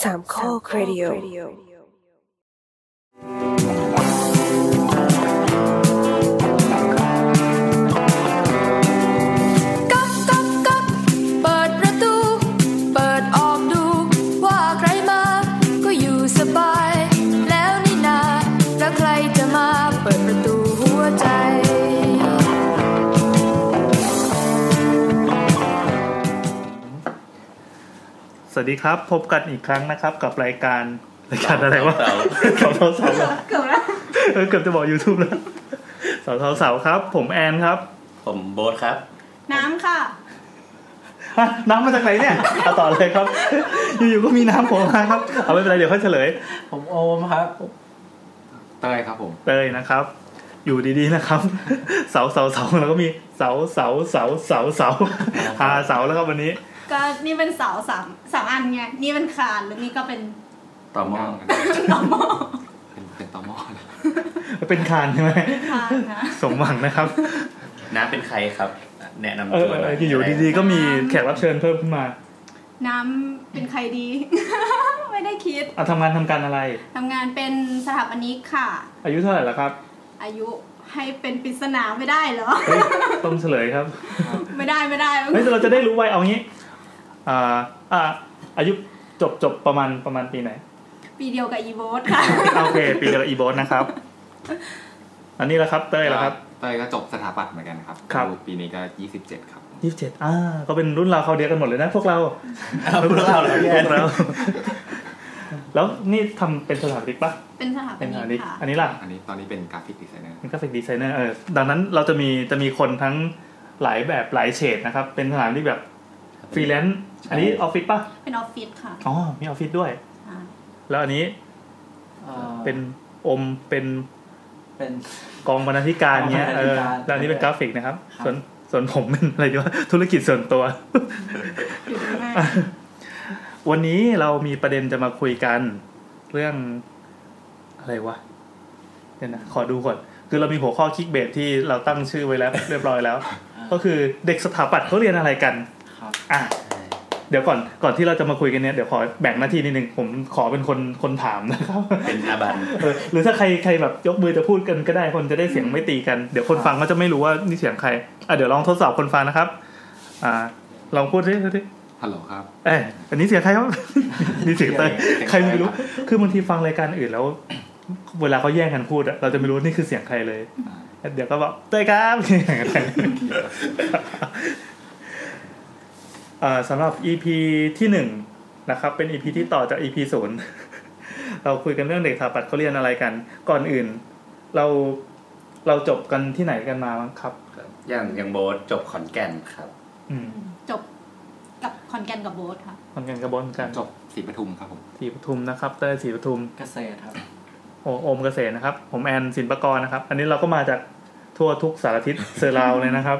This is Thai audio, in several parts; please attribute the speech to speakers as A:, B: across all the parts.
A: สามข้อครดิโอ
B: ก๊อกก๊อกก๊อกเปิดประตู เปิดออกดู ว่าใครมา ก็อยู่สบาย แล้วนี่นา แล้วใครจะมาเปิดประตูหัวใจ
C: สวัสดีครับ พบกันอีกครั้งนะครับ กับรายการรายการอะไรวะสาวสาวสาว
D: เกือบแล้ว
C: เออเกือบจะบอก YouTube แล้วสาวสาวสาวครับ ผมแอนครับ
E: ผมโบ๊ทครับ
D: น้ำค่ะ
C: ฮะน้ำมาจากไหนเนี่ยเอาต่อเลยครับ อยู่ๆก็มีน้ำโผล่มาครับ เอาไม่เป็นไรเดี๋ยวค่อยเฉลย
E: ผมโอมครับเต้ยครับผม
C: เตยนะครับ อยู่ดีๆนะครับ เสาเสาเสาแล้วก็มีเสาเสาเสาเสาเสาหาเสาแล้วครับวันนี้
D: ก็นี่เป็นเสาสามสามอันไง นี่เป็นคานแล้วนี่ก็เป็น
E: ต่อหม้อ
D: ต่อหม้ อ
E: เป็นเป็นต่อหม้อนะ
C: เป็นคานใช่ไหม
D: คานนะ
C: สมหวังนะครับ
F: น้ำเป็นใครครับ แนะนำ
C: เอ
F: ตั
C: อ
F: วห
C: เอ
F: น่อย
C: ออยู่ดีๆก็มีแขกรับเชิญเพิ่มขึ้นมา
D: น้ำเป็นใครดี ไม่ได้คิด
C: เอาทำงานทำการอะไร
D: ทำงานเป็นสถาปนิกค่ะ
C: อายุเท่าไหร่แล้วครับ
D: อายุให้เป็นปริศนาไม่ได้เหรอ
C: เฮ้ยต้องเฉลยครับ
D: ไม่ได้ไม่ได้
C: เฮ้ยแต่เราจะได้รู้ไว้เอางี้ อ่า อ่า อายุจบจบประมาณประมาณปีไหน
D: ปีเดียวกับอีโวตค่ะ
C: โอเค ปีเดียวกับอีโบสนะครับ อันนี้แหละครับ เต้ยแหละครับ
E: เต้ยก็จบสถาปัตย์เหมือนกันครับ
C: ครับ
E: อายุปีนี้ก็ยี่สิบเจ็ดครับ
C: ยี่สิบเจ็ดอ่า ก็เป็นรุ่นราวเขาวเดียวกันหมดเลยนะ พวกเรา
F: เอาพวกเราเลยพี่
C: พ
F: แอ
C: วน กเราแล้วนี่ทำเป็นสถาปนิกปะ
D: เป็นสถาป
C: เป็นสถาป
D: นิ
C: นิ
D: ก
C: ก
D: ค่ะ
C: อันนี้ล่ะ
E: อันนี้ตอนนี้เป็นกราฟิกดีไซเนอร์
C: เป็นกราฟิกดีไซเนอร์เออดังนั้นเราจะมีจะมีคนทั้งหลายแบบหลายเฉดนะครับ เป็นสถาปนิกแบบฟรีแลนซ์อันนี้ออฟฟิศปะ
D: เป็นออฟฟิศค่ะ
C: อ๋อมีออฟฟิศด้วย
D: อ่า
C: แล้วอันนี้เป็นอมเป็น
G: เป็น
C: กองบรรณาธิการเนี้ย
G: กองบรร
C: เออ
G: ณาธิการ
C: แล้วอันนี้เป็นกราฟิกนะครับ
G: ครับ
C: ส่วนส่วนผม เป็นอะไรดีวะธุรกิจส่วนตัว
D: อยู่ดีมาก
C: วันนี้เรามีประเด็นจะมาคุยกัน เรื่องอะไรวะเนี่ยวนะขอดูก่อน คือเรามีหัวข้อคิกเบสที่เราตั้งชื่อไว้แล้ว เรียบร้อยแล้ว ก็คือเด็กสถาปัตย์เขาเรียนอะไรกัน
G: ครับ
C: อ่ะเดี๋ยวก่อนก่อนที่เราจะมาคุยกันเนี่ยเดี๋ยวขอแบ่งหน้าที่นิดนึงผมขอเป็นคนคนถามนะครับ
F: เป็นอาบัน
C: เออหรือถ้าใครใครแบบยกมือจะพูดกันก็ได้คนจะได้เสียงไม่ตีกัน เดี๋ยวคนฟังก็จะไม่รู้ว่านี่เสียงใครอ่ะเดี๋ยวลองทดสอบคนฟังนะครับ อ่า ลองพูดดิพูดดิ
E: ฮัลโหลครับ
C: เอยอันนี้เสียงใคร ครับ นี่เสียงเตย
E: เสียงเตย
C: ใครไม่รู้ คือบางทีฟังรายการอื่นแล้ว เวลาเขาแย่งกันพูดอะเราจะไม่รู้นี่คือเสียงใครเลย เดี๋ยวก็บอกเตยครับ เอ่อสำหรับ EP ที่หนึ่งนะครับ เป็น EP ที่ต่อจาก EP ศูนย์ เราคุยกันเรื่องเด็กสถาปัตย์เขาเรียนอะไรกัน ก่อนอื่น เราเราจบกันที่ไหนกันมาบ้างครับ
F: ครับอย่างอย่างโบทจบขอนแก่นครับ
C: อืม
D: จบกับคอนแกนกับโบสค่ะ
C: ขอนแก่นกระบอนกัน
E: จบสีปทุมครับผม
C: สีปทุมนะครับเตยสีปทุม
G: เกษตรครับ
C: โอโอมเกษตรนะครับ ผมแอนสินปกรณ์นะครับ อันนี้เราก็มาจากทั่วทุกสารทิศ เซอร์ราวเลยนะครับ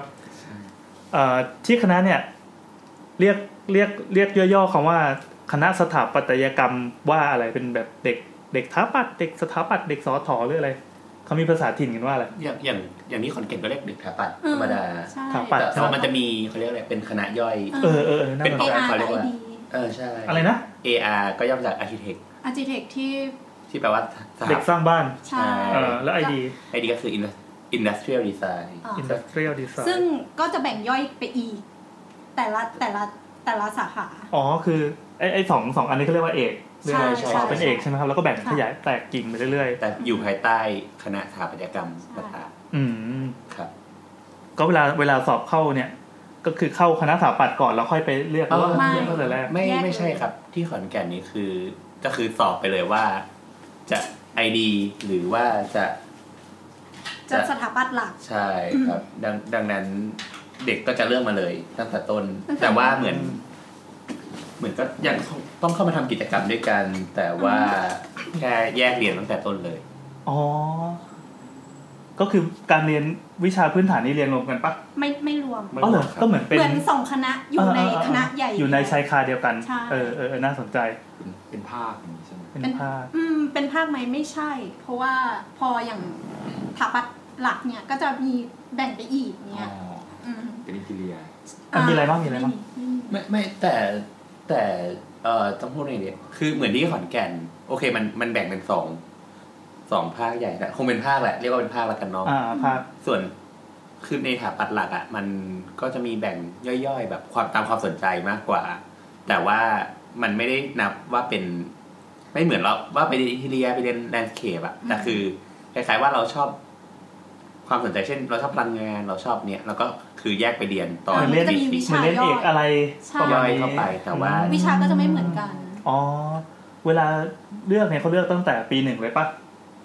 C: เอ่อที่คณะเนี่ย เรียกเรียกเรียกย่อๆคำว่าคณะสถาปัตยกรรมว่าอะไรเป็นแบบเด็กเด็กสถาปัตย์เด็กสถาปัตย์เด็กสอถอหรืออะไรเขามีภาษาถิ่นกันว่าอะไร
F: อย่างอย่างอย่างนี้ขอนแก่นก็เรียกเด็กถาปัด
D: เอ
F: ธ
D: อ
F: รรมดา
D: ใช่
C: ถาปัด
F: แต่แต่ว่ามันจะมีเขาเรียกอะไรเป็นคณะย่อย
C: เออเออเออนั่น
F: เป็น
C: แห
F: ขอ
C: ละ
F: ง
D: อา
F: เขา
D: ร์ไอ
F: เรียกว่า
D: ดี
F: เออใช่
C: อะไรนะ
F: AR ก็ย่อมาจาก Architect
D: อาร์จิเทคที่
F: ที่แปลว่าสถา
C: เด็กสร้างบ้าน
D: ใช่
C: เออแล้วไอดี
F: ไอ้นี่ก็คือ Indus- Industrial Design
D: อ่า
C: อินดัสเทรียลดีไซ
D: ซึ่ง
C: น์
D: ก็จะแบ่งย่อยไปอีก แต่ละแต่ละแต่ละสาขา
C: อ๋อคือไอไอสองสองอันนี้เขาเรียกว่าเอกเรียก
D: ใช่
C: อะไร
D: ใช่
C: อ๋อเป็นเอกใช่ไหมครับแล้วก็แบ่ง
D: ค่ะ
C: ขยายแตกกิ่งไปเรื่อย
F: แต่อยู่ภายใต้คณะสถาปัตยกรรมต่าง
C: ๆอืม
F: ๆครับ
C: ก็เวลาเวลาสอบเข้าเนี่ย ก็คือเข้าคณะสถาปัตย์ก่อนแล้วค่อยไปเลือก
F: เออ
C: เลือกตั้งแต่แรก
F: ไม่
D: แยกเลย
F: ไม่ใช่ครับที่ขอนแก่นนี่คือก็คือสอบไปเลยว่า จะไอดีหรือว่าจะ
D: จะสถาปัตย์หลัก
F: ใช่ครับดังดังนั้นเด็กก็จะเริ่มมาเลยตั้งแต่ต้น แต่ว่าเหมือน เหมือนก็ยังต้องเข้ามาทำกิจกรรมด้วยกัน แต่ว่าแค่แยกเรียนตั้งแต่ต้นเลย
C: อ๋อ ก็คือการเรียนวิชาพื้นฐานนี่เรียนรวมกันปะ
D: ไม่ไม่รวม
F: ไม่
C: อ๋อเหร
F: ร
C: อ
F: วมครับ
C: ก็เหมือนเป็น
D: เหมือนสองคณะอยู่ใน
C: เเเ
D: คณะใหญ่
C: อยู่ในชายคาเดียวกัน
D: ใช่
C: เออเออเออน่าสนใจ
E: เป็นภาคอย่างนี้ใช่ไหม
C: เป็น
D: เป็น
C: ภาค
D: อืมเป็นภาคไหมไม่ใช่ เพราะว่าพออย่างสถาปัตย์หลักเนี่ยก็จะมีแบ่งไปอีก
E: อ๋
D: เนี่ย
E: อ
D: อืม
E: เป็นอินทีเรีย
C: มันมีอะไรบ้างมีอะไรบ้าง
D: ไม่มี
F: ไม่ไม่แต่แต่
H: เอ่อต้องพูดอย่างเดียวคือเหมือนที่ขอนแก่น โอเคมันมันแบ่งเป็นสองสองภาคใหญ่นะคงเป็นภาคแหละเรียกว่าเป็นภาคละกันเนาะ
C: อ่าภาค
H: ส่วนคือในถาปัดหลักอะ่ะ มันก็จะมีแบ่งย่อยๆ แบบความตามความสนใจมากกว่า แต่ว่ามันไม่ได้นับว่าเป็น ไม่เหมือนเราว่าไปเรียนอินเทียไปเรียนแลนด์เคปอะแต่คือคล้ายๆว่าเราชอบความสนใจเช่น เราชอบพลังงานเราชอบเนี้ยแล้วก็คือแยกไปเรียนตอน
C: อ่า
D: มันก็จะมี
H: ปี
D: วิ
C: มั
D: ชาน
C: เล่น
D: ย่
C: เอ
D: อก ย
C: อะไร
D: ใช่
C: ประมาณ
H: ย่อย
C: นี้
H: เข้าไปแต่ว่า
D: วิชาก็จะไม่เหมือนกัน
C: อ๋อ เวลาเลือกเนี่ยเขาเลือกตั้งแต่ปีหนึ่งเลยปะ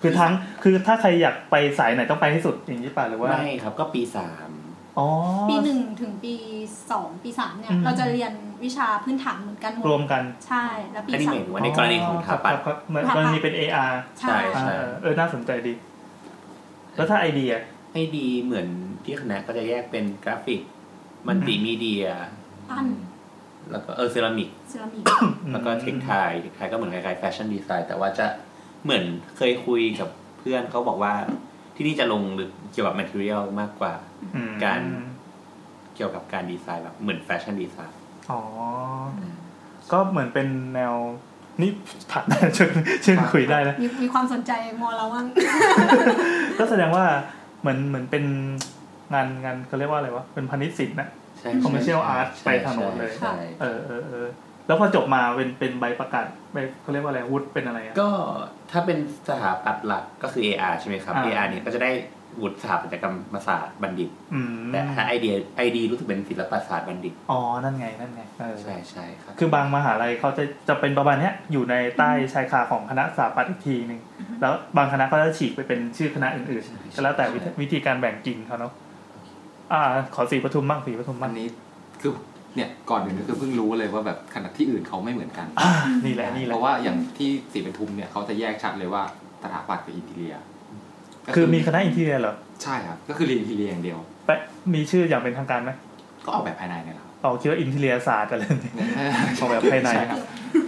C: คือทั้งคือถ้าใครอยากไปสายไหนต้องไปที่สุดอย่างนี้ป่ะหรือว่า
H: ไม่ครับก็ปีสาม
C: อ๋อ
D: ปีหนึ่งถึงปีสองปีสามเนี่ย
C: อืม
D: เราจะเรียนวิชาพื้นฐานเหมือนกันหมด
C: รวมกัน
D: ใช่แล้วปี
H: อันนี้
D: สา
H: ห
D: ม
H: มายถึงว่าในกรณีของถาปัด
C: ครับครับเหมือน
D: ถาปัด
C: กรณีเป็น AR
D: ใช่
H: ใช่
C: อ่าเออน่าสนใจดี แล้วถ้าไอเดีย
H: ให้ดีเหมือนที่คณะก็จะแยกเป็นกราฟิก มันติมีเดีย
D: ปั้น
H: แล้วก็เออเซรามิก
D: เซรามิก
H: แล้วก็เทคไทยเทคไทยก็เหมือนคล้ายๆแฟชั่นดีไซน์แต่ว่าจะเหมือนเคยคุยกับเพื่อนเขาบอกว่าที่นี่จะลงลึกเกี่ยวกับแมทเทียลมากกว่า
C: อืม
H: การ เกี่ยวกับการดีไซน์แบบเหมือนแฟชั่นดีไซน์
C: อ๋อ ก็เหมือนเป็นแนว นี่ ถัด เชิญเชิญคุยได้นะ
D: มีมีความสนใจมอเราว่าง
C: ก็แสดงว่าเหมือนเหมือนเป็นงานงานเขาเรียกว่าอะไรวะ เป็นพาณิชย์ศิลป์นะ
H: ใช่
C: Commercial
H: ใช่
C: art
H: ใช่
C: ไปทางโน้นเลย
H: ใช่
C: เออเออเออแล้วพอจบมาเป็นเป็นใบประกาศใบเขาเรียกว่าอะไรวุฒิเป็นอะไรอะ
H: ก็ถ้าเป็นสถาปัตย์หลักก็คือ AR ใช่ไหมครับ
C: อ่า
H: AR เนี่ยก็จะได้วุฒิสถาปัตยกรรมศาสตร์บัณฑิต
C: อืม
H: แต่ถ้าไอเดียไอดีรู้สึกเป็นศิลปศาสตร์บัณฑิต
C: อ๋อ นั่นไง นั่นไงเออ
H: ใช่ใช่ครับ
C: คือบางมหาลัยเขาจะจะเป็นประมาณเนี้ยอยู่ในใต้ชายคาของคณะสถาปัตย์อีกทีหนึ่งแล้วบางคณะก็จะฉีกไปเป็นชื่อคณะอื่น
H: ใช่
C: ๆก็แล้วแต่วิธี
H: ใช่
C: วิธีการแบ่งกิ่งเขาเนาะอ่า ขอสีปทุมบ้างสีปทุม
I: อั
C: บ้าง
I: นนี้คือเนี่ยก่อนอื่นก็คือเพิ่งรู้เลยว่าแบบขนาดที่อื่นเขาไม่เหมือนกัน
C: อ่านี่แหละนี่แห
I: เพ
C: ละ
I: ราะว่าอย่างที่สีปทุมเนี่ยเขาจะแยกชัดเลยว่าสถาปัตย์กับอินเทียก็
C: คือมีคณะอินทีเรียเหรอ
I: ใช่ครับก็คือเรียนอินเทียอย่างเดียว
C: แปะมีชื่ออย่างเป็นทางการไหม
I: ก็ออกแบบภายในเนี่ยแหละครับ
C: เราคิดว่าอินทีเรียศาสตร์อะไรเนี่ย ออกแบบภายใน
I: ช่ครับ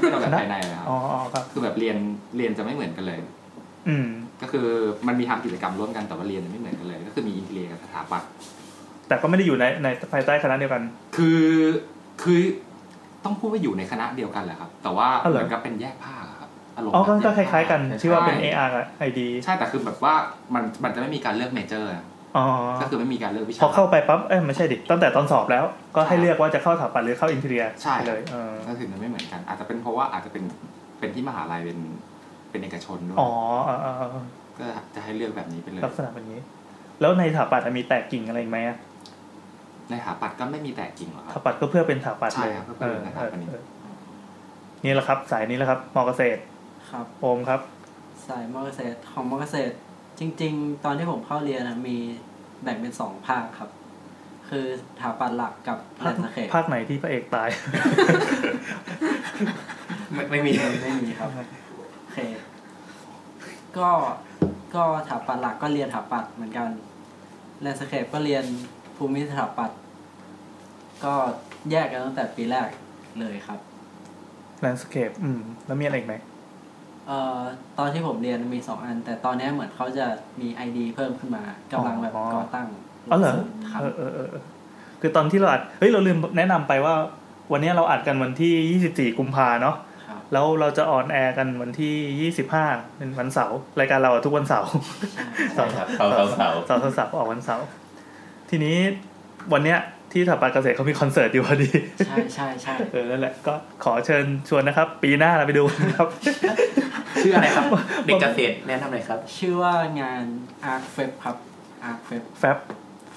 I: ก็ออกแบบภายในเลยครับ
C: อ๋ออ๋อครับ
I: คือแบบเรียนเรียนจะไม่เหมือนกันเลย
C: อืม
I: ก็คือมันมีทำกิจกรรมร่วมกันแต่ว่าเรียนไม่เหมือนกันเลย ก็คือมีอินเทียกับสถาปัตย์
C: แต่ก็ไม่ได้อยู่ในในภายใต้คณะเดียวกัน
I: คือคือต้องพูดว่าอยู่ในคณะเดียวกันแหละครับ แต่ว่า
C: อ๋อเหรอ
I: เหมือนกับเป็นแยกภาคอะครับอารมณ์
C: อ๋อก็
I: แบบ
C: ก็
I: แย
C: ค
I: ภ
C: ล้ายๆกัน
I: คล้ยๆ
C: ชื่อว่าเป็น AR กับ ID
I: ใช่แต่คือแบบว่ามันมันจะไม่มีการเลือกเมเจอร์อะ
C: อ๋อ
I: ก็คือไม่มีการเลือกวิชา
C: พอเข้าไปปั๊บ เอ้ยไม่ใช่ดิ ตั้งแต่ตอนสอบแล้ว ก็ให้เลือกว่าจะเข้าสถาปัตย์หรือเข้าอินเทีเรีย
I: ใช่
C: เลยเออ
I: ก็คือมันไม่เหมือนกัน อาจจะเป็นเพราะว่าอาจจะเป็นเป็นที่มหาลัยเป็นเป็นเอกชนด้วย
C: อ๋อเออเออเออ
I: ก็จะให้เลือกแบบนี้ไปเลย
C: ลักษณะแบบนี้ แล้วในสถาปัตย์มีแตกกิ่งอะไรอีกไหมอะ
I: ในสถาปัตย์ก็ไม่มีแตกจริงหรอก
C: ส
I: ค
C: ถา
I: รับ
C: ปัตย์ก็เพื่อเป็นสถาปัตย์
I: ใช่
C: เลย
I: ครับ
C: เออ
I: เพื่อเป็นสถาป
C: เออ
I: นิก
C: เออนี่แหละครับสายนี้แหละครับมอเกษตร
G: ครับ
C: โอมครับ
G: สายมอเกษตรของมอเกษตรจริง ๆ ตอนที่ผมเข้าเรียนนะมีแบ่งเป็นสองภาคครับ คือถาปัดหลักกับแล
C: ภาคน
G: สเคป
C: ภาคไหนที่พระเอกตาย
H: ไม่ไม่มี
G: ไม่มีครับโอเคก็ก็ถาปัดหลักก็เรียนถาปัดเหมือนกันแลนสเคปก็เรียนภูมิสถาปัตย์ก็แยกกันตั้งแต่ปีแรกเลยครับ
C: landscape อืม แล้วมีอะไรอีกไหม
G: เอ่อตอนที่ผมเรียนมีสองอัน แต่ตอนนี้เหมือนเขาจะมี ID เพิ่มขึ้นมากำลังแบบ
C: อ๋อ
G: ก่อตั้ง
C: อ๋อเหรอ
G: สูตครับ
C: เออเออเออเออคือตอนที่เราอัด เฮ้ย เราลืมแนะนำไปว่า วันนี้เราอัดกันวันที่ 24 กุมภาเนาะ
G: ครับ
C: แล้วเราจะออนแอร์กันวันที่ 25 เป็นวันเสาร์ รายการเราอะทุกวันเสาร์
H: ใช่ครับเสาร์เสาร์เสาร์
C: เสาร์เสาร์เสาร์ออกวันเสาร์ ทีนี้วันเนี้ยที่สถาปัตย์เกษตรเขามีคอนเสิร์ตอยู่พอดี
G: ใช่ใช่ใช่
C: เออ นั่นแหละ ก็ขอเชิญชวนนะครับ ปีหน้าเราไปดูนะครับ
H: ชื่ออะไรครับ เด็กเกษตรแนะนำหน่อยครับ
G: ชื่อว่างาน Arc f e b ครับ Arc f e b
C: แฟบ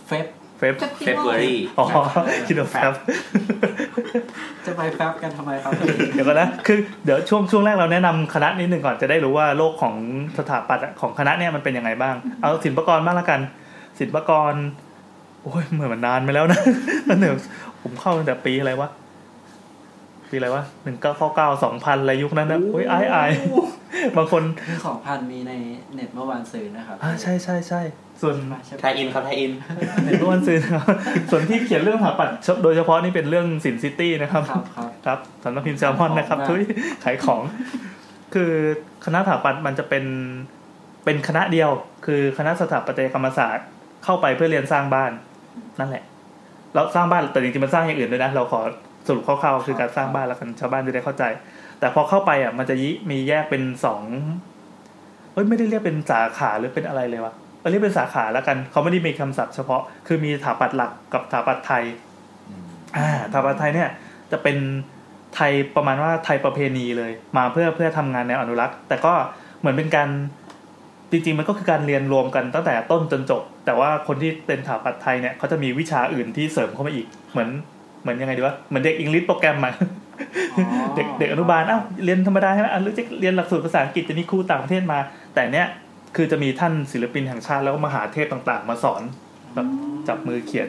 G: f e b
C: เฟบ
H: เฟบรุรี
C: อ๋อ คิดว่าแฟบ
G: จะไปแฟบกันทำไมครับ
C: เดี๋ยวก่อนนะ คือเดี๋ยวช่วงช่วงแรกเราแนะนำคณะนิดหนึ่งก่อนจะได้รู้ว่าโลกของสถาปัตย์อะของคณะเนี่ยมันเป็นยังไงบ้าง เอาศิลปากรบ้างละกัน ศิลปากร โอ้ยเหมือนมันนานไปแล้วนะ ตั้งแต่ผมเข้าตั้งแต่ปีอะไรวะ ปีอะไรวะหนึ่งเก้าเก้าเก้าสองพันอะไรยุคนั้นนะโอ้ยอายอายบางคน
G: ที่สองพันมีในเน็ตเมื่อวานซื้อนะครับ
C: อ่าใช่ใช่ใช่ส่วน
G: มาใช่ไหม
H: ไทยอินครับไทยอิน
C: เห็นร่วนซื้อนะครับ ส่วนที่เขียนเรื่องสถาปัตย์โดยเฉพาะนี่เป็นเรื่องสินซิตี้นะครับ
G: ครับครับ
C: ครับสำนักพิมพ์แซลมอนนะครับ
G: ขายของ
C: ทุย ขายของ คือคณะสถาปัตย์มันจะเป็นเป็นคณะเดียว คือคณะสถาปัตยกรรมศาสตร์เข้าไปเพื่อเรียนสร้างบ้าน นั่นแหละ เราสร้างบ้านแต่จริงๆมันสร้างอย่างอื่นด้วยนะ เราขอ สรุปคร่าวๆคือการสร้างบ้านแล้วกันชาวบ้านจะได้เข้าใจ แต่พอเข้าไปอ่ะมันจะยิมีแยกเป็นสองเอ้ยไม่ได้เรียกเป็นสาขาหรือเป็นอะไรเลยวะเอาเรียกเป็นสาขาแล้วกันเขาไม่ได้มีคำศัพท์เฉพาะคือมีสถาปัตย์หลักกับสถาปัตย์ไทย อ่าสถาปัตย์ไทยเนี่ยจะเป็นไทยประมาณว่าไทยประเพณีเลย มาเพื่อเพื่อทำงานแนวอนุรักษ์ แต่ก็เหมือนเป็นการจริงๆมันก็คือการเรียนรวมกันตั้งแต่ต้นจนจบ แต่ว่าคนที่เป็นสถาปัตย์ไทยเนี่ยเขาจะมีวิชาอื่นที่เสริมเข้ามาอีกเหมือนเหมือนยังไงดีวะเหมือนเด็กอังกฤษโปรแกรมมา เด็กเด็กอนุบาลอ้าวเรียนธรรมดาใช่ไหมอ่ะหรือจะเรียนหลักสูตรภาษาอังกฤษจะมีครูต่างประเทศมา แต่เนี้ยคือจะมีท่านศิลปินแห่งชาติแล้วก็มหาเทพต่างๆ มาสอนแบบจับมือเขียน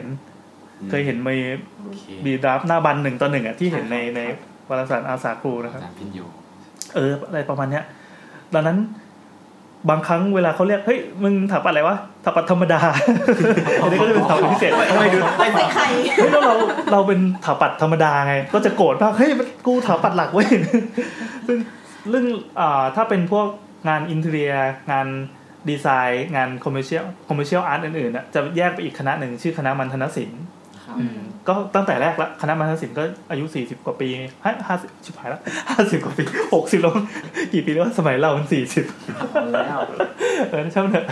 C: เคยเห็นมี
E: โอเค
C: มีดราฟต์หน้าบันหนึ่งต่อหนึ่งอ่ะที่เห็นในในวารสารอาสาครูนะครับ
E: อาจารย์พินโย
C: เอออะไรประมาณเนี้ยดังนั้นบางครั้งเวลาเขาเรียกเฮ้ยมึงถาปัดอะไรวะถาปัดธรรมดา อันนี้ก็จะเป็นถาปัดพิเศษทำไมดู
D: ไม่ใส่ไข่
C: เฮ้ยแล้วเราเราเป็นถาปัดธรรมดาไง ก็จะโกรธมากเฮ้ยมันกูถาปัดหลักเว้ย ซึ่งเรื่องอ่าถ้าเป็นพวกงานอินเทเรียงานดีไซน์งานคอมเมอรเชียลคอมเมอรเชียลอาร์ตอื่นๆน่ะจะแยกไปอีกคณะหนึ่งชื่อคณะมัณฑนศิลป์
G: ครับ
C: อืมก็ตั้งแต่แรกละคณะมหาศิลป์ก็อายุสี่สิบกว่าปีห้าห้าสิบชิบหายละ ห้าสิบกว่าปีหกสิบแล้ว กี่ปีแล้วสมัยเรามันสี่สิบ
G: แล้ว
C: เออช่างเถอะ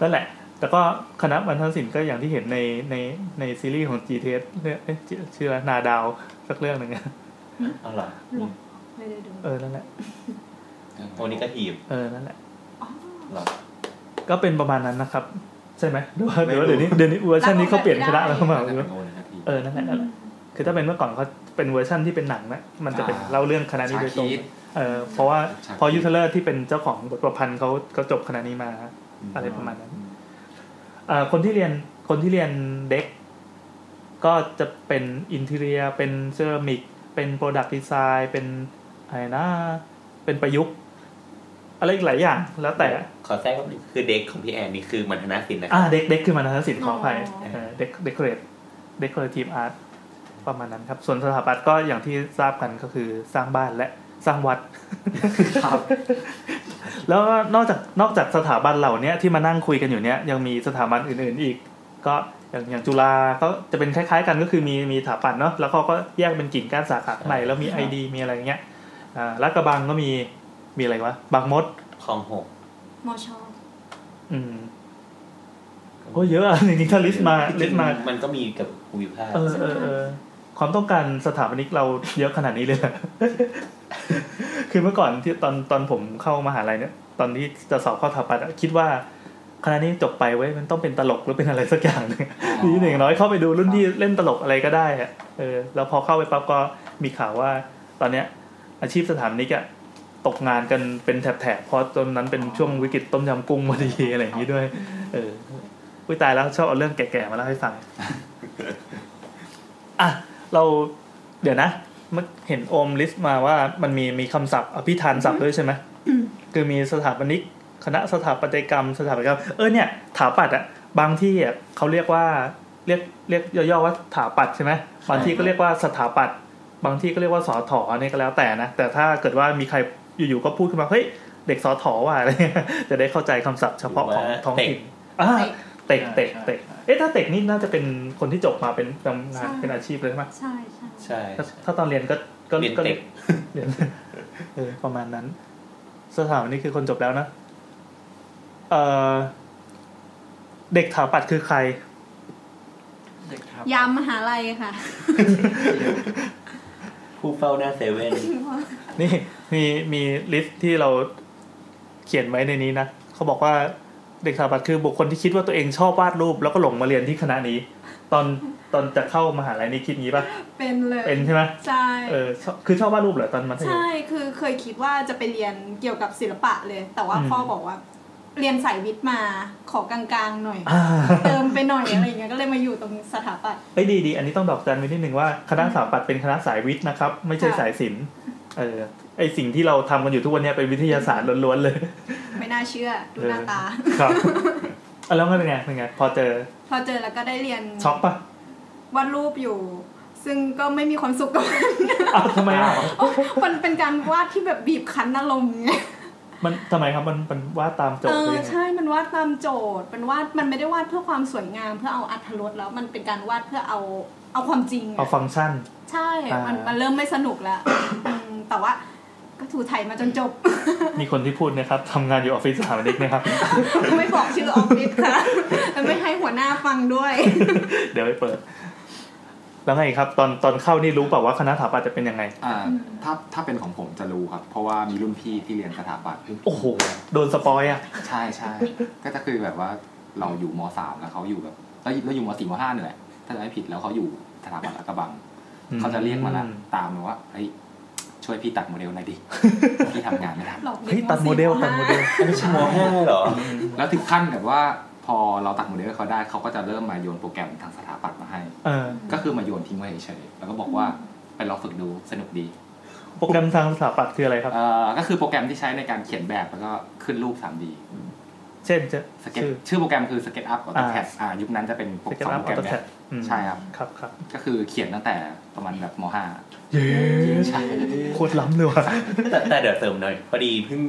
C: นั่นแหละ แต่ก็คณะมหาศิลป์ก็อย่างที่เห็นในในในซีรีส์ของ GTS เนี่ยเอ๊ะชื่อชื่ออะไรนาดาวสักเรื่องหนึ่งอะ
F: เอาเหรอ
D: ไม่ได้ดู
C: เออนั่นแหละ
F: โอ้นี่ก็หีบ
C: เออนั่นแหละ
F: เหรอ
C: ก็เป็นประมาณนั้นนะครับ ใช่ไหมหรือว่าหรือว่าเดี๋ยวนี้เดี๋ยวนี้เวอร์ชันนี้เขาเปลี่ยนคณะแล้วมา
E: น่า
C: ห
E: จะ
C: รือ
E: เป็
C: ว่า
E: นโอนนะครับพี่
C: เออนั่นแหละนั่นแหละคือถ้าเป็นเมื่อก่อนเขาเป็นเวอร์ชั่นที่เป็นหนังนะมันจะเป็นเล่าเรื่องคณะนี้
E: ชา
C: โดยตรง
E: คิด
C: เออเพราะว่า
E: ใช่
C: พอยูเทเลอร์ที่เป็นเจ้าของบทประพันธ์เขาก็จบคณะนี้มาอะไรประมาณนั้นเอ่อคนที่เรียนคนที่เรียนเด็ก ก็จะเป็นอินเทเรียเป็นเซรามิก เป็นโปรดักต์ดีไซน์เป็นอะไรนะ เป็นประยุกต์ อะไรอีกหลายอย่างแล้วแต่
F: ขอแทรกว่าคือเด็กของพี่แอนนี่คือมันธนาสินนะค
C: อ่า
F: รับ
C: เด็กเด็กคือมันทัศนศิลป์ขออภัย
D: อ๋อ
C: เออเด็กเด็กเรทเด็กเรทีฟอาร์ตประมาณนั้นครับ ส่วนสถาปัตย์ก็อย่างที่ทราบกันก็คือสร้างบ้านและสร้างวัด
G: ครับ
C: แล้วก็นอกจากนอกจากสถาบันเหล่าเนี้ยที่มานั่งคุยกันอยู่เนี้ยยังมีสถาบันอื่น ๆ อีก ก็อย่างอย่างจุฬาก็จะเป็นคล้าย ๆ กันก็คือมีมีสถาปัตย์เนาะแล้วเขาก็แยกเป็นกิ่งก้านสาขาใหม่แล้วมีไอดีมีอะไรเงี้ยอ่าลาดกระบังก็มีมีอะไรวะบางมด
F: คลองหก
D: มอชอ
C: อืมก็เยอะอะ จริงๆถ้าลิสต์มาลิสต์มา
F: มันก็มีกับภูมิภาค
C: เออเออเออความต้องการสถาปนิกเราเยอะขนาดนี้เลยเห รอ คือเมื่อก่อนที่ตอนตอนผมเข้ามหาลัยเนี่ย ตอนที่จะสอบเข้าสถาปัตย์อะคิดว่าคณะนี้จบไปไว้ยมันต้องเป็นตลกหรือเป็นอะไรสักอย่างหนึ่งดีอย่างน้อยเข้าไปดูรุ่นที่เล่นตลกอะไรก็ได้อะเออแล้วพอเข้าไปปั๊บก็มีข่าวว่า ตอนเนี้ย อาชีพสถาปนิกอะตกงานกันเป็นแถบๆเพราะตอนนั้นเป็นช่วงวิกฤตต้มยำกุ้งพอดีอะไรอย่างนี้ด้วย เอออุ้ยตายแล้วชอบเอาเรื่องแก่ๆมาเล่าให้ฟัง อ่ะเราเดี๋ยวนะเมื่อเห็นโอมลิสต์มาว่ามันมีมีคำศัพท์อภิธานศัพท์ด้วยใช่ไหมคือมีสถาปนิก คณะสถาปัตยกรรม สถาปัตยกรรมเออเนี่ยถาปัตย์อะบางที่อะเขาเรียกว่าเรียกเรียกย่อๆว่าถาปัตย์ใช่ไหมบางที่ก็เรียกว่าสถาปัตย์บางที่ก็เรียกว่าสอถอเนี่ยก็แล้วแต่นะแต่ถ้าเกิดว่ามีใครอยู่ๆก็พูดขึ้นมาเฮ้ยเด็กสอถอว่ะอะไรเงี้ยจะได้เข้าใจคำศัพท์เฉพาะของท้องถิ่นอ่า เตะเตะเตะเอ๊ะถ้าเตะนี่น่าจะเป็นคนที่จบมาเป็นทำงานเป็นอาชีพเลยใช่ไหม
D: ใช่ใช่
F: ใช่
C: ถ้าถ้าตอนเรียนก็ก็
F: เรียน
C: ก็
F: เด็ก
C: เรียนเออประมาณนั้น สถาปนี่คือคนจบแล้วนะเออเด็กถาปัดคือใคร
G: เด็กครับ
D: ยามมหาลัยค่ะ
F: ผู้เฝ้าหน้าเซเว่น
C: นี่มีมีลิสต์ที่เราเขียนไว้ในนี้นะเขาบอกว่าเด็กสถาปัตย์คือบุคคลที่คิดว่าตัวเองชอบวาดรูป แล้วก็หลงมาเรียนที่คณะนี้ ตอนตอนจะเข้ามหาลัยนี่คิดงี้ปะ
D: เป็นเลย
C: เป็นใช่ไหม
D: ใช่
C: เออชอบคือชอบวาดรูปเหรอตอนมัธยม
D: ใช่คือเคยคิดว่าจะไปเรียนเกี่ยวกับศิลปะเลย แต่ว่า
C: อืม
D: พ่อบอกว่า เรียนสายวิทย์มาขอกลางๆห น่อย
C: อ่า
D: เติมไปหน่อยอะไรอย่างเงี้ยก็เลยมาอยู่ตรงสถาปัตย์
C: เอ้ยดีดีอันนี้ต้องดอกจันไว้นิดหนึ่งว่าคณะสถาปัตย์เป็นคณะสายวิทย์นะครับ ไม่ใช่
D: ค่ะ
C: สายศิลป์เออไอสิ่งที่เราทำกันอยู่ทุกวันเนี้ยเป็นวิทยาศาสตร์ล้วนๆเลย
D: ไม่น่าเชื่อดูหน้าตา
C: ครับอ่ะแล้วมันเป็นไงเป็นไง พอเจอ
D: พอเจอแล้วก็ได้เรียน
C: ช็อกปะ
D: วาดรูปอยู่ ซึ่งก็ไม่มีความสุขกับมัน
C: อ้าวทำไมอ่ะ
D: มันเป็นการวาดที่แบบบีบคั้นอารมณ์ไง
C: มันทำไมครับมันมันว่าตามโจท
D: เอ
C: ย์ห
D: อ
C: รือยังไง
D: ใช่มันวาดตามโจทย์ มันวาดมันไม่ได้วาดเพื่อความสวยงามเพื่อเอาอัธรสแล้วมันเป็นการวาดเพื่อเอาเอาความจริง
C: เอา
D: อะ
C: ฟังก์ชัน
D: ใช่มัน
C: อ่ามั
D: มันเริ่มไม่สนุกแล้วอืมแต่ว่าก็ถูไถมาจนจบ
C: มีคนที่พูดเนะครับทำงานอยู่ออฟฟิศสถาปนิกนะครับ
D: ไม่บอกชื่อออฟฟิศค่ะแล้วไม่ให้หัวหน้าฟังด้วย
C: เดี๋ยวไปเปิด แล้วไงครับ ตอนตอนเข้านี่รู้เปล่าว่าคณะสถาปัตย์จะเป็นยังไง
E: อ่าถ้าถ้าเป็นของผมจะรู้ครับ เพราะว่ามีรุ่นพี่ที่เรียนสถาปัตย์
C: โอ้โห โดนสปอยอ่ะ
E: ใช่ใช่ก็จะคือแบบว่าเราอยู่มสามแล้วเขาอยู่แบบเราเราอยู่มสี่มห้าเนี่ยแหละถ้าจะไม่ผิดแล้วเขาอยู่สถาปัตย์ลาดกระบัง เขาจะเรียกมาละตามเลยว่าเฮ้ยช่วยพี่ตัดโมเดลหน่อยดิ พี่ทำงานไม่ทัน
D: หลอกด็ก
C: เฮ้ยตัดโมเดล
D: สี่
C: ตัดโมเดล
F: ไม่ใช่มห้าเหรอ
E: แล้วถึงขั้นแบบว่าพอเราตัดโมเดลให้เขาได้เขาก็จะเริ่มมาโยนโปรแกรมทางสถาปัตย์มาให้
C: เออ
E: ก็คือมาโยนทิ้งไว้เฉยๆแล้วก็บอกว่าไปลองฝึกดูสนุกดี
C: โปรแกรมทางสถาปัตย์คืออะไรครับ
E: เอ่อก็คือโปรแกรมที่ใช้ในการเขียนแบบแล้วก็ขึ้นรูป 3D
C: เช่นจะ
E: สเก็ต
C: ชื่อ
E: ชื่อโปรแกรมคือ SketchUp กับ
C: อ่า
E: AutoCAD อ่ายุคนั้นจะเป็นโปร
C: ส
E: แก
C: เก็
E: ร
C: ตอั
E: ม
C: พ
E: โป
C: ออ
E: รแกร
C: โต้
E: ม
C: แค
E: เนี่ย
C: ดอืม
E: ใช่ครับ
C: ครับครับ
E: ก็คือเขียนตั้งแต่ประมาณแบบม
C: เย้
E: .5 ใช่
C: โคตรล้ำเลยว่ะ
F: แต่แต่เดี๋ยวเสริมหน่อย พอดีเพิ่ง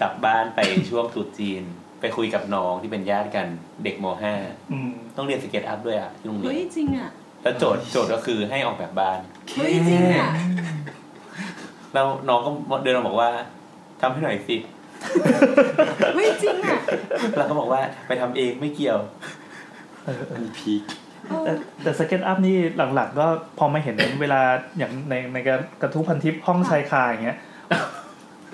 F: กลับบ้านไปช่วงตรุษจีน ไปคุยกับน้องที่เป็นญาติกันเด็กมห้า
C: อืม
F: ต้องเรียนสเก็ตอัพด้วยอ่ะที่โรงเรี
D: เฮ้ย
F: ยน
D: จริงอ่ะ
F: แล้วโจทย์โจทย์ก็คือให้ออกแบบบ้าน
D: เฮ้ยจริงอ่ะ
F: แล้วน้องก็เดินมาบอกว่าทำให้หน่อยสิ
D: เฮ้ยจริงอ่ะ
F: เราก็บอกว่าไปทำเองไม่เกี่ยว
C: เออเอ
E: อัน
C: อ
E: นี้พีค
D: เอ
C: แต่
D: อ
C: แต่สเก็ตอัพนี่หลังๆ ก็พอมาเห็นเวลาอย่างในในการกระทู้พันทิปห้องชายคาอย่างเงี้ย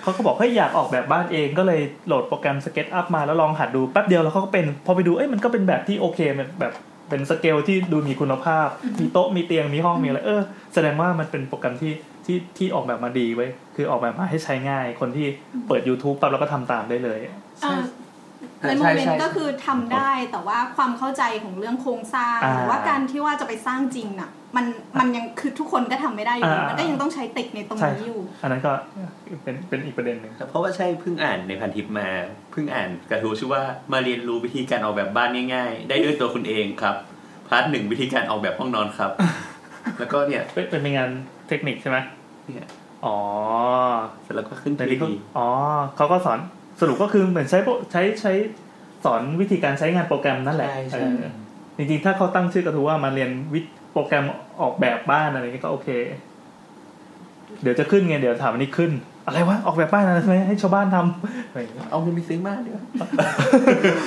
C: เขาก็บอกเฮ้ยอยากออกแบบบ้านเองก็เลยโหลดโปรแกรมสเก็ตอัพมาแล้วลองหัดดูแป๊บเดียวแล้วเขาก็เป็นพอไปดูเอ้ยมันก็เป็นแบบที่โอเคแบบแบบเป็นสเกลที่ดูมีคุณภาพ มีโต๊ะมีเตียงมีห้องมีอะไรเออแสดงว่ามันเป็นโปรแกรมที่ที่ที่ออกแบบมาดีไว้ยคือออกแบบมาให้ใช้ง่าย คนที่เปิด YouTube ปั๊บแล้วก็ทำตามได้เลย
D: อ่ะในโมเมนต์ก็คือทำได้แต่ว่าความเข้าใจของเรื่องโครงสร้าง
C: อ่า
D: หรือว่าการที่ว่าจะไปสร้างจริงน่ะ มันมันยังคือทุกคนก็ทำไม่ได้อยู่ดี
C: อ่ามั
D: มันก็ยังต้องใช้เทคในตรงนี้อยู่
C: อันนั้นก็เป็นเป็นอีกประเด็นหนึ่ง
F: เพราะว่าใช่เพิ่งอ่านในพันทิปมาเพิ่งอ่านกระทู้ชื่อว่ามาเรียนรู้วิธีการออกแบบบ้านง่ายๆ ได้ด้วยตัวคุณเองครับพาร์ทหนึ่งวิธีการออกแบบห้องนอนครับ แล้วก็เนี่ย
C: เป็นเป็นงานเทคนิคใช่ไหม
F: เนี่ย
C: อ๋อ
F: เสร็จแล้วก็ขึ้น
C: แต่
F: ที
C: นี่ก็
F: ดี
C: อ๋อเขาก็สอนสรุปก็คือเหมือนใช้โปรใช้ใช้สอนวิธีการใช้งานโปรแกรมนั่นแหละเออจริงๆ ถ้าเขาตั้งชื่อกระทู้ว่ามาเรียนวิโปรแกรมออกแบบบ้านอะไรนี้ก็โอเค เดี๋ยวจะขึ้นไง เดี๋ยวถามอันนี้ขึ้น อะไรวะ ออกแบบบ้านอะไรใช่ไหมให้ชาวบ้านทำอะไรอย่างเงี้ย
F: เอาเงินไปซื้อมากเดี๋ยว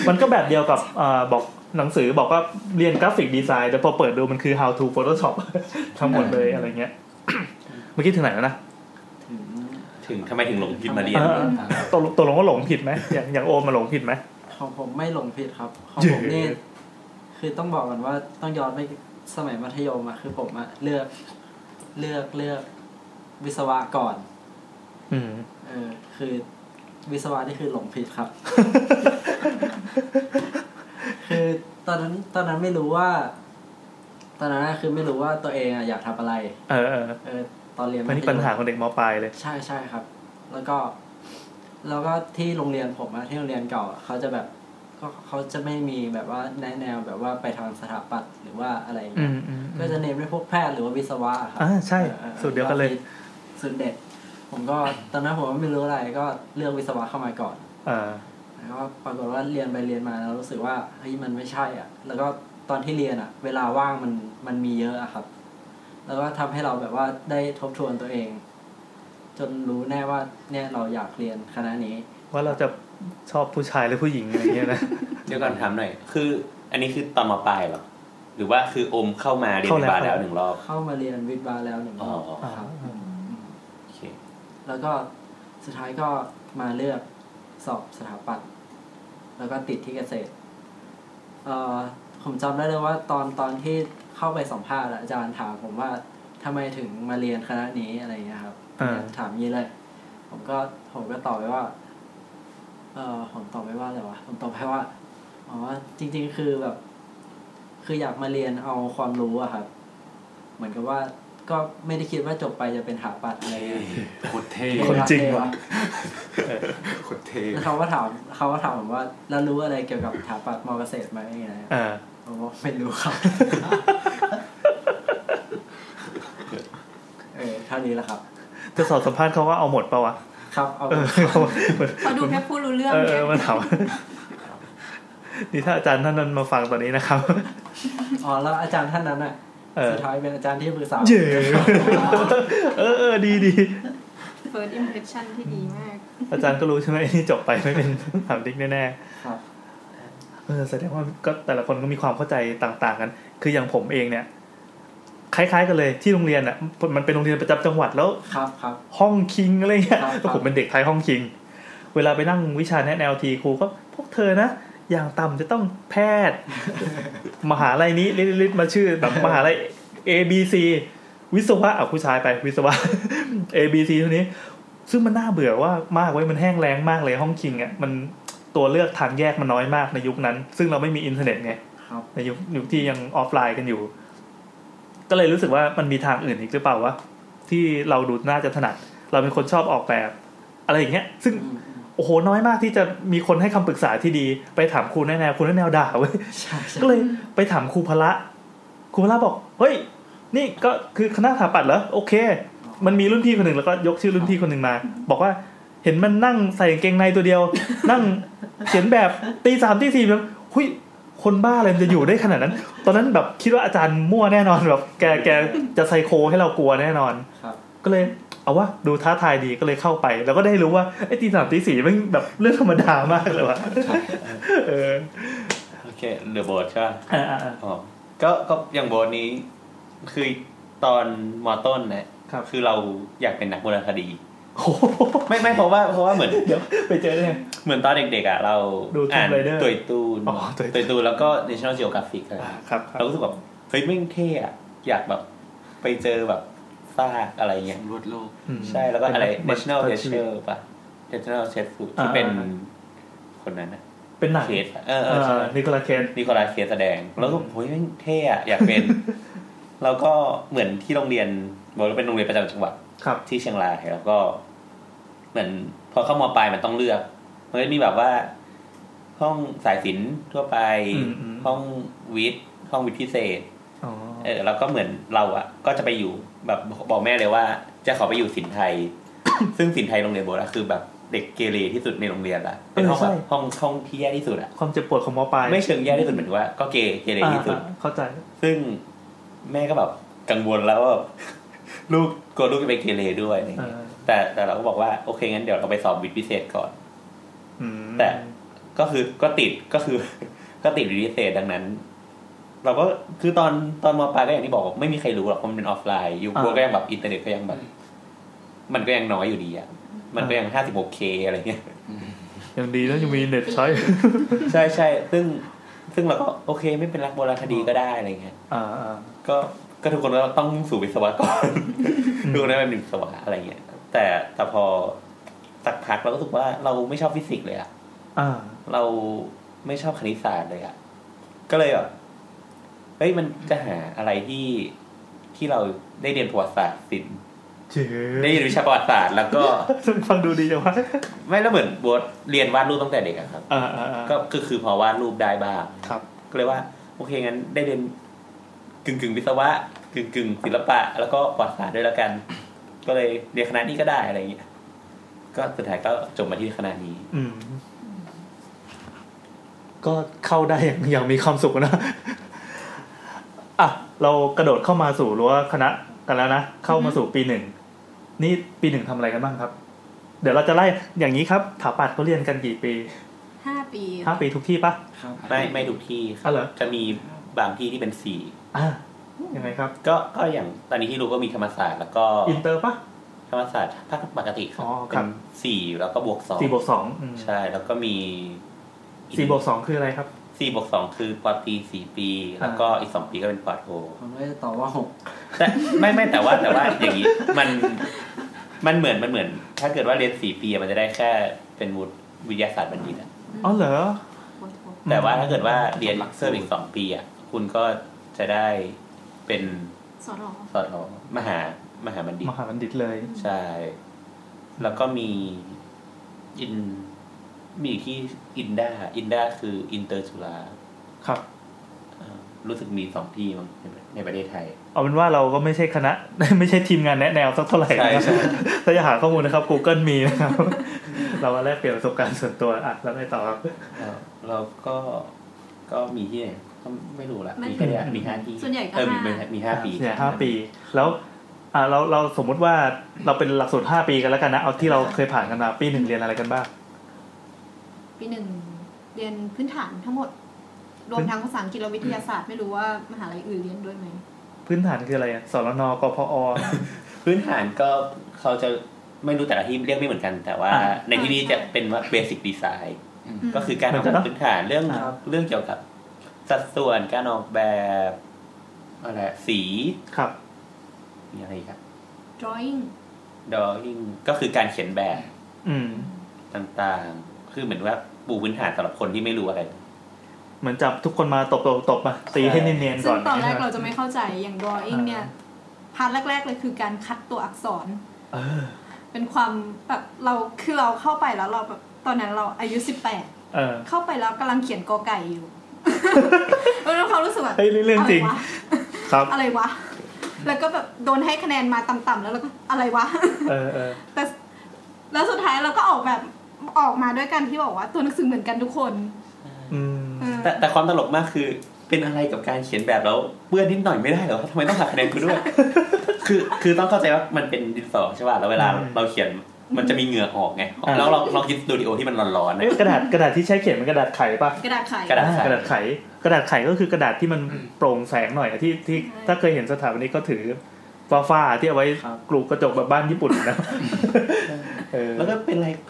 C: มันก็แบบเดียวกับเอ่อบอกหนังสือบอกว่าเรียนกราฟิกดีไซน์แต่พอเปิดดูมันคือ how to Photoshop ทั้งหมดเลยอะไรเงี้ย เมื่อกี้ถึงไหนแล้วนะ
G: ถึง
F: ถึงทำไมถึงหลงผิดมาเรียน
C: เออ ตกลงตกลงว่าหลงผิดไหมอย่างอย่างโอมมาหลงผิดไหม
G: ของผมไม่หลงผิดครับ ของผมนี่ คือต้องบอกก่อนว่าต้องย้อนไปสมัยมัธยมอะคือผมอะเลือกเลือกเลือกวิศวะก่อน
C: อืม
G: เออคือวิศวะนี่คือหลงผิดครับ คือตอนนั้นตอนนั้นไม่รู้ว่า ตอนนั้นน่ะคือไม่รู้ว่าตัวเองอะอยากทำอะไร
C: เออเออ
G: เออ ตอนเรียน
C: มันนี่ปัญหาของเด็กมปลายเลย
G: ใช่ใช่ครับ แล้วก็ แล้วก็ที่โรงเรียนผมอะที่โรงเรียนเก่าอะเขาจะแบบก็เขาจะไม่มีแบบว่าแนะแนวแบบว่าไปทางสถาปัตย์หรือว่าอะไรอย่าง
C: อื
G: เงี้ย
C: มอืม
G: ก็จะเน้นไปพวกแพทย์หรือว่าวิศวะครับ
C: อ่าใช่ สูตรเดียวกันเลย
G: สูตรเด็ด ผมก็ตอนนั้นผมก็ไม่รู้อะไรก็เลือกวิศวะเข้ามาก่อน
C: เออ
G: แล้วก็ปรากฏว่าเรียนไปเรียนมาแล้วรู้สึกว่าเฮ้ยมันไม่ใช่อ่ะ แล้วก็ตอนที่เรียนอ่ะ เวลาว่างมันมันมีเยอะอะครับ แล้วก็ทำให้เราแบบว่าได้ทบทวนตัวเอง จนรู้แน่ว่าเนี่ยเราอยากเรียนคณะนี้
C: ว่าเราจะชอบผู้ชายหรือผู้หญิงอะไรเงี้ยนะ
F: เดี๋ยวก่อนถามหน่อย คือ อันนี้คือตอนมาปลายเหรอหรือว่าคืออมเข้ามาเรียน
C: เข้าแล้ว
F: บาร์แล้วหนึ่งรอบ
G: เข้ามาเรียนวิทย์บาแล้วหนึ่งร
F: อ๋อ
G: อบ
C: อ่า
G: ครับ
F: โอเค
G: แล้วก็สุดท้ายก็มาเลือกสอบสถาปัตย์แล้วก็ติดที่เกษตรเอ่อผมจำได้เลยว่าตอนตอนที่เข้าไปสัมภาษณ์อะอาจารย์ถามผมว่าทำไมถึงมาเรียนคณะนี้อะไรอย่างเงี้ยครับ
C: อ่า
G: ถามอยางนี้เลย ผมก็ผมก็ตอบไปว่า เออผมตอบไปว่าอะไรวะผมตอบไปว่าอ๋อจริง ๆ คือแบบ คืออยากมาเรียนเอาความรู้อะครับ เหมือนกับว่าก็ไม่ได้คิดว่าจบไปจะเป็นสถาปัตย์อะไรอย่างเงี้ย
E: โคตรเท่
C: คนจริง
G: วะ
E: โคตรเท่
G: แล้วเขาก็ถามเขาก็ถามผมว่า แล้วรู้อะไรเกี่ยวกับสถาปัตย์มอเกษตรไหมอะไรเงี้ย
C: เออ
G: ผมบอกไม่รู้ครับ เออเท่านี้แหละครับ
C: จะสอบสัมภาษณ์เขาว่าเอาหมดปะวะ
G: ครับเอา
C: เออ
D: เขาดูแค่พูดรู้เรื่อง
C: เออเอ
D: เนี่
C: อยมาถามนี่ถ้าอาจารย์ท่านนั้นมาฟังตอนนี้นะครับ
G: อ๋อแล้วอาจารย์ท่านนั้นอ่ะ
C: เออ
G: สุดท้ายเป็นอาจารย์ที่ปรึกษา
C: เย้เออเออดีดี
D: เฟิร์สอิมเพรสชั่นที่ดีมาก
C: อาจารย์ก็รู้ใช่ไหมนี่จบไปไม่เป็นถามดิกแน่ๆ
G: ครับ
C: เออแสดงว่าก็แต่ละคนก็มีความเข้าใจต่าง ๆ กัน คืออย่างผมเองเนี่ย คล้ายๆกันเลยที่โรงเรียนอ่ะมันเป็นโรงเรียนประจำจังหวัดแล้ว
G: ครับครับ
C: ห้องคิงอะไรเงี้ย
G: ครับ
C: ก็ผมเป็นเด็กไทยห้องคิง เวลาไปนั่งวิชาแนะแนวทีครูก็พวกเธอนะ อย่างต่ำจะต้องแพทย์ มหาลัยนี้ลิลิตมาชื่อแบบมหาลัย A B C วิศวะอ่ะผู้ชายไปวิศวะ A B C เท่านี้ ซึ่งมันน่าเบื่อว่ามากไว้ยมันแห้งแล้งมากเลยห้องคิงอ่ะมันตัวเลือกทางแยกมันน้อยมากในยุคนั้น ซึ่งเราไม่มีอินเทอร์เน็ตไง
G: ครับ
C: ในยุคยุคที่ยังออฟไลน์กันอยู่ ก็เลยรู้สึกว่ามันมีทางอื่นอีกหรือเปล่าวะที่เราดูน่าจะถนัด เราเป็นคนชอบออกแบบ อะไรอย่างเงี้ย ซึ่ง
G: อืม
C: โอ้โหน้อยมากที่จะมีคนให้คำปรึกษาที่ดี ไปถามครูแนะแนวครูแนะแนวด่าเว้ย
G: ใช่ใช่
C: ก็เลยไปถามครูพละครูพละบอก เฮ้ย นี่ก็คือคณะสถาปัตย์เหรอโอเค มันมีรุ่นพี่คนหนึ่งแล้วก็ยกชื่อรุ่นพี่คนหนึ่งมา บอกว่าเห็นมันนั่งใส่กางเกงในตัวเดียว นั่งเขียนแบบตีสามตีสี่แบบหุยคนบ้าอะไรมันจะอยู่ได้ขนาดนั้น ตอนนั้นแบบคิดว่าอาจารย์มั่วแน่นอนแบบ แกแกจะไซโคให้เรากลัวแน่นอน
G: ครับ
C: ก็เลยเอาว่าดูท้าทายดีก็เลยเข้าไป แล้วก็ได้รู้ว่าไอ้ตีสามตีสี่มันแบบเรื่องธรรมดามากเลยว่ะเออ
H: โอเคเดอะโบสใช่ปะ
C: อ่ะอ่ะอ่ะ
H: อ๋อก็ก็อย่างโบทนี้คือตอนมอต้นนะครับ คือเราอยากเป็นนักโบราณคดี
C: โอ้โห
H: ไม่ไม่เพราะว่าเพราะว่าเหมือน
C: เดี๋ยวไปเจอได้ไง
H: เหมือนตอนเด็กๆอ่ะเรา
C: ดู
H: อ่าน
C: Tomb Raider
H: ตุยตูน
C: อ๋อตุยตูน
H: ตุยตูนแล้วก็ National Geographic อะไร
C: อ่ะครับครั
H: เรา
C: บ
H: รู้สึกแบบเฮ้ยไม่งเท่อะอยากแบบไปเจอแบบซากอะไรเงี้ย
J: สำรวจโลก
C: อืม
H: ใช่แล้วก็อะไร
C: เป็น
H: National
C: เป็นชีวิต
H: Treasure ป่ะ National Treasure
C: อ่า
H: ที่เป็นคนนั้นนะ
C: เป็นหนัง
H: เคสอะเออเออใช่
C: นิโคลัสเคส
H: นิโคลัสเคสแสดง แล้วก็โอ้ยแม่งเท่อะอยาก เป็น แล้วก็เหมือนที่โรงเรียนบอกว่าเป็นโรงเรียนประจำจังหวัด
C: ครับ
H: ที่เชียงรายแล้วก็ เหมือนพอเข้ามปลายมันต้องเลือกมันก็จะมีแบบว่า ห้องสายศิลป์ทั่วไป
C: อืมอืม
H: ห้องวิทย์ห้องวิทย์พิเศษ
C: อ๋อ
H: เออแล้วก็เหมือนเราอะก็จะไปอยู่แบบบอกแม่เลยว่า จะขอไปอยู่ศิลป์ไทย ซึ่งศิลป์ไทยโรงเรียนโบราณคือแบบเด็กเกเรที่สุดในโรงเรียนละเป็นห้องแบบห้องห้องที่แย่ที่สุดอะ
C: ความเจ็บปวดของมอปลาย
H: ไม่เชิงแย่ที่สุดเหมือนว่าก็เกย์เกเร
C: อ่า
H: ที่สุด
C: อ่าเข้าใจ
H: ซึ่งแม่ก็แบบกังวลแล้วว่าแบบ ลูกกลัวลูกจะไปเกเรด้วยอะไร
C: เอ
H: เงี้ย
C: อ
H: แต่แต่เราก็บอกว่าโอเคงั้นเดี๋ยวเราไปสอบวิทย์พิเศษก่อน
C: อืม
H: แต่ ก็คือก็ติดก็คือ ก็ติดวิทย์พิเศษดังนั้น เราก็คือตอนตอนมปลายก็อย่างที่บอกว่าไม่มีใครรู้หรอกเพราะมันเป็นออฟไลน์ยุคพวกก็ยังแบบอินเทอร์เน็ตก็ยังแบบ มันก็ยังน้อยอยู่ดีอ่ะมันก็ยังห้าสิบหกเคอะไรเงี้ย
C: ยังดีนะยังมีเน็ตใช้
H: ใช่ใช่ซึ่งซึ่งเราก็โอเค ไม่เป็นรักโบราณคดีก็ได้อะไรเงี้ย
C: อ่าอ่า
H: ก็ก็ทุกคนก็ต้องมุ่งสู่วิศวะก่อน ทุกคนได้เป็นวิศวะอะไรเงี้ย แต่แต่พอสักพักเราก็รู้สึกว่าเราไม่ชอบฟิสิกส์เลยอะ
C: อ่า
H: เราไม่ชอบคณิตศาสตร์เลยอะก็เลยแบบเฮ้ยมันจะหาอะไรที่ที่เราได้เรียนประวัติศาสตร์ศิลป์
C: เจ๋
H: ได้เรียนวิชาประวัติศาสตร์แล้วก็
C: ฟังดูดีจังวะ
H: ไม่แล้วเหมือนโบทเรียนวาดรูปตั้งแต่เด็กอะครับ
C: อ่าอ่าอ่า
H: ก็คือคือพอวาดรูปได้บ้าง
C: ครับ
H: ก็เลยว่า โอเคงั้นได้เรียนกึ่งกึ่งวิศวะกึ่งกึ่งศิลปะ แล้วก็ประวัติศาสตร์ด้วยแล้วกัน ก็เลยเรียนคณะนี้ก็ได้อะไรอย่างเงี้ยก็สุดท้ายก็จบมาที่คณะนี้
C: อืม ก็เข้าได้อย่างอย่างมีความสุขนะ อ่ะ เรากระโดดเข้ามาสู่รั้วคณะกันแล้วนะ เข้ามาสู่ปีหนึ่ง นี่ปีหนึ่งทำอะไรกันบ้างครับ เดี๋ยวเราจะไล่อย่างนี้ครับถาปัดเขาเรียนกันกี่ปี
D: ห้าปี
C: ห้าปีทุกที่ปะ
G: ครับ
H: ไม่ไม่ทุกที่ครั
C: อ๋อเหรอ
H: จะมีบางที่ที่เป็นสี่
C: อ่ะยังไงครับ
H: ก็ก็อย่างตอนนี้ที่รู้ก็มีธรรมศาสตร์ แล้วก็
C: อินเตอร์ปะ
H: ธรรมศาสตร์ภาคปกติครั
C: อ๋
H: บ
C: อค
H: เป็
C: รับ
H: นสี่แล้วก็บวกสอง
C: สี่บวกสองอืม
H: ใช่ แล้วก็มีอี
C: สี่บวกสองคืออะไรครับ
H: สี่บวกสองคือปอตรีสี่ปี แล้วก็อีกสองปีก็เป็นปอโท
G: ผมก็จะตอบว่าหก
H: แต่ไม่ไม่แต่ว่าแต่ว่าอย่างนี้มันมันเหมือนมันเหมือน ถ้าเกิดว่าเรียนสี่ปีอะมันจะได้แค่เป็นวุฒิวิทยาศาสตร์บัณฑิตอะ
C: อ๋อเหรอ
D: โอ้โห
H: แต่ว่าถ้าเกิดว่าเรียนเซอร์อีกสองปีอ่ะคุณก็จะได้เป็น
D: สอรอ
H: สอทอมหามหาบัณฑิต
C: มหาบัณฑิตเลย
H: ใช่ แล้วก็มีอินมีอีกที่อินด้าอินด้าคืออินเตอร์จุฬา
C: ครับ
H: อ่ารู้สึกมีสองที่มั้งในในประเทศไทย
C: เอาเป็นว่าเราก็ไม่ใช่คณะ ไม่ใช่ทีมงานแนะแนวสักเท่าไหร่
H: ใช่
C: นะครับ
H: ใช่
C: ถ้าจะหาข้อมูลนะครับ Google มีนะครับ เรามาแลกเปลี่ยนประสบการณ์ส่วนตัวอ่ะแล้วไงต่อครับ
H: แล้วเราก็ก็มีที่ไหน ก็ไม่รู้ละ
D: ไม่
H: มีแค่เนี้ยมีห้าที่
D: ส่วนใหญ่ก็
H: เออมี
D: ห้า
H: มีมีห้าปี
C: เนี่ยห้าปี แล้วอ่าเราเราสมมุติว่าเราเป็นหลักสูตรห้าปีกันแล้วกันนะเอาที่เราเคยผ่านกันมาปีหนึ่งเรียนอะไรกันบ้าง
D: ปีหนึ่งเรียนพื้นฐานทั้งหมด รวมทั้งภาษาอังกฤษและวิทยาศาสตร์ไม่รู้ว่ามหาลัยอื่นเรียนด้วยไหม
C: พื้นฐานคืออะไรอะสรนกพอ
H: พื้นฐานก็เขาจะไม่รู้แต่ละที่เรียกไม่เหมือนกัน แต่ว่า
C: อ่า
H: ในที่นี้จะเป็นว่าเบสิกดีไซน์ก็คือการออก
C: เหมือนกันเน
H: แบ
C: อะ
H: บพื้นฐานเรื่อง
G: ครับ
H: เรื่องเกี่ยวกับ สัดส่วนการออกแบบอะไรสี
C: ครับ
H: มีอะไรอีกครับ
D: drawing
H: drawing ก็คือการเขียนแบบ
C: อืม
H: ต่างๆ คือเหมือนว่าปูพื้นฐานสำหรับคนที่ไม่รู้อะไร
C: เหมือนจับทุกคนมาตบตบตบมาตีให้เนียนๆ
D: ซึ่
C: ก่อง น
D: ตอนแรก
C: ใช่ห
D: เราจะไม่เข้าใจอย่าง drawing เนี่ยพาร์ทแรก ๆ เลยคือการคัดตัวอักษร
C: เออ
D: เป็นความแบบเราคือเราเข้าไปแล้วเราแบบตอนนั้นเราอายุสิบแปด
C: เออ
D: เข้าไปแล้วกำลังเขียนกอไก่ อยู่ เราเราความรู้สึกแบบ
C: เฮ้ยนี่เรื่องจริง
D: ะไวะ
C: ครับ
D: อะไรวะ แล้วก็แบบโดนให้คะแนนมาต่ำๆแล้วเราก็อะไรวะ
C: เออเออ
D: แต่แล้วสุดท้ายเราก็ออกแบบออกมาด้วยกันที่บอกว่าตัวหนังสือเหมือนกันทุกคน
C: อืม
D: เออ
H: แต่แต่ความตลกมากคือเป็นอะไรกับการเขียนแบบแล้วเปื้อนนิดหน่อยไม่ได้เหรอทำไมต้องหักคะแนนกูด้วย คือคือต้องเข้าใจว่ามันเป็นดินสอใช่ป่ะแล้วเวลาเราเขียนมันจะมีเหงื่อออกไงแล้วเราเราคิดสตูดิโอที่มันร้อนๆนะ
C: เอ๊ะกระดาษกระดาษที่ใช้เขียนเป็นกระดาษไขปะ
D: กระดาษไข
H: กระดาษ ไข
C: อ่กระดาษไข กระดาษไขก็คือกระดาษที่มันโปร่งแสงหน่อยอะที่ที่ถ้าเคยเห็นสถาปนิกก็ถือฟ้าฟ้าๆที่เอาไว้
G: ครับ
C: กลูกกระจกแบบบ้านญี่ปุ่นนะเออ
H: แล้วก็เป็นอะไร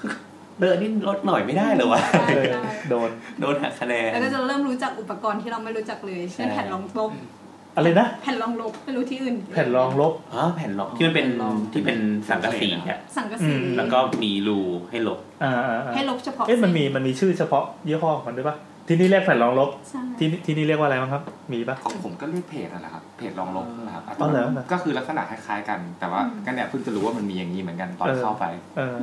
H: เดินนิดลดหน่อยไม่ได้เหรอวะ
D: ใช่
C: เออ
D: ใช่
C: โดน
H: โดนหักคะแนน
D: แล้วก็จะเริ่มรู้จักอุปกรณ์ที่เราไม่รู้จักเลยเช่น
H: ใช่
D: แผ่นรองลบ
C: อะไรนะ
D: แผ่นรองลบไม่รู้ที่อื่น
C: แผ่นรองลบ
H: อ๋อแผ่นรองที่มันเป็นที่เป็นสังกะสีอะ
D: สังกะสี
C: อืม
H: แล้วก็มีรูให้ลบ
C: อ่าอ่าอ่า
D: ให้ลบเฉพาะ
C: เอ๊ะมันมีมันมีชื่อเฉพาะยี่ห้อของมันด้วยปะที่นี่เรียกแผ่นรองลบ
D: ใช่
C: ที่นี่ที่นี่เรียกว่าอะไรบ้างครับ มีปะ
E: ของผมก็เรียกเพจนั่นแหละครับเพจลองลบนั่นแหละครับ
C: อ๋อเหรอ
E: ก็คือลักษณะคล้ายๆกัน แต่ว่าก็เนี่ยเพิ่งจะรู้ว่ามันมีอย่างนี้เหมือนกันตอนเข้าไป
C: เออ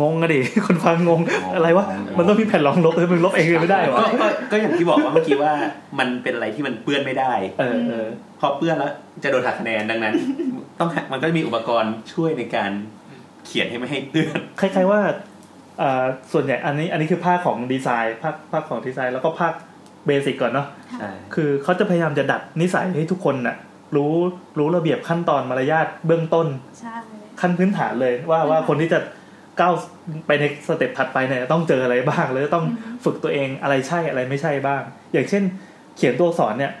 C: งงอะดิ คนฟังงง
E: งง
C: อะไรวะ
E: งง
C: มันต้องมีแผ่นรองลบแต่มึงลบเองเลยไม่ได้เหรอ
H: ก็ก็ก็อย่างที่บอกว่าเมื่อกี้ว่ามันเป็นอะไรที่มันเปื้อนไม่ได้
C: เออเออ
H: พอเปื้อนแล้วจะโดนหักคะแนนดัง นั้น ต้องหักมันก็จะมีอุปกรณ์ช่วยในการเขียนให้ไม่ให้เปื้อน
C: คล้ายๆว่าเอ่อส่วนใหญ่อันนี้อันนี้คือภาคของดีไซน์ภาคภาคของดีไซน์แล้วก็ภาคเบสิกก่อนเนาะ
H: ใช่
C: คือเขาจะพยายามจะดัดนิสัยให้ทุกคนน่ะ รู้รู้ระเบียบขั้นตอนมารยาทเบื้องต้น
D: ใช่
C: ขั้นพื้นฐานเลยว่าว่าคนที่จะก้าวไปในสเต็ปถัดไปเนี่ยต้องเจออะไรบ้างแล้วต้องฝึกตัวเองอะไรใช่อะไรไม่ใช่บ้าง อย่างเช่น เขียนตัวอักษรเนี่ย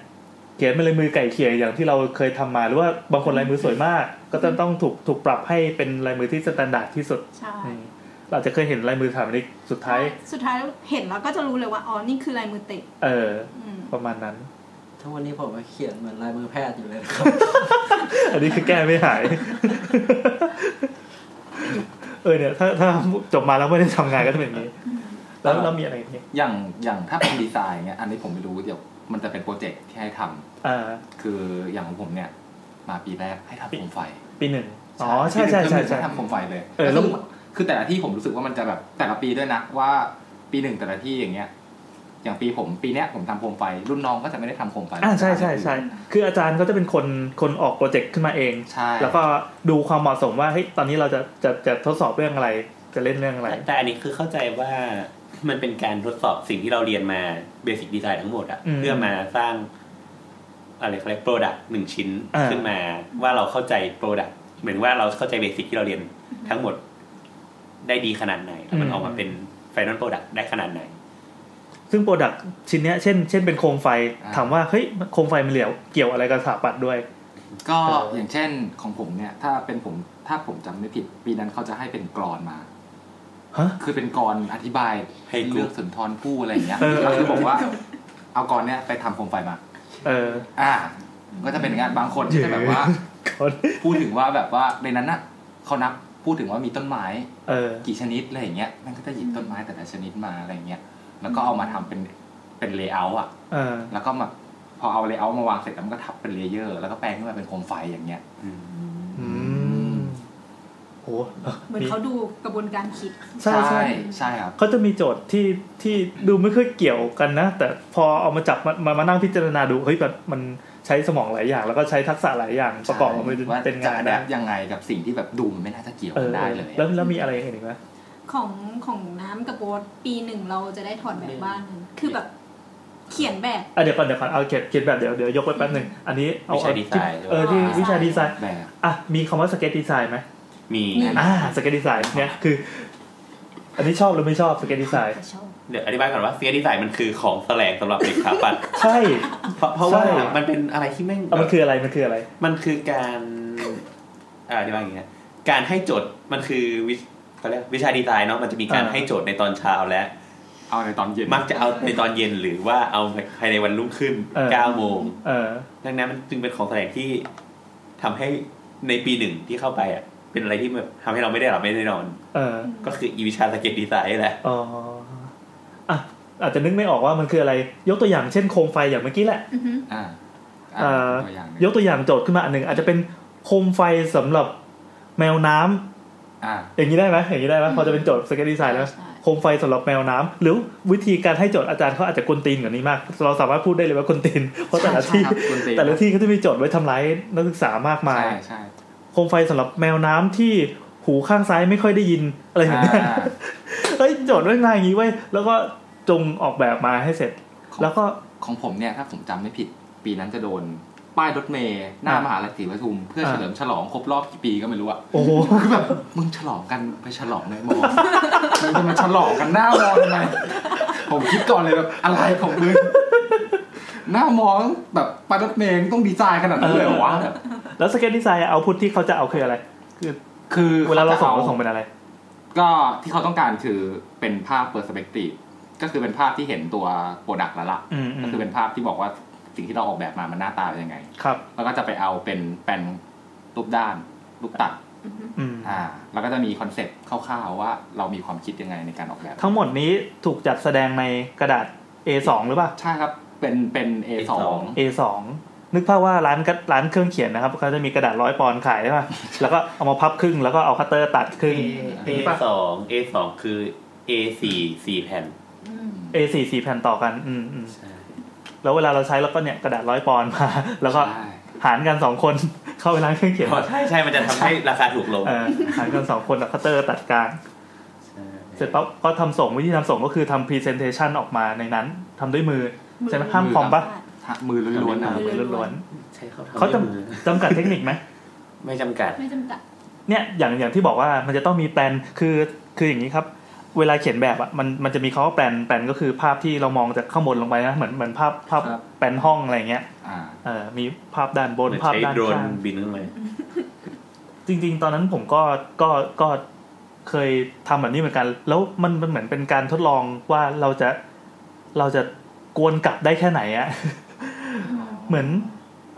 C: เขียนเป็นลายมือไก่เขียอย่างที่เราเคยทำมา หรือว่าบางคนลายมือสวยมาก ก็จะต้องถูกถูกปรับให้เป็นลายมือที่สแตนดาร์ดที่สุด
D: ใช่
C: อืมเราอาจจะเคยเห็นลายมือสถาปนิกสุดท้าย
D: สุดท้ายเห็นแล้วก็จะรู้เลยว่าอ๋อนี่คือลายมือเตะ
C: เออ
D: อืม
C: ประมาณนั้น
G: ทุกวันนี้ผมก็เขียนเหมือนลายมือแพทย์อยู่เลยนะครับ
C: อันนี้คือแก้ไม่หาย เออเนี่ยถ้าถ้าจบมาแล้วไม่ได้ทำงานก็จะเป็นอย่างนี้ แล้วแล้วมีอะไรอีกเนี่ย
E: อย่างอย่างถ้าเป็นดีไซน์เนี่ยอันนี้ผมไม่รู้เดี๋ยวมันจะเป็นโปรเจกต์ที่ให้ทำ
C: อ่า
E: คืออย่างของผมเนี่ย มาปีแรกให้ทำโคมไฟ
C: ปีหนึ่งอ๋อ ใช่ใช่ใช่ใช่
E: ห้ทำโคมไฟเลย
C: เออแล้ว
E: คือคือแต่ละที่ผมรู้สึกว่ามันจะแบบแต่ละปีด้วยนะว่าปีหนึ่งแต่ละที่อย่างเงี้ย อย่างปีผมปีเนี้ยผมทำโคมไฟ รุ่นน้องก็จะไม่ได้ทำโคมไฟ
C: อ่าใช่ใช่ใช่คืออาจารย์ก็จะเป็นคนคนออกโปรเจกต์ขึ้นมาเอง
E: ใช่
C: แล้วก็ดูความเหมาะสมว่าเฮ้ยตอนนี้เราจะจะจะทดสอบเรื่องอะไร จะเล่นเรื่องอะไร
H: แต่แต่อันนี้คือเข้าใจว่ามันเป็นการทดสอบสิ่งที่เราเรียนมาเบสิกดีไซน์ทั้งหมดอะ
C: อืม
H: เพื่อมาสร้างอะไรเขาเรียกโปรดักต์หนึ่งชิ้น
C: อ่า
H: ขึ้นมาว่าเราเข้าใจโปรดักต์เหมือนว่าเราเข้าใจเบสิกที่เราเรียนทั้งหมดได้ดีขนาดไหนแล้วมันออกมาเป็นไฟนอลโปรดักต์ได้ขนาดไหน
C: ซึ่งโปรดักชิ้นเนี้ยเช่นเช่นเป็นโคมไฟ ถามว่าเฮ้ยโคมไฟมันเหลียวเกี่ยวอะไรกับสถาปัตย์ด้วย
E: ก็
C: เอออ
E: อย่างเช่นของผมเนี่ย ถ้าเป็นผมถ้าผมจำไม่ผิด ปีนั้นเขาจะให้เป็นกรอนมา
C: ฮะ
E: คือเป็นกรอธิบาย
H: ให้กู
E: เลือกสุนทรภู่อะไรอย่างเงี้ย
C: เออเออ
E: ก็คือบอกว่า เอากรเนี้ยไปทำโคมไฟมา
C: เออ
E: อ่า ก็จะเป็นอย่างานบางคนก็จะแบบว่า
C: คน
E: พูดถึงว่าแบบว่าในนั้นน่ะเขานับพูดถึงว่ามีต้นไม้
C: เออ
E: กี่ชนิดอะไรอย่างเงี้ยมันก็จะหยิบต้นไม้แต่ละชนิดมาอะไรอย่างเงี้ยแล้วก็เอามาทำเป็นเป็นเลเยอร์อ่ะ
C: เออ
E: แล้วก็มาพอเอาเลเยอร์มาวางเสร็จแล้วมันก็ทับเป็นเลเยอร์ แล้วก็แปลงขึ้นมาเป็นโคมไฟอย่างเงี้ย
C: อืมโห
D: เหมือนเขาดูกระบวนการคิด
C: ใช่ใช่
E: ใช่ครับ
C: เขาจะมีโจทย์ที่ที่ดูไม่ค่อยเกี่ยวกันนะ แต่พอเอามาจับมามามานั่งพิจารณาดู เฮ้ยแบบมันใช้สมองหลายอย่าง แล้วก็ใช้ทักษะหลายอย่างประกอบออกมาเป็น
E: ว่า
C: เป็น
E: จะ
C: งาน
E: แบ
C: ได้
E: บยังไงกับสิ่งที่แบบดูมันไม่น่าจะเกี่ยว
C: เอ
E: กั
C: อน
E: ได้เลย
C: แล้วแล้วมีอะไรอย่างอื่นอีกไหม
D: ของของน้ำกับโบ๊ทปีหนึ่งเราจะได้ถอดแบบบ้านกันคือแบบ เขียนแบบ
C: อ่ะเดี๋ยวก่อนเดี๋ยวก่อนเอาเขียนเขียนแบบเดี๋ยวเดี๋ยวยกไว้แป๊บหนึ่งอันนี้เอา
H: วิชา
C: เอ
H: ดีไซน์ใช่ไหม
C: เออที่วิชาดีไซน์
E: แบบ
C: อ่ะมีคำว่าสเก็ตดีไซน์ไหม
H: มี
D: มี
C: อ่าสเก็ตดีไซน์เนี่ยคือ อันนี้ชอบหรือไม่ชอบสเก็ตดีไซน์
D: ชอบ
H: เดี๋ยวอธิบายก่อนว่าเฟียดีไซน์มันคือของแสลงสำหรับเด็กขาปัด
C: ใช่
H: เพราะเพราะว่า
C: ใช่
H: มันเป็นอะไรที่แม่ง
C: เอามันคืออะไรมันคืออะไร
H: มันคือการอ่าอธิบายอย่างเงี้ยการให้โจทย์มันคือวิเขาเรียกวิชาดีไซน์เนาะมันจะมีการ
C: อ่า
H: ให้โจทย์ในตอนเช้าและ
E: เอาในตอนเย็น
H: มักจะเอาในตอนเย็นหรือว่าเอาภายในวันรุ่งขึ้น
C: เออ
H: 9โมง
C: เออ
H: ดังนั้นมันจึงเป็นของแสดงที่ทำให้ในปีหนึ่งที่เข้าไปอ่ะ เป็นอะไรที่แบบทำให้เราไม่ได้หลับไม่ได้นอน
C: เออ
H: ก็คืออีวิชาสเก็ตดีไซน์แหละ
C: อ๋ออ่ะอาจจะนึกไม่ออกว่ามันคืออะไร ยกตัวอย่างเช่นโคมไฟอย่างเมื่อกี้แหละ
D: อือฮึ
E: อ่า
C: เอ่อ
E: ตัวอย่างหนึ่ง
C: ยกตัวอย่างโจทย์ขึ้นมาอันหนึ่งอาจจะเป็นโคมไฟสำหรับแมวน้ำ
E: อ่า
C: อย่างนี้ได้ไหมอย่างนี้ได้ไหมพอจะเป็นโจทย์สเก็ตดีไซน์แล้ว
D: ใช่
C: โคมไฟสำหรับแมวน้ำหรือวิธีการให้โจทย์อาจารย์เขาอาจจะกวนตีนกว่านี้มาก เราสามารถพูดได้เลยว่ากวนตีน เพราะแต่ละที่
E: ใช่ครับคุณตี
C: แต่ละที่เขาจะมีโจทย์ไว้ทำร้ายนักศึกษามากมาย
E: ใช่ใช่
C: โคมไฟสำหรับแมวน้ำที่หูข้างซ้ายไม่ค่อยได้ยินอะไรอย่างเงี้ย
E: อ่า
C: เฮ้ยโจทย์เรื่องหนาอย่างนี้ไว้ยแล้วก็จงออกแบบมาให้เสร็จ
E: ของ
C: แล้วก็
E: ของผมเนี่ยถ้าผมจำไม่ผิด ปีนั้นจะโดน ป้ายรถเมย์หน้า
C: อ่ะ
E: มหาลัยศรีปทุม เพื่อ
C: เออ
E: เฉลิมฉลองครบรอบกี่ปีก็ไม่รู้อะ
C: โอ้โห
E: คือแบบมึงฉลองกันไปฉลองในมอมึงจะมาฉลองกันหน้ามอทำไมผมคิดก่อนเลยแบบอะไรของมึงหน้ามอต้องแบบป้ายรถเมย์ต้องดีไซน์ขนาดนั้นเลยเหรอวะ
C: เออ แล้วสเก็ตดีไซน์เอาพุทที่เขาจะเอาคืออะไร
E: คือ
C: เวลาเราส่ง
E: ข
C: เรา
E: จะอ
C: ส่งเป็นอะไร
E: ก็ที่เขาต้องการคือเป็นภาพเป r s p สเปกตีฟก็คือเป็นภาพที่เห็นตัวโปรดักต์แล้วล่ะ
C: อืมอืม
E: ก็คือเป็นภาพที่บอกว่าสิ่งที่เราออกแบบมามันหน้าตาเป็นยังไง
C: ครับ
E: แล้วก็จะไปเอาเป็นแปลนรูปด้านรูปตัด
C: อืม
E: อ่าแล้วก็จะมีคอนเซปต์คร่าวๆว่าเรามีความคิดยังไงในการออกแบบ
C: ทั้งหมดนี้ถูกจัดแสดงในกระดาษ A2 หรือเปล่า
E: ใช่ครับเป็นเป็น A2
C: A2 นึกภาพว่าร้านกระร้านเครื่องเขียนนะครับเขาจะมีกระดาษร้อยปอนด์ขายใช่ป่ะ แล้วก็เอามาพับครึ่งแล้วก็เอาคัตเตอร์ตัดครึ่ง
H: A สอง A สองคือ A สี่สี่แผ่น
D: อืม
C: A4 สี่แผ่นต่อกันอืมอืมแล้วเวลาเราใช้แล้วก็เนี่ยกระดาษร้อยปอนด์มา แล้วก็
E: ใช่
C: หารกันสองคน เข้าไปร้านเครื่องเขียน
H: เพราะใช่ใช่มันจะทำให้ราคาถูกลง
C: เออหารกันสองคนแล้วคัตเตอร์ตัดกลาง
H: ใช่
C: เสร็จปั๊บก็ทำส่งวิธีทำส่งก็คือทำพรีเซนเทชันออกมาในนั้นทำด้วยมือ ใช่ไหมห้ามคอมปะ
E: มือล้วนๆนะ
C: อ่ามือล้วน
H: ใช่เขา
C: ๆ
H: ทำ
C: เขาจำ
H: ด้วยมือ
C: จำกัดเทคนิคไหม
H: ไม่จำกัด
D: ไม่จำกัด
C: เนี่ยอย่างอย่างที่บอกว่ามันจะต้องมีแปลนคือคืออย่างนี้ครับ เวลาเขียนแบบอะมันมันจะมีคำว่าแปลนแปลนก็คือภาพที่เรามองจากข้างบนลงไปนะเหมือนเหมือนภาพภาพ
E: ครับ
C: แปลนห้องอะไรอย่างเงี้ย
E: อ่า
C: เออมีภาพด้านบ
H: เห
C: น
H: มือน
C: ภาพ
H: ใช้
C: ด้าน
H: โดรน
C: ข้าง
H: บินขึ้นไป
C: จริงๆ ตอนนั้นผมก็ก็ก็เคยทำแบบนี้เหมือนกัน แล้วมันมันเหมือนเป็นการทดลองว่าเราจะเราจะกวนกลับได้แค่ไหนอะ เหมือน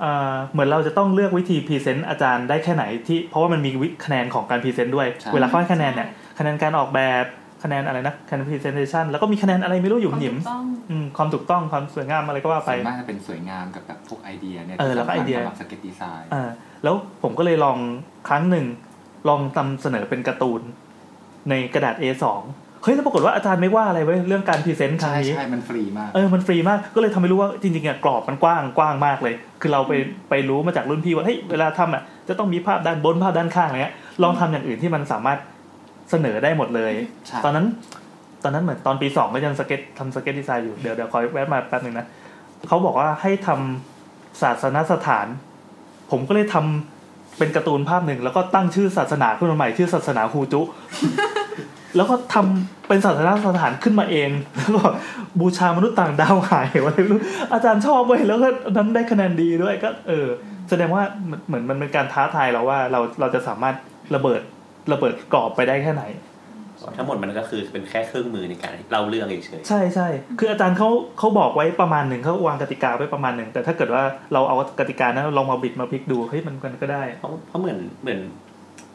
C: เอ่อเหมือนเราจะต้องเลือกวิธีพรีเซนต์อาจารย์ได้แค่ไหนที่เพราะว่ามันมีวิคะแนนของการพรีเซนต์ด้วย เวลาเขาให้คะแนนเนี่ยคะแนนการออกแบบคะแนนอะไรนะคะแนนพรีเซนเทชันแล้วก็มีคะแนนอะไรไม่รู้หยุ่มหยิม
D: ความถูกต้อง
C: อืมความถูกต้องความสวยงามอะไรก็ว่าไป
E: ส่วนมากจะเป็นสวยงามกับแบบพวกไอเดียเนี่ย
C: เออแล้วก็ไอเดีย
E: สำคัญสำหรับสเก็ตดีไซน์
C: อ่าแล้วผมก็เลยลองครั้งหนึ่งลองนำเสนอเป็นการ์ตูน ในกระดาษ A2 เฮ้ยแล้วปรากฏว่าอาจารย์ไม่ว่าอะไรเว้ยเรื่องการพรีเซนต์ครั้
E: ใช่
C: งนี้
E: ใช่มันฟรีมาก
C: เออมันฟรีมากก็เลยทำให้รู้ว่าจริงๆอ่ะกรอบมันกว้างกว้างมากเลย คือเราไปไปรู้มาจากรุ่นพี่ว่าเฮ้ยเวลาทำอ่ะจะต้องมีภาพด้านบนภาพด้านข้างอะไรเงี้ยลองทำอย่างอื่นที่มันสามารถเสนอได้หมดเลย
E: ใช่
C: ตอนนั้น ตอนนั้นเหมือนตอนปีสองก็ยังสเก็ตทำสเก็ตดีไซน์อยู่เดี๋ยวเดี๋ยวขอแวะมาแป๊บหนึ่งนะเขาบอกว่าให้ทำศาสนสถาน ผมก็เลยทำเป็นการ์ตูนภาพหนึ่ง แล้วก็ตั้งชื่อศาสนาขึ้นมาใหม่ชื่อศาสนาฮูจุ แล้วก็ทำเป็นศาสนสถานขึ้นมาเองแล้วก็บูชามนุษย์ต่างดาวหายอะไรไม่รู้อาจารย์ชอบเว้ยแล้วก็อันนั้นได้คะแนนดีด้วยก็ เออ แสดงว่าเหมือนเหมือนมันเป็นการท้าทายเราว่าเราเราจะสามารถระเบิดระเบิดกรอบไปได้แค่ไหน
H: ทั้งหมดมันก็คือเป็นแค่เครื่องมือในการเล่าเรื่องเฉย
C: ใช่ใช่ คืออาจารย์เขาเขาบอกไว้ประมาณหนึ่งเขาวางกติกาไว้ประมาณหนึ่ง แต่ถ้าเกิดว่าเราเอากติกานั้นลองมาบิดมาพลิกดู เฮ้ยมันกันก็ได้
H: ๆเพราะเพราะเหมือนเหมือน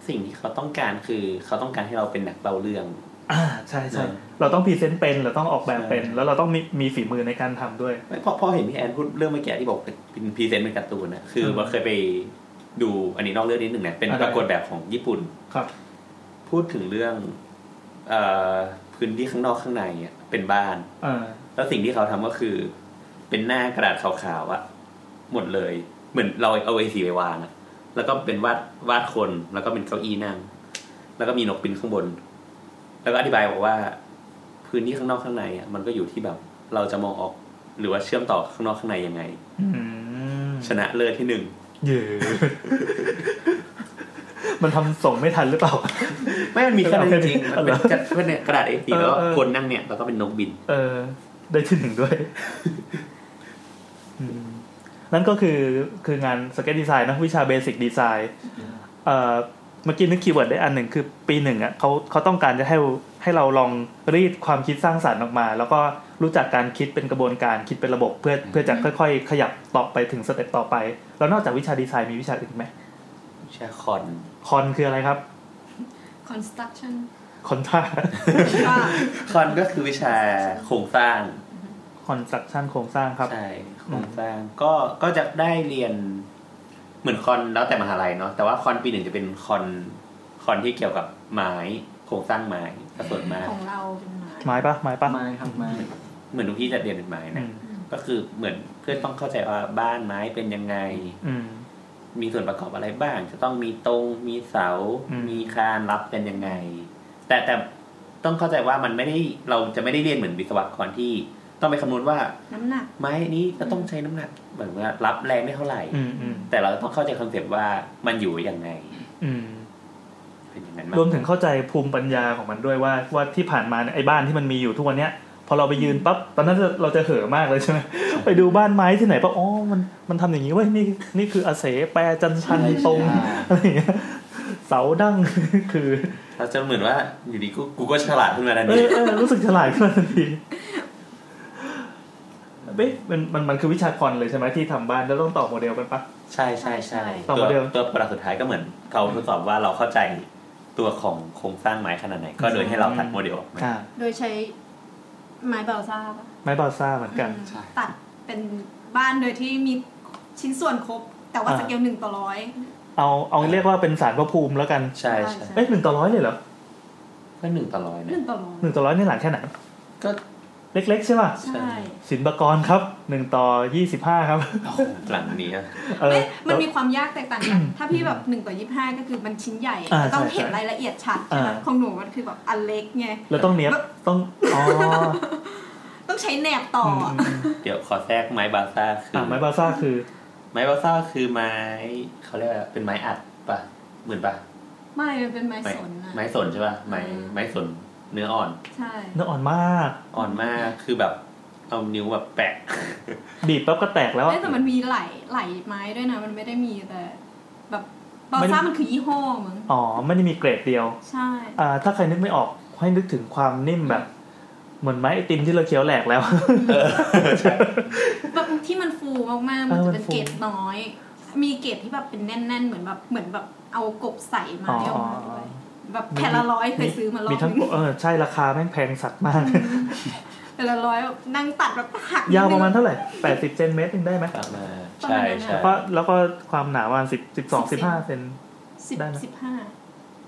H: สิ่งที่เขาต้องการคือเขาต้องการให้เราเป็นนักเล่าเรื่อง
C: อ่าใช่ใช่
H: เออ
C: เราต้องพรีเซนต์เป็น เราต้องออกแบบเป็น
H: ใช่
C: แล้วเราต้องมีมีฝีมือในการทำด้วย
H: ไม่พอพอเห็นพี่แอนพูดเรื่องเมื่อกี้ที่บอกเป็นพรีเซนต์เป็นการ์ตูนนะคือ
C: อืม
H: ว่าเคยไปดูอันนี้นอกเรื่องนิดหนึ่งนะเป็น
C: อะไร
H: ปรากฏแบบของญี่ปุ่น
C: ครับ
H: พูดถึงเรื่องเอ่อพื้นที่ข้างนอกข้างในอะเป็นบ้าน
C: เออ
H: แล้วสิ่งที่เขาทำก็คือ เป็นหน้ากระดาษขาวๆอะหมดเลย เหมือนเราเอาไอสีไปวางอะแล้วก็เป็นวาดวาดคนแล้วก็เป็นเก้าอี้นั่ง แล้วก็มีนกบินข้างบน แล้วก็อธิบายบอกว่า พื้นที่ข้างนอกข้างในอะมันก็อยู่ที่แบบ เราจะมองออก หรือว่าเชื่อมต่อข้างนอกข้างในยังไง
C: อืม
H: ชนะเลิศที่หนึ่ง
C: เย่มันทำส่งไม่ทันหรือเปล่า
H: ไม่มันมีแค่นั้นจริงๆ
C: เอา
H: มัน
C: เหร
H: เป็น
C: อก
H: ระดาษเอทีแล้วก็
C: เออเออ
H: คนนั่งเนี่ยแล้วก็เป็นนกบิน
C: เออ ได้ที่หนึ่งด้วยอืมนั่นก็คือคืองานสเก็ตดีไซน์นะวิชาเบสิกดีไซน์เอ่อเมื่อกี้นึกคีย์เวิร์ดได้อันหนึ่งคือปีหนึ่งอ่ะเขาเขาต้องการจะให้ให้เราลองรีดความคิดสร้างสารรค์ออกมา แล้วก็รู้จักการคิดเป็นกระบวนการคิดเป็นระบบเพื่อเพื่อจะค่อย ๆ ขยับต่อไปถึงสเต็ปต่อไป แล้วนอกจากวิชาดีไซน์มีวิชาอื่นไหม
H: แชร์คอน
C: คอนคืออะไรครับ
D: construction
C: คอนท่า
D: ว่า
H: คอนก็คือวิชาโครงสร้าง
C: คอนสตรักชั่นโครงสร้างครับ
H: ใช่โครงสร้างก็ก็จะได้เรียนเหมือนคอนแล้วแต่มหาลัยเนาะแต่ว่าคอนปีหนึ่งจะเป็นคอนคอนที่เกี่ยวกับไม้โครงสร้างไม้กระส่วนมาก
D: ของเราเป็นไม้
C: ไม้ปะไม้ปะ
G: ไม้ครับไม้
H: เหมือนทุกที่จะเรียนเป็นไม้
C: อื
H: นะ
C: ม
H: ก็คือเหมือนเพื่อนต้องเข้าใจว่าบ้านไม้เป็นยังไง
C: อืม
H: มีส่วนประกอบอะไรบ้าง จะต้องมีตรงมีเสา
C: อืม
H: มีคานรับเป็นยังไง แต่แต่ต้องเข้าใจว่ามันไม่ได้เราจะไม่ได้เรียนเหมือนวิศวกรที่ ต้องไปคำนวณว่า
D: น้ำหนัก
H: ไม้นี้จะต้องใช้น้ำหนักเหมือนว่ารับแรงได้เท่าไหร่
C: อืมอืม
H: แต่เราต้องเข้าใจคอนเซปต์ว่ามันอยู่ยังไง
C: อืม
H: เป็นอย่างนั้น
C: รวมถึงเข้าใจภูมิปัญญาของมันด้วยว่าว่าที่ผ่านมาเนี่ยไอ้บ้านที่มันมีอยู่ทุกวันเนี้ยพอเราไปยืนปั๊บตอนนั้นเราจะเห่อะมากเลยใช่ไหม ไปดูบ้านไม้ที่ไหนปั๊บอ๋อมันมันทำอย่างนี้เว้ยนี่นี่คืออาเสแปรจันทรันตรงอะไรอย่างเงี้ยเสาดั้ง คือ
H: เราจะเหมือนว่าอยู่ดีกูกูก็ฉลาดขึ้นมาทัน
C: เอ
H: ที
C: อเออรู้สึกฉลาดขึ้นมาทันทีเอ๊ะมันมันมันคือวิชาคอนเลยใช่ไหมที่ทำบ้านแล้วต้องต่อโมเดลกันปะ
H: ใช่ใช่ใช่
C: ต่อ
H: ตัว
C: มาเดิม
H: ตัวประดับสุดท้ายก็เหมือนเขาทดสอบว่าเราเข้าใจตัวของโครงสร้างไม้ขนาดไหน ก็โดยให้เราตัดโมเดลออกมา
C: อ่า
D: โดยใช้ไม้เบลซ่าปะ
C: ไม้บาซ่าเหมือนกัน
E: ใช่
D: ตัดเป็นบ้านโดยที่มีชิ้นส่วนครบ แต่ว่า
C: อ่า
D: สเกลหนึ่งต่อร้อย
C: เอาเอาเรียกว่าเป็นสารพระภูมิแล้วกัน
H: ใช่ใช่
D: ใช่
C: เอ๊ะหนึ่งต่อร้อยเลยเหรอ
H: ก็หนึ่งต่อร้อย
D: ห
H: นะ
D: นึ่งต่อร้อย
C: หนึ่งต่อร้อยนี่หลังแค่ไหน
H: ก็
C: เล็ก ๆ ใช่ปะ
D: ใช่
C: สินปกรณ์ครับหนึ่งต่อยี่สิบห้าครับ
H: หลังนี้อะ
C: เออ
D: ไม่มัน
C: แล้ว
D: มีความยากแตกต่างกันถ้าพี่แบบหนึ่งต่อยี่ห้าก็คือมันชิ้นใหญ่
C: อ่า
D: ต้อง
C: ใช่
D: เห็น
C: ใช่
D: รายละเอียดชัดใช่ไหม
C: อ่า
D: ของหนูมันคือแบบอันเล็กไง
C: แล้วต้องเนี้ยบต้องอ๋อ
D: ต้องใช้แหนบต่อ
C: อืมอ
D: อ
C: ืม
H: เดี๋ยวขอแทรกไม้บาซ่าคือ
C: อ่า
H: อ
C: ไม้บาซ่าคือ
H: ไม้บาซ่าคือไม้เขาเรียกว่าเป็นไม้อัดปะเหมือนปะ
D: ไม่มันเป็นไม้
H: ไม้
D: สนอะ
H: ไม้สนใช่ปะไม้
D: อืม
H: ไม้สนเนื้ออ่อน
D: ใช่
C: เนื้ออ่อนมาก
H: อ่อนมากคือแบบเอานิ้วแบบแปะ
C: บีบปั๊บก็แตกแล้ว
D: เอ้ยแต่มันมีไหลไหลไม้ด้วยนะ มันไม่ได้มีแต่แบบเบล
C: มัน
D: ซ่ามันคือยี่ห้อมั้ง
C: อ๋อ ไม่ได้มีเกรดเดียว
D: ใช่
C: อ่า ถ้าใครนึกไม่ออกให้นึกถึงความนิ่มแบบ เหมือนไม้ไอติมที่เราเคี้ยวแหลก แล้ว
D: แบบที่มันฟูมากๆ มัน
C: เออมัน
D: จะเป็น
C: ฟู
D: เกล็ดน้อย มีเกล็ดที่แบบเป็นแน่น ๆ เหมือนแบบเหมือนแบบเอากบใส่ไม้ออกมาด้วย
C: อ๋
D: แบบแผ่นละร้อยเคยซื้อมารอบ
C: มีทั้ง
D: นึง
C: เออใช่ราคาแม่งแพงสัตว์มาก
D: แผ่นละร้อยนั่งตัดแบบหักนิดนึง
C: ยาวประมาณเท่าไหร่แปดสิบเซนเมตรหนึงได้ไหม
H: กลับมา
D: ประ
H: ใช่
D: มาณนั้นอะ
H: ใช่
C: แล้วก็แล้วก็ความหนาประมาณสิบสิบสองสิบห้าเซน
D: สิบ
C: ได้นะ
D: สิบห้า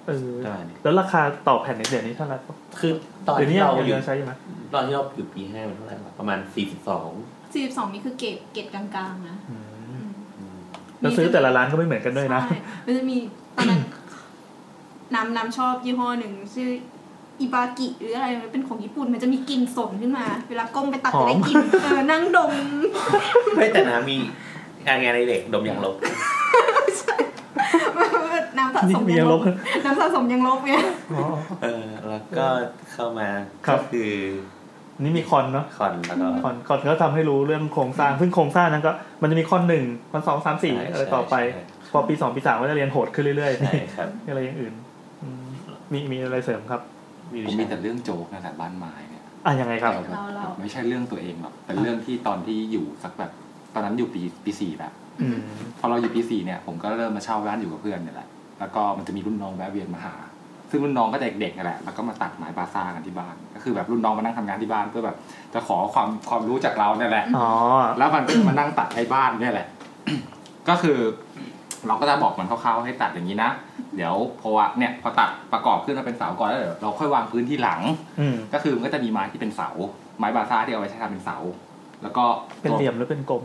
C: เออ
H: ประมาณนี้
C: แล้วราคาต่อแผ่นในเดี๋ยวนี้เท่าไหร่ปะ
H: คือตอน
C: เดี๋ยวนี้
H: ที่
C: ยัง
H: เราอยู่
C: ยังใช้อยู่ไหม
H: ตอนที่เราอยู่ปีห้ามันเท่าไหร่วะประมาณสี่สิบสอง
D: สี่สิบสองนี่คือเกล็ดเกล็ดกลางๆนะ
C: อืม
D: อืม
C: แล้วซื้อแต่ละร้านก็ไม่เหมือนกันด้วยนะ
D: ใช่มันจะมีตอน นั้นน้ำน้ำชอบยี่ห้อหนึ่งชื่ออิบากิหรืออะไรมันเป็นของญี่ปุ่น มันจะมีกลิ่นสนขึ้นมา เวลาก้มไปตัก
C: หอม
D: จะได้กลิ่น เออนั่งดม
H: ไม่แต่น้ำมีงานงานในเด็กดมยางลบ
D: น้ำสะส
C: นี่
D: ม
C: มี
D: ยั
C: ยังง
D: ล
C: ล
D: บบ น้ำสะสมยังลบเนี่ย
C: อ๋อ
H: เออแล้วก็เข้ามา
C: ครับ
H: ก็คือ
C: นี่มีคอนเนาะ
H: คอนแล้วก็
C: คอนคอนก็ทำให้รู้เรื่องโครงสร้างซึ่งโครงสร้างนั้นก็มันจะมีคอนหนึ่งคอนสองสามสี่
H: ใช่
C: อะไรต่อไป
H: ใช่
C: พอปีสองปีสามก็จะเรียนโหดขึ้นเรื่อย
H: ใช่ครับ
C: ๆอะไรอย่างอื่นอืมมีมีอะไรเสริมครับ
H: มี
E: ผม
H: วิ
E: มี
H: ชา
E: แต่เรื่องโจ๊กนะแต่บ้านไม้เนี่ย
C: อ่ะยังไงครับ
D: เราเรา
E: ไม่ใช่เรื่องตัวเองหรอกเป็นเรื่องที่ตอนที่อยู่สักแบบตอนนั้นอยู่ปีปีสี่แล้ว
C: อืม
E: พอเราอยู่ปีสี่เนี่ยผมก็เริ่มมาเช่าร้านอยู่กับเพื่อนเนี่ยแหละ แล้วก็มันจะมีรุ่นน้องแวะเวียนมาหา ซึ่งรุ่นน้องก็เด็กๆนั่นแหละ แล้วก็มาตัดไม้บาซ่ากันที่บ้าน ก็คือแบบรุ่นน้องมานั่งทำงานที่บ้านเพื่อแบบจะขอความความรู้จากเราเนี่ยแหละ
C: อ๋อ
E: แล้วมันก็มานั่งตัดไอ้บ้านเนี่ยแหละ ก็คือ เราก็จะบอกมันคร่าวๆให้ตัดอย่างนี้นะ เดี๋ยวพอวะเนี่ยพอตัดประกอบขึ้นมาเป็นเสาก่อนแล้วเดี๋ยวเราค่อยวางพื้นที่หลัง
C: อืม
E: ก็คือมันก็จะมีไม้ที่เป็นเสา ไม้บาซ่าที่เอาไว้ใช้ทำเป็นเสา แล้วก็
C: เป็นเหลี่ยมหรือเป็นกลม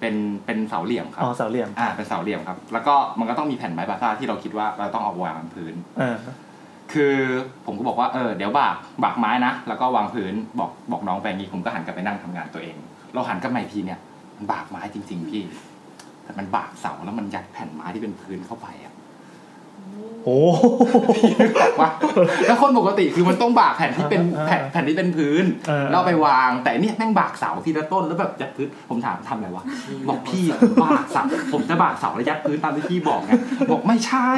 E: เป็นเป็นเสาเหลี่ยมครับ
C: อ๋อเสาเหลี่ยม
E: อ่าเป็นเสาเหลี่ยมครับ แล้วก็มันก็ต้องมีแผ่นไม้บาซ่าที่เราคิดว่าเราต้องเอาวางบนพื้น
C: เออ
E: คือผมก็บอกว่าเออเดี๋ยวบากบากไม้นะ แล้วก็วางพื้นบอกบอกน้องไปอย่างงี้ผมก็หันกลับไปนั่งทำงานตัวเอง เราหันกลับมาอีกทีเนี่ย มันบากไม้จริง ๆ พี่ แต่มันบากเสาแล้วมันยัดแผ่นไม้ที่เป็นพื้นเข้าไปอ่ะ
C: โอ้โห
E: ว่าแล้วคนปกติคือมันต้องบากแผ่นที่เป็น
C: อ่า
E: แผ่นแผ่นที่เป็นพื้น
C: เออ
E: แล้วเอาไปวาง แต่เนี่ยแม่งบากเสาทีละต้นแล้วแบบยัดพื้นผมถามทำอะไรวะบอกพี่ผมบากเสาผมจะบากเสาแล้วยัดพื้นตามที่พี่บอกไงบอกไม่ใช่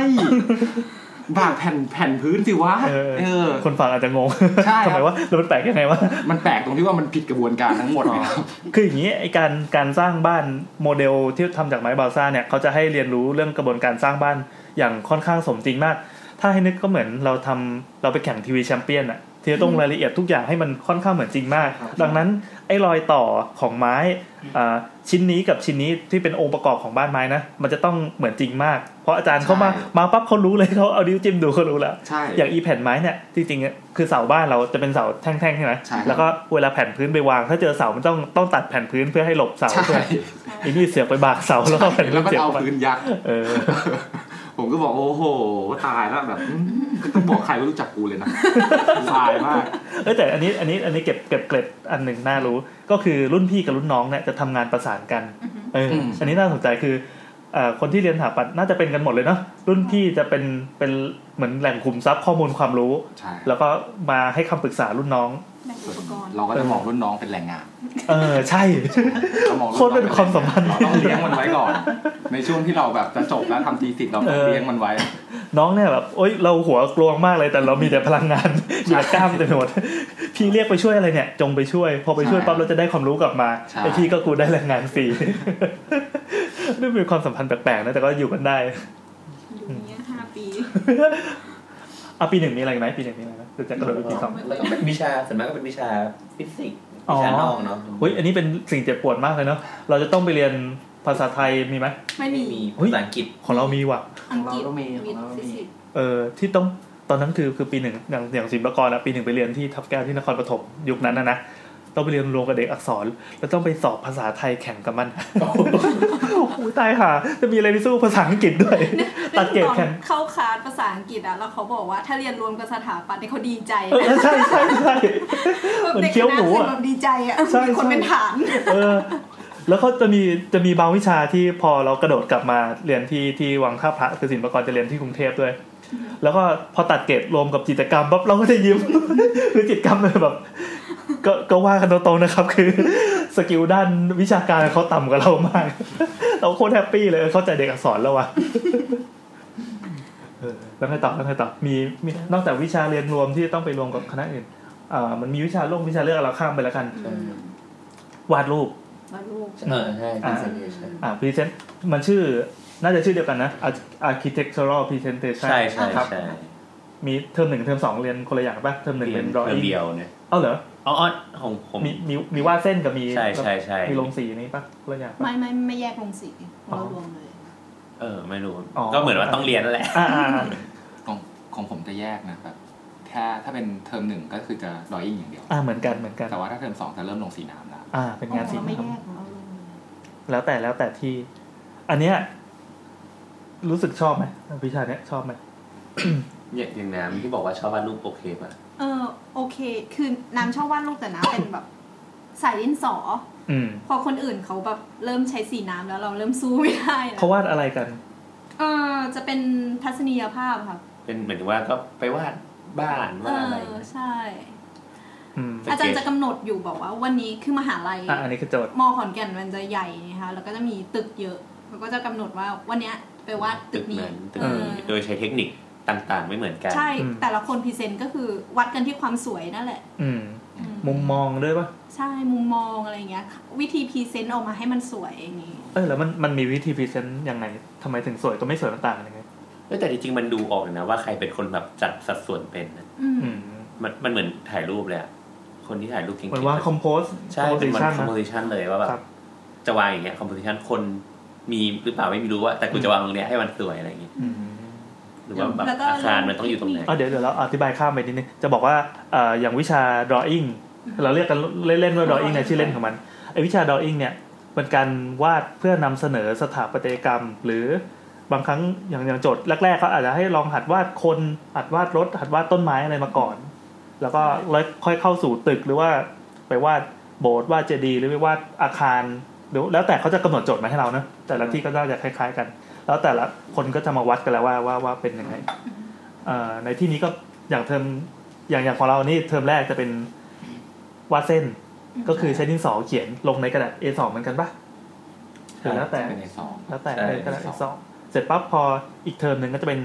E: บากแผ่นแผ่นพื้นสิวะ
C: เออ
E: เออ
C: คนฟังอาจจะงง
E: ใช่ค
C: ทำ
E: รับ
C: ไมวะแล้วมันแปลกยังไงวะ
E: มันแปลกตรงที่ว่ามันผิดกระบวนการทั้งหมดเลยครับ
C: คืออย่างนี้ไอการการสร้างบ้านโมเดลที่ทำจากไม้บาซ่าเนี่ยเขาจะให้เรียนรู้เรื่องกระบวนการสร้างบ้านอย่างค่อนข้างสมจริงมาก ถ้าให้นึกก็เหมือนเราทำเราไปแข่งทีวีแชมเปี้ยนอะที่จะต้องรายละเอียดทุกอย่างให้มันค่อนข้างเหมือนจริงมาก
G: ครับ
C: ดังนั้นไอ้รอยต่อของไม้อ่าชิ้นนี้กับชิ้นนี้ที่เป็นองค์ประกอบของบ้านไม้นะมันจะต้องเหมือนจริงมาก เพราะอาจารย์เขามามาปั๊บเขารู้เลยเขาเอาดิ้วจิ้มดูเขารู้แล้ว
E: ใช่
C: อย่างอีแผ่นไม้เนี่ยจริงๆอะคือเสาบ้านเราจะเป็นเสาแท่งๆใช่ไหม
E: ใช่ครับ
C: แล้วก็เวลาแผ่นพื้นไปวาง ถ้าเจอเสามันต้องต้องตัดแผ่นพื้นเพื่อให้หลบเสา
E: ใช่
C: ใช่ไหมอีนี่เสียบไปบากเสาแล้วก็แผ่นพื้
E: แล้
C: น
E: วมัน
C: เสียบ
E: เอา
C: ไป
E: พื้นยัด
C: เออ
E: ผมก็บอกโอ้โหตายแล้วแบบอืมต้องบอกใครว่ารู้จักกูเลยนะ ตายมาก
C: เอ้ยแต่อันนี้อันนี้อันนี้เก็บเก็บเกร็ดอันหนึ่งน่ารู้ ก็คือรุ่นพี่กับรุ่นน้องเนี่ยจะทำงานประสานกันเอออ
E: ม
C: อันนี้น่าสนใจคือเอ่อคนที่เรียนสถาปัตย์น่าจะเป็นกันหมดเลยเนาะรุ่นพี่จะเป็นเป็นเหมือนแหล่งขุมทรัพย์ข้อมูลความรู้
E: ใช่
C: แล้วก็มาให้คำปรึกษารุ่นน้อง
D: แบ่งอุปกรณ์
E: เราก็จะมองรุ่นน้องเป็นแรงงาน
C: เออใช่
E: สมอง
C: โคตรเป็นความสัมพันธ์
E: เราต้องเลี้ยงมันไว้ก่อน ในช่วงที่เราแบบจะจบแล้วทำทีสิทธิ์เราต้องเลี้ยงมันไว้
C: น้องเนี่ยแบบโอ๊ยเราหัวกลวงมากเลยแต่เรามีแต่พลังงาน มีแต่กล้ามเต็มไปหมด พี่เรียกไปช่วยอะไรเนี่ย จงไปช่วย พอไปช่วย
E: ใช่
C: ปั๊บเราจะได้ความรู้กลับมา
E: ใช่
C: ไอพี่ก็กูได้แรงงานฟรี นี่เป็นความสัมพันธ์แปลกๆนะแต่ก็อยู่กันได้
D: อยู่อย่างเงี้ยห้าปี
C: อ่ะปีหนึ่งมีอะไรอีกไหมปีหนึ่งมีอะไรไหมเดี๋ยวจะกระโดดไปปีสอง
F: แล้วก็เป็นวิชาส่วนมากก็เป็นวิชาฟิสิกส์วิชานอกเนาะ
C: เฮ้ยอันนี้เป็นสิ่งเจ็บปวดมากเลยเนาะเราจะต้องไปเรียนภาษาไทยมีไหม
D: ไม่
F: ไม่
D: มี
F: มีภาษาอังกฤษ
C: ของเรามีว่ะ
D: อังกฤษ
G: ของเราก็มี
D: วิท
G: ขอ
D: ย์
G: งเราก็มี
D: ฟิสิกส์
C: เออที่ต้องตอนนั้นคือคือปีหนึ่งอย่างอย่างศิลปากรอะปีหนึ่งไปเรียนที่ทับแก้วที่นครปฐมยุคนั้นนะนะต้องไปเรียนรวมกับเด็กอักษร แล้วต้องไปสอบภาษาไทยแข่งกับมัน โอ้โหตายห่าจะมีอะไรไปสู้ภาษาอังกฤษด้วย ตัดเกรด
D: ตอ
C: แข่
D: น
C: ง
D: เข้าคลาสภาษาอังกฤษอ่ะแล้วเขาบอกว่าถ้าเรียนรวมกับสถาปัตย์เนี่ยเขาดีใจ
C: เออใช่ใช่ใช่ เหมือนเคี้ยวหมูอะ
D: แบบดีใจอ่ะ
C: ใช่
D: มีคน
C: ใช่
D: เป็นฐาน
C: เออ แล้วเขาจะมีจะมีบางวิชาที่พอเรากระโดดกลับมาเรียนที่ที่วังท่าพระคือศิลปากรจะเรียนที่กรุงเทพด้วย แล้วก็พอตัดเกรดรวมกับจิตรกรรมปั๊บเราก็จะยิ้ม คือจิตรกรรมเลยแบบ ก็ก็ว่ากันตรงๆนะครับ คือ สกิลด้านวิชาการเขาต่ำกว่าเรามาก เราโคตรแฮปปี้เลยเออเข้าใจเด็กอักษรแล้ววะ เออแล้วไงต่อแล้วไงต่อมีมีนอกจากวิชาเรียนรวมที่ต้องไปรวมกับคณะอื่นอ่ามันมีวิชาโลกวิชาเลือกเราข้ามไปแล้วกัน
D: อืม
C: วาดรูป
D: มาลูก
F: เออใช่
C: อ่า
F: ใช่
C: อ่า present มันชื่อ น่าจะชื่อเดียวกันนะ Arch- architectural presentation
F: ใช่ใช่
C: ครับ
F: ใช่
C: มีเทอมหนึ่งเทอมสองเรียนคนละอย่างป่ะ เทอมหนึ่ง
F: เรีย
C: เป็น น
F: เพิ่ม
C: drawing
F: เดียวเนี่ย
C: เอ้าเหรอ
F: อ๋ออ๋อของผม
C: มีมีมีวาดเส้นกับมี
F: ใช่ใช่ใช่
C: มีลงสีนี้ป่ะคนละอย่างป่ะ
D: ไม่ไม่ไม่แยกลงสีของเรารวมเลย
F: เออไม่รู้
C: อ๋อ
F: ก็เหมือนว่าต้องเรียนนั่นแหละ
C: อ่าอ่าอ่า
E: ของของผมจะแยกนะแบบถ้าถ้าเป็นเทอมหนึ่งก็คือจะรอยอิงอย่างเดียว
C: อ่าเหมือนกันเหมือนกัน
E: แต่ว่าถ้าเทอมสองจะเริ่มลงสีน้ำแล้ว
C: อ่า เป็นงาน
D: ข
C: สี
D: องเราไม่
C: น้ำ
D: แยกของเรารวมเลย
C: แล้วแต่แล้วแต่ที่ อันเนี้ยรู้สึกชอบไหมวิชาเนี้ยชอบไหม
F: อย่างอย่างน้ำที่บอกว่าชอบวาดรูปโอเคป่ะ
D: เออโอเค คือน้ำชอบวาดรูปแต่น้ำเป็นแบบสายดินสอ
C: อืม
D: พอคนอื่นเขาแบบเริ่มใช้สีน้ำแล้วเราเริ่มสู้ไม่ได้แล้ว
C: เขาวาดอะไรกัน
D: เออจะเป็นทัศนียภาพค่ะ
F: เป็นเหมือนว่าก็ไปวาดบ้าน
D: เอ
F: วาดอะไร
D: อใช่
C: อืม
F: โอเค
D: อาจารย์จะกำหนดอยู่บอกว่าวันนี้คือมหาลัย
C: อ่ะอันนี้คือโจทย์
D: มอขอนแก่นมันจะใหญ่นะคะแล้วก็จะมีตึกเยอะมันก็จะกำหนดว่าวันเนี้ยไปวาดตึ
F: ตึ
D: ก
F: ก
D: นี้
F: นั้นตึก
D: เอ
F: นี้
D: อ
F: โดยใช้เทคนิคต่างๆ ไม่เหมือนกัน
D: ใช่
C: อืม
D: แต่ละคนพรีเซนต์ก็คือวัดกันที่ความสวยนั่นแหละ
C: อืม
D: อืม
C: มุมมองด้วยป่ะ
D: ใช่มุมมองอะไรอย่างเงี้ย วิธีพรีเซนต์ออกมาให้มันสวยอย่างงี้
C: เออแล้วมันมันมีวิธีพรีเซนต์ยังไงทำไมถึงสวยก็ไม่สวยมันต่างกันยังไง
F: เอ้ยแต่จริงๆมันดูออกนะว่าใครเป็นคนแบบจัดสัดส่วนเป็นนะ
D: อืม
C: อืม
F: มันมันเหมือนถ่ายรูปเลยอะคนที่ถ่ายรูปเก่ง
C: เหมือนว่าคอมโพส
F: ใช่เป็นมันคอมโพสิชันเลยว่าแบ
C: ครับ บ
F: จะวางอย่างเงี้ยคอมโพสิชันคนมีหรือเปล่าไม่รู้ว่าแต่กูจะวางตรงเนี้ยให้มันสวยอะไรอย่างเงี้ยหรือว่าแบบ
D: แล้วก็
F: อาคารมันต้องอยู่ตรงไหน
C: อ๋อเดี๋ยวเดี๋ยวเราอธิบายข้ามไปนิดนึง จะบอกว่าเอ่ออย่างวิชา drawing เราเรียกกันเล่นๆว่า drawing เนี่ยชื่อเล่นของมันไอวิชา drawing เนี่ยเป็นการวาดเพื่อนำเสนอสถาปัตยกรรม หรือบางครั้งอย่างอย่างโจทย์แรกๆเขาอาจจะให้ลองหัดวาดคนหัดวาดรถหัดวาดต้นไม้อะไรมาก่อน แล้วก็แล้วค่อยเข้าสู่ตึกหรือว่าไปวาด โบสถ์วาดเจดีย์หรือวาดอาคารหรือแล้วแต่เขาจะกำหนดโจทย์มาให้เราเนอะแต่ละที่ก็น่าจะคล้าย ๆกัน แล้วแต่ละคนก็จะมาวัดกันแล้วว่าว่าว่าเป็นยังไงเอ่อในที่นี้ก็อย่างเทอมอย่างอย่างของเรานี่เทอมแรกจะเป็นวาดเส้น ก็คือใช้ดินสอเขียนลงในกระดาษ A2 เหมือนกันปะหรือแล้วแต่
E: เป็นในสอง
C: แล้วแต่
F: ใช่
C: เป็นกระดาษ A2 เสร็จปั๊บพออีกเทอมหนึ่งก็จะเป็น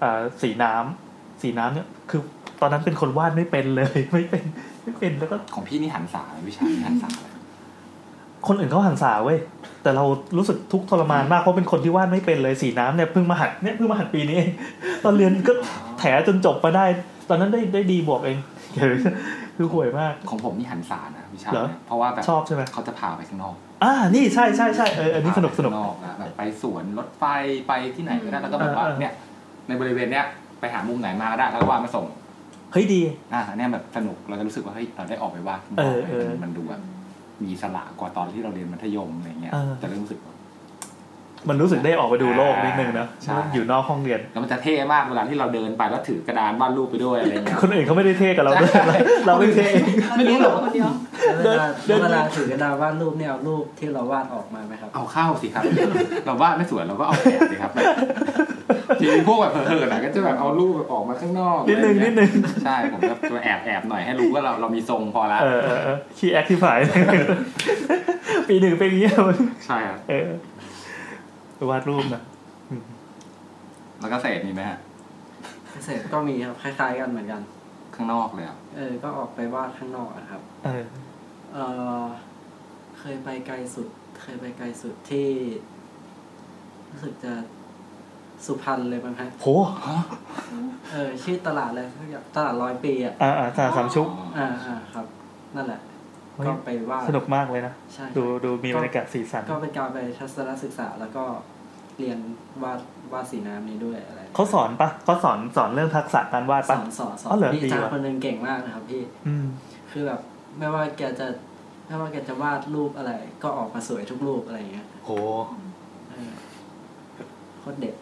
C: เอ่อสีน้ำสีน้ำเนี่ยคือตอนนั้นเป็นคนวาดไม่เป็นเลย ไม่เป็นไม่เป็นแล้วก็
E: ของพี่นี่หันสาวิชานี่หันสาเลย
C: คนอื่นเขาหันษาเว้ย แต่เรารู้สึกทุกข์ทรมานมากเพราะเป็นคนที่วาดไม่เป็นเลยสีน้ำเนี่ยเพิ่งมาหัดเนี่ยเพิ่งมาหัดปีนี้เอง ตอนเรียนก็แถจนจบมาได้ ตอนนั้นได้ได้ดีบวกเอง เฮ้ยคือห่วยมาก
E: ของผมนี่หันสานะวิชา
C: เหรอ
E: เนี่ยเพราะว่าแบบ
C: ชอบใช่ไหม
E: เขาจะพาไปข้างนอก
C: อ่านี่ใช่ใช่ใช่เอออันนี้สนุกสนุก
E: พาไปข้างอกะแบบไปสวนรถไฟไปที่ไหนก็ได้แล้วก็แบบว่า
C: เออเออ
E: เนี่ย ในบริเวณเนี้ยไปหามุมไหนมาก็ได้แล้วก็วาดมาส่ง
C: เฮ้ยดี
E: อ่าเนี่ยแบบสนุกเราจะรู้สึกว่าเฮ้ยเราได้ออกไปวาดข้างน
C: เอ
E: อก
C: อเออ
E: มันมันดูแบบมีอิสละกว่าตอนที่เราเรียนมัธยมอะไรเงี้ย
C: เออ
E: จะเริ่มรู้สึกว่า
C: มันรู้สึกได้ออกไปดูโลกนิดนึงนะ
E: ใช่
C: อยู่นอกห้องเรียน
E: แล้วมันจะเท่มากเวลาที่เราเดินไปแล้วถือกระดานวาดรูปไปด้วยอะไรเงี้ย
C: คนอื่นเขาไม่ได้เท่กับเรา ด้วยเราเราไม่เท่
D: ไม่รู้หรอกคนเดียว
G: แล้วเวลา
C: เดิน
G: เวลาถือกระดาษวาดรูปเนี่ยเอารูปที่เราวาดออกมาไหมครับ
E: เอาเข้าสิครับ เราวาดไม่สวยเราก็เอาแอบ สิครับแบบจริงพวกแบบเผลอๆนะก็จะแบบเอารูปแบบออกมาข้างนอก
C: นิดนึง
E: อะไร
C: นิ
E: เงี้
C: ด
E: ย
C: นึง
E: ใช่ผมก็จะแอบแอบหน่อยให้รู้ว่าเราเรามีทรงพอละ
C: เออเออเออขี้แอคที่ผาย ปีหนึ่งเป็นอย่างเงี้ย
E: ใช่ครับ
C: เออวาดรูปนะ
E: แล้วก็เศษมีไหมฮะ
G: เกษตรก็มีครับคล้ายๆกันเหมือนกัน
E: ข้างนอกเลยอ่ะ
G: เออ ก็ออกไปวาดข้างนอกอะครับ
C: เออ
G: เออเคยไปไกลสุด เคยไปไกลสุดที่ รู้สึกจะสุพรรณเลยมั้งฮะ
C: โห
G: เออ ชื่อตลาดอะไรสักอย่างตลาดร้อยปีอ่ะ
C: อ่าอ่าสาสามชุก
G: อ่าอ่าครับ นั่นแหละ
C: เฮ้ย
G: ก็ไปวาด
C: สนุกมากเลยนะ
G: ใช่
C: ดูดูมีบรรยากาศสีสัน
G: ก็เป็นการไปทัศนศึกษาแล้วก็เรียนวาดวาดสีน้ำนี้ด้วยอะไร
C: เขาสอนปะเขาสอนสอนเรื่องทักษะการวาด
G: ส
C: ปะ
G: อนสอนสอ
C: อ๋อเหรอน
G: พี่อาจาร
C: ดี
G: ย์
C: ว่ะ
G: คนหนึ่งเก่งมากนะครับพี่
C: อืม
G: คือแบบไม่ว่าแกจะไม่ว่าแกจะวาดรูปอะไร ก็ออกมาสวยทุกรูปอะไรอย่างเงี้ย
C: โห
G: เออโคตรเด็ด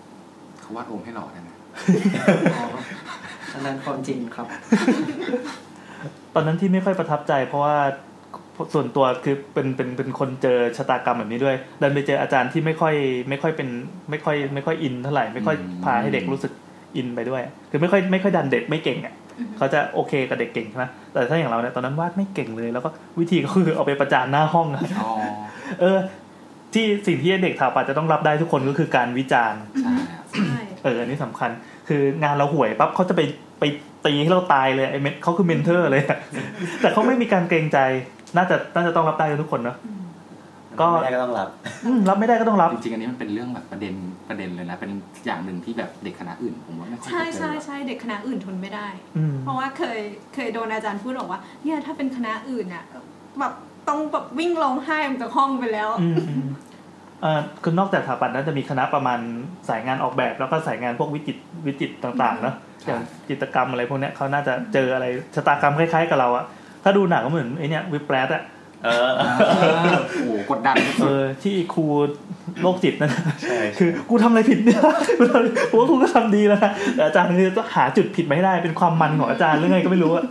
E: เขาวาดโอมให้หล่อได้ไหม
G: อ๋ออันนั้นความจริงครับ
C: ตอนนั้นที่ไม่ค่อยประทับใจ เพราะว่าส่วนตัวคือเป็นเป็นเป็นคนเจอชะตากรรมแบบนี้ด้วยดันไปเจออาจารย์ที่ไม่ค่อยไม่ค่อยเป็นไม่ค่อย ไม่ค่อยอินเท่าไหร่ไม่ค่อยพาให้เด็กรู้สึกอินไปด้วย คือไม่ค่อยไม่ค่อยดันเด็กไม่เก่งอ่ะเขาจะโอเคกับเด็กเก่งใช่ไหมแต่ถ้าอย่างเราเนี่ยตอนนั้นวาดไม่เก่งเลยแล้วก็วิธีก็คือเอาไปประจานหน้าห้องอะ
E: อ๋อ
C: เออ ที่สิ่งที่เด็กถาปัดจะต้องรับได้ทุกคนก็คือการวิจารณ์
E: ใช่ครับ
D: ใช่
C: เอออันนี้สำคัญ คืองานเราห่วยปั๊บเขาจะไปไปตีให้เราตายเลยไอ้เมนเขาคือเมนเทอร์เลย อะแต่เขาไม่มีการเกรงใจ น่าจะน่าจะต้องรับได้กันทุกคนเนอะ ก็
H: ไม่ได้ก็ต้องรับ
C: อืมรับไม่ได้ก็ต้องรับ
E: จริงๆ อันนี้มันเป็นเรื่องแบบประเด็นประเด็นเลยนะ เป็นอย่างหนึ่งที่แบบเด็กคณะอื่น ผมว่าไม่ค่อย
D: ใช่
E: จะเจ
D: ใช่
E: อ
D: ใช่เด็กคณะอื่นทนไม่ได้
C: อืม
D: เพราะว่าเคยเคยโดนอาจารย์พูดบอกว่าเนี่ยถ้าเป็นคณะอื่นอ่ะแบบต้องแบบวิ่งร้องไห้ออกจากห้องไปแล้ว
C: อืมอืมเอ่อคือนอกจากสถาปัตย์นั้นจะมีคณะประมาณสายงานออกแบบแล้วก็สายงานพวกวิจิตรวิจิตรต่างๆเนอะอย่างจิตรกรรมอะไรพวกเนี้ยเขาน่าจะเจออะไรชะตากรรมคล้ายๆกับเราอะถ้าดูหนังก็เหมือนไอเนี้ยวิปแลสอะ
F: เออ
E: โอ้โหกดดัน
C: เอ
E: สุด
C: อที่ครูโรคจิตนั่นน่ะ
F: ใช่
C: คือกูทำอะไรผิดเนี่ยกูทำผมว่าครูก็ทำดีแล้วนะแต่อาจารย์คือต้องหาจุดผิดมาให้ได้เป็นความมันของอาจารย์หรือไงก็ไม่รู้อะ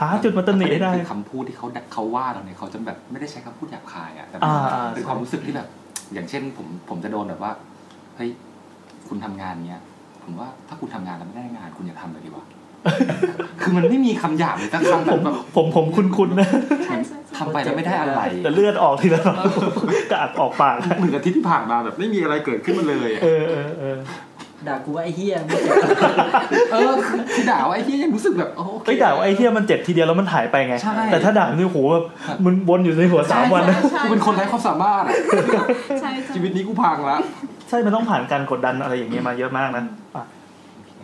C: หาจุดมาตำหนิให้ได้
E: คือคำพูดที่เขาเขาว่าเราเนี่ยเขาจะแบบไม่ได้ใช้คำพูดหยาบคายอ่ะแต่
C: อ่าอ่า
E: เป็นความรู้สึกที่แบบ อย่างเช่นผมผมจะโดนแบบว่าเฮ้ยคุณทำงานเนี้ยผมว่าถ้าคุณทำงานแล้วไม่ได้งานคุณอย่าทำเลยดีกว่า คือมันไม่มีคำหยาบเลยสักคำ
C: ผ
E: แต่
C: ม
E: แบบ
C: ผมผมคุ้นๆนะ
D: ใช่ใช่ใช่
E: ทำไปแล้วไม่ได้อะไร
C: แต่เลือดออกทีละหน่อยกระอักออกปาก
E: หนึ่งอาทิตย์ที่ผ่านมาแบบไม่มีอะไรเกิดขึ้นมาเลยอะ
C: เออเออเออ
G: ด่ากูว่าไอ้เหี้ยไม่เจ็บ
E: เออคือด่าว่าไอ้เหี้ยยังรู้สึกแบบโอ้โหโอค
C: ไอ้ยด่าว่าไอ้เที่ยมันเจ็บทีเดียวแล้วมันหายไปไง
E: ใช่
C: แต่ถ้าด่ามันนี่โหแบบมันวนอยู่ในหัวสามวันนะ
D: ใช่
E: กูเป็นคนไร้ความสามารถอะ
D: ใช่ใช่
E: ชีวิตนี้กูพังละ
C: ใช่มันต้องผ่านการกดดันอะไรอย่างเงี้ยมาเยอะมากนะอ่ะ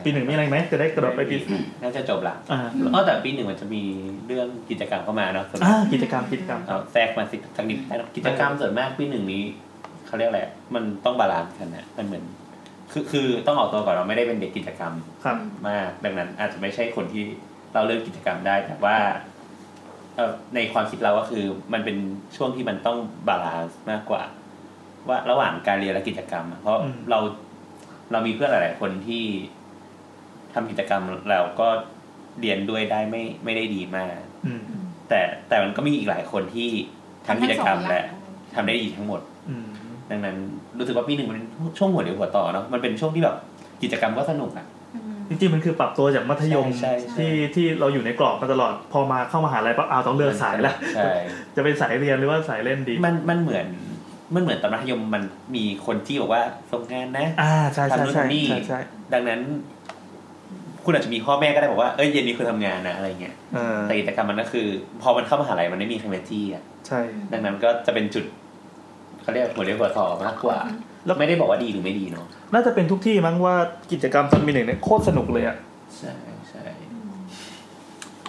C: ปีหนึ่งมีอะไรไหมจะได้กระโดดไปปี
F: น่าจะจบละ
C: อ่า
F: อ๋อแต่ปีหนึ่งมันจะมีเรื่องกิจกรรมเข้ามาเนาะสำหรั
C: อ่า
F: บ
C: กิจกรรมกิจกรรม
F: เอาแทรกมาสิสักนิดได้เนอะกิจกรรมส่วนมากปีหนึ่งนี้เขาเรียกอะไรมันต้องบาลานซ์กันนะมันเหมือนคือคือต้องออกตัวก่อนเราไม่ได้เป็นเด็กกิจกรรม
C: ครับ
F: มาก ดังนั้น อาจจะไม่ใช่คนที่เราเรื่องกิจกรรมได้ แต่ว่าเอ่อในความคิดเราก็คือมันเป็นช่วงที่มันต้องบาลานซ์มากกว่า ว่าระหว่างการเรียนและกิจกรรมอะเพราะ
C: อืม
F: เราเรามีเพื่อนหลาย ๆ คนที่ทำกิจกรรมแล้วก็เรียนด้วยได้ไม่ไม่ได้ดีมาก
C: อืม
F: แ
H: แต่แต่มันก็มีอีกหลายคนที่ทำกิจกรรมและทำได้ดีทั้งหมด
C: อืม
H: ดังนั้นรู้สึกว่าปีหนึ่งมันเป็นช่วงหัวเรียวหัวต่อเนาะมันเป็นช่วงที่แบบกิจกรรมก็สนุกอะ
C: จริงๆมันคือปรับตัวจากมัธยม
H: ใช่ใช่
C: ที่ที่เราอยู่ในกรอบมาตลอด พอมาเข้ามหาลัยปั๊บอ้าวต้องเลือกสายแล้ว
H: ใช่
C: จะเป็นสายเรียนหรือว่าสายเล่นดี
H: มันมันเหมือนมันเหมือนตอนมัธยมมันมีคนที่บอกว่าส่งงานนะ
C: อ่าใช่ใช่
H: ทำนู่น
C: ใช่
H: ทำนี่
C: ใช่ใช่
H: ดังนั้น คุณอาจจะมีพ่อแม่ก็ได้บอกว่าเอ้ยเย็นนี้คุณทำงานนะอะไรเงี้ย
C: เออ
H: แต่กิจกรรมมันก็คือ พอมันเข้ามหาลัยมันไม่มีใครมาจี้อะ
C: ใช่
H: ดังนั้นก็จะเป็นจุดเขาเรียกหัวเรียวหัวต่อมากกว่าแล้วไม่ได้บอกว่าดีหรือไม่ดีเนาะ
C: น่าจะเป็นทุกที่มั้งว่ากิจกรรมตอนปีหนึ่งเนี่ยโคตรสนุกเลยอะ
H: ใช่ใช่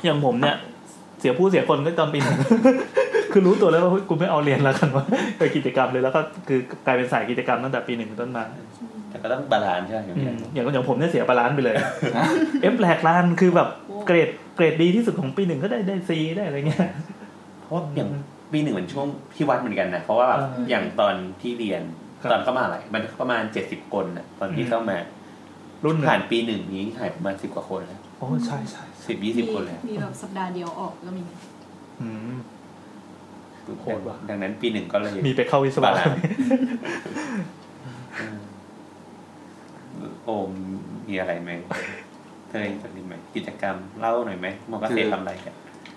C: อย่างผมเนี่ย เสียผู้เสียคนก็ตอนปีหนึ่ง คือรู้ตัวแล้วว่าเฮ้ยกูไม่เอาเรียนแล้วกันว่าไปกิจกรรมเลยแล้วก็คือกลายเป็นสายกิจกรรมตั้งแต่ปีหนึ่งเป็นต้นมา
H: แต่ก็ต้องบาลานซ์ใช่ไหมอย่างเงี้ย
C: อย่างอย่างผมเนี่ยเสียบาลานซ์ไปเลย เอฟแหลกลานคือแบบเกรดเกรดดีที่สุดของปีหนึ่งก็ได้ได้ซีได้อะไรเงี้ย
H: เพราะว่าอย่างปีหนึ่งเหมือนช่วงที่วัดเหมือนกันนะเพราะว่าแบบ
C: อ่า
H: อย่างตอนที่เรียน
C: ครับ
H: ตอนเข้ามหาอะไรมันประมาณเจ็ดสิบคนนะตอนที่
C: อืม
H: เข้ามา
C: รุ่นหนึ่ง
H: ผ่านปีหนึ่งนี้หายประมาณสิบกว่าคนแล้ว
C: โอ้ใช่ใช่
H: สิบยี่สิบคนแล้ว
D: มีแบบสัปดาห์เดียวออกก็มี
C: อืม โหดว่ะ
H: ดังนั้นปีหนึ่งก็เลย
C: มีไปเข้าวิศวะ
H: โอมมีอะไรไหมเธอจะมีไหมกิจกรรมเล่าหน่อยไหมมอเกษตรทำอะไรกัน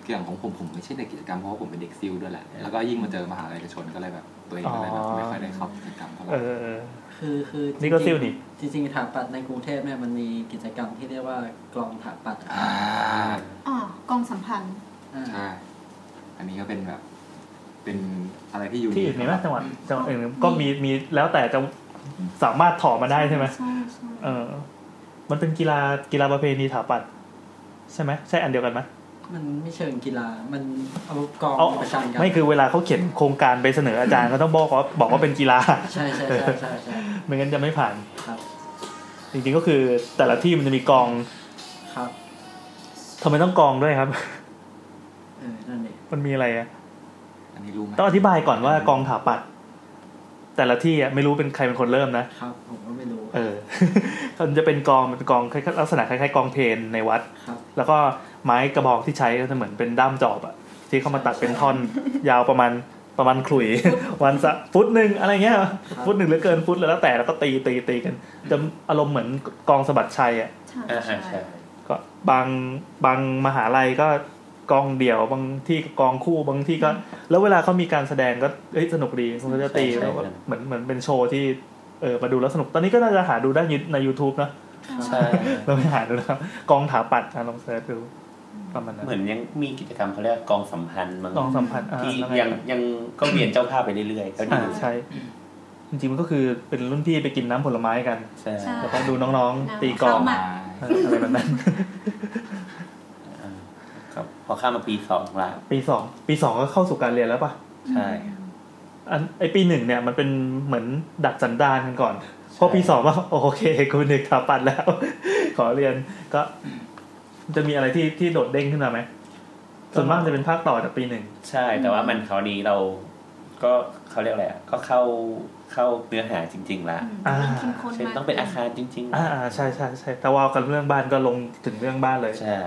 E: อย่างของผมผมไม่ใช่เด็กกิจกรรมเพราะว่าผมเป็นเด็กซิลด้วยแหละแล้วก็ยิ่งมาเจอมหาลัยเอกชนก็เลยแบบตัวเองก็เลยแบบ
C: อ๋อ
E: ไม่ค่อยได้เข้ากิจกรรมเท่าไหร่
C: เออเออ
G: คือคือจริงๆ
C: นี่ก็ซิ่วนี่
G: จริงๆถาปัดในกรุงเทพเนี่ยมันมีกิจกรรมที่เรียกว่ากลองถาปัดอะ
E: อ่า
D: อ่ากองสัมพันธ์
G: อ่า
E: ใช่อันนี้ก็เป็นแบบ เป็นอะไรที่อยู่
C: ที่อื่นมีไหม
E: ครับ
C: จังหวัดจังหวัดอื่นก็มีมีแล้วแต่จะสามารถถอมาได้ใช่ไหม
D: ใช่ใช่
C: เออ มันเป็นกีฬากีฬาประเพณีถาปัดใช่ไหมใช่อันเดียวกันไหม
G: มันไม่เชิงกีฬา มันเอากลอง
C: เอา
G: ประชันกัน
C: ไม่คือเวลาเขาเขียนโครงการไปเสนออาจารย์ก็ต้องบอกว่าบอกว่าเป็นกีฬา
G: ใช่ใช่ใช่ใช่ใช่
C: ไม่งั้นจะไม่ผ่าน
G: ครับ
C: จริงๆก็คือแต่ละที่มันจะมีกอง
G: ครับ
C: ทำไมต้องกองด้วยครับ
G: เออนั่นเอง
C: มันมีอะไรอะ
E: อันนี้รู้ไหม
C: ต้องอธิบายก่อนว่ากองถาปัด แต่ละที่อะไม่รู้เป็นใครเป็นคนเริ่มนะ
G: ครับ ผมก็ไม่รู้
C: เอ อ มันจะเป็นกองเป็นกองคล้ายๆลักษณะคล้ายๆกองเพลนในวัด
G: ครับ
C: แล้วก็ไม้กระบอกที่ใช้ก็จะเหมือนเป็นด้ามจอบอะที่เขามาตัดเป็นท่อน ยาวประมาณประมาณขลุย วันสะฟุตหนึ่งอะไรเงี้ยฟุตหนึ่งหรือเกินฟุตแล้วแต่แล้วก็ตีตีตีกันจะอารมณ์เหมือนกองสะบัดชัยอะ
D: ใช่
H: อ่าๆ
D: ใช่
H: ใช่
C: ก็บางบางมหาลัยก็กองเดี่ยวบางที่ก็กองคู่บางที่ก็ แล้วเวลาเขามีการแสดงก็เอ้ยสนุกดีเขาก็จะตีแล้วก็เหมือนเหมือนเป็นโชว์ที่เออมาดูแล้วสนุกตอนนี้ก็น่าจะหาดูได้ใน YouTube นะ
H: ใช่
C: เราไปหาดูนะครับกองถาปัดอ่ะลองเสิร์ชดูประมาณนั้น
H: เหมือนยังมีกิจกรรมเขาเรียกกองสัมพันธ์มั้ง
C: กองสัมพันธ์อ่ะ
H: ที่
C: แล้วไ
H: ยังยังก็เวียนเจ้าภาพไปเรื่อยๆก็
C: อ่า
H: ดู
C: ใช่จริงๆมันก็คือเป็นรุ่นพี่ไปกินน้ำผลไม้กัน
H: ใช่
D: ใช่
C: แล้วก็ดูน้องๆ ตีกลอง
D: เข้ามา
C: เอออะไรแบบนั้น
H: ครับพอข้ามมาปีสองละ
C: ปีสองปีสองก็เข้าสู่การเรียนแล้วป่ะ
H: ใช่
C: อันไอปีหนึ่งเนี่ยมันเป็นเหมือนดัดสันดานกันก่อนพอปีสองว่าโอเคกูเป็นเด็กถาปัดแล้ว ขอเรียนก็จะมีอะไรที่ที่โดดเด้งขึ้นมาไหมส่วนมากจะเป็นภาคต่อจากปีหนึ่ง
H: ใช่ แต่ว่ามันคราวนี้เราก็เขาเรียกอะไรอ่ะก็เข้าเข้าเนื้อหาจริง ๆละ
C: อ่า
D: มเข้มข้น
H: เช่น
D: มาก
H: ต้องเป็นอาคารจริง
C: อ่าอ่าใช่ใช่ใช่แต่ว่ากันเรื่องบ้านก็ลงถึงเรื่องบ้านเลย
H: ๆใช่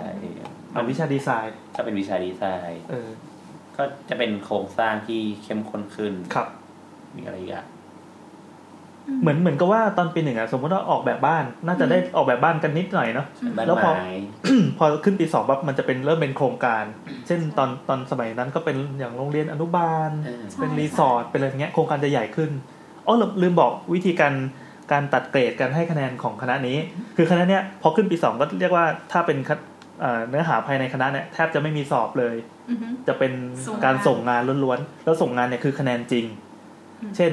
C: เอาวิชาดีไซน์
H: ก็เป็นวิชาดีไซน์
C: เออ
H: ก็จะเป็นโครงสร้างที่เข้มข้นขึ้น
C: ครับ
H: มีอะไรอีกอ่ะ
C: เหมือนเหมือนกับว่าตอนปีหนึ่งอะสมมติว่าออกแบบบ้าน น่าจะได้ออกแบบบ้านกันนิดหน่อยเนาะ
H: บ้าน
C: แล้วพอ
H: ไม้
C: พอขึ้นปีสองปั๊บมันจะเป็นเริ่มเป็นโครงการ เช่นตอนตอนสมัยนั้นก็เป็นอย่างโรงเรียนอนุบาล
H: เออ
C: เป็นรีสอร์ทเป็นอะไรอย่างเงี้ยโครงการจะใหญ่ขึ้นอ๋อลืมลืมบอกวิธีการการตัดเกรดการให้คะแนนของคณะนี้ คือคณะเนี้ยพอขึ้นปีสองก็เรียกว่าถ้าเป็นคณะเอ่อเนื้อหาภายในคณะเนี่ยแทบจะไม่มีสอบเลย
D: อือฮึ
C: จะเป็น
D: ส่งงาน
C: การส่งงานล้วนๆ แล้วส่งงานเนี่ยคือคะแนนจริง เช่น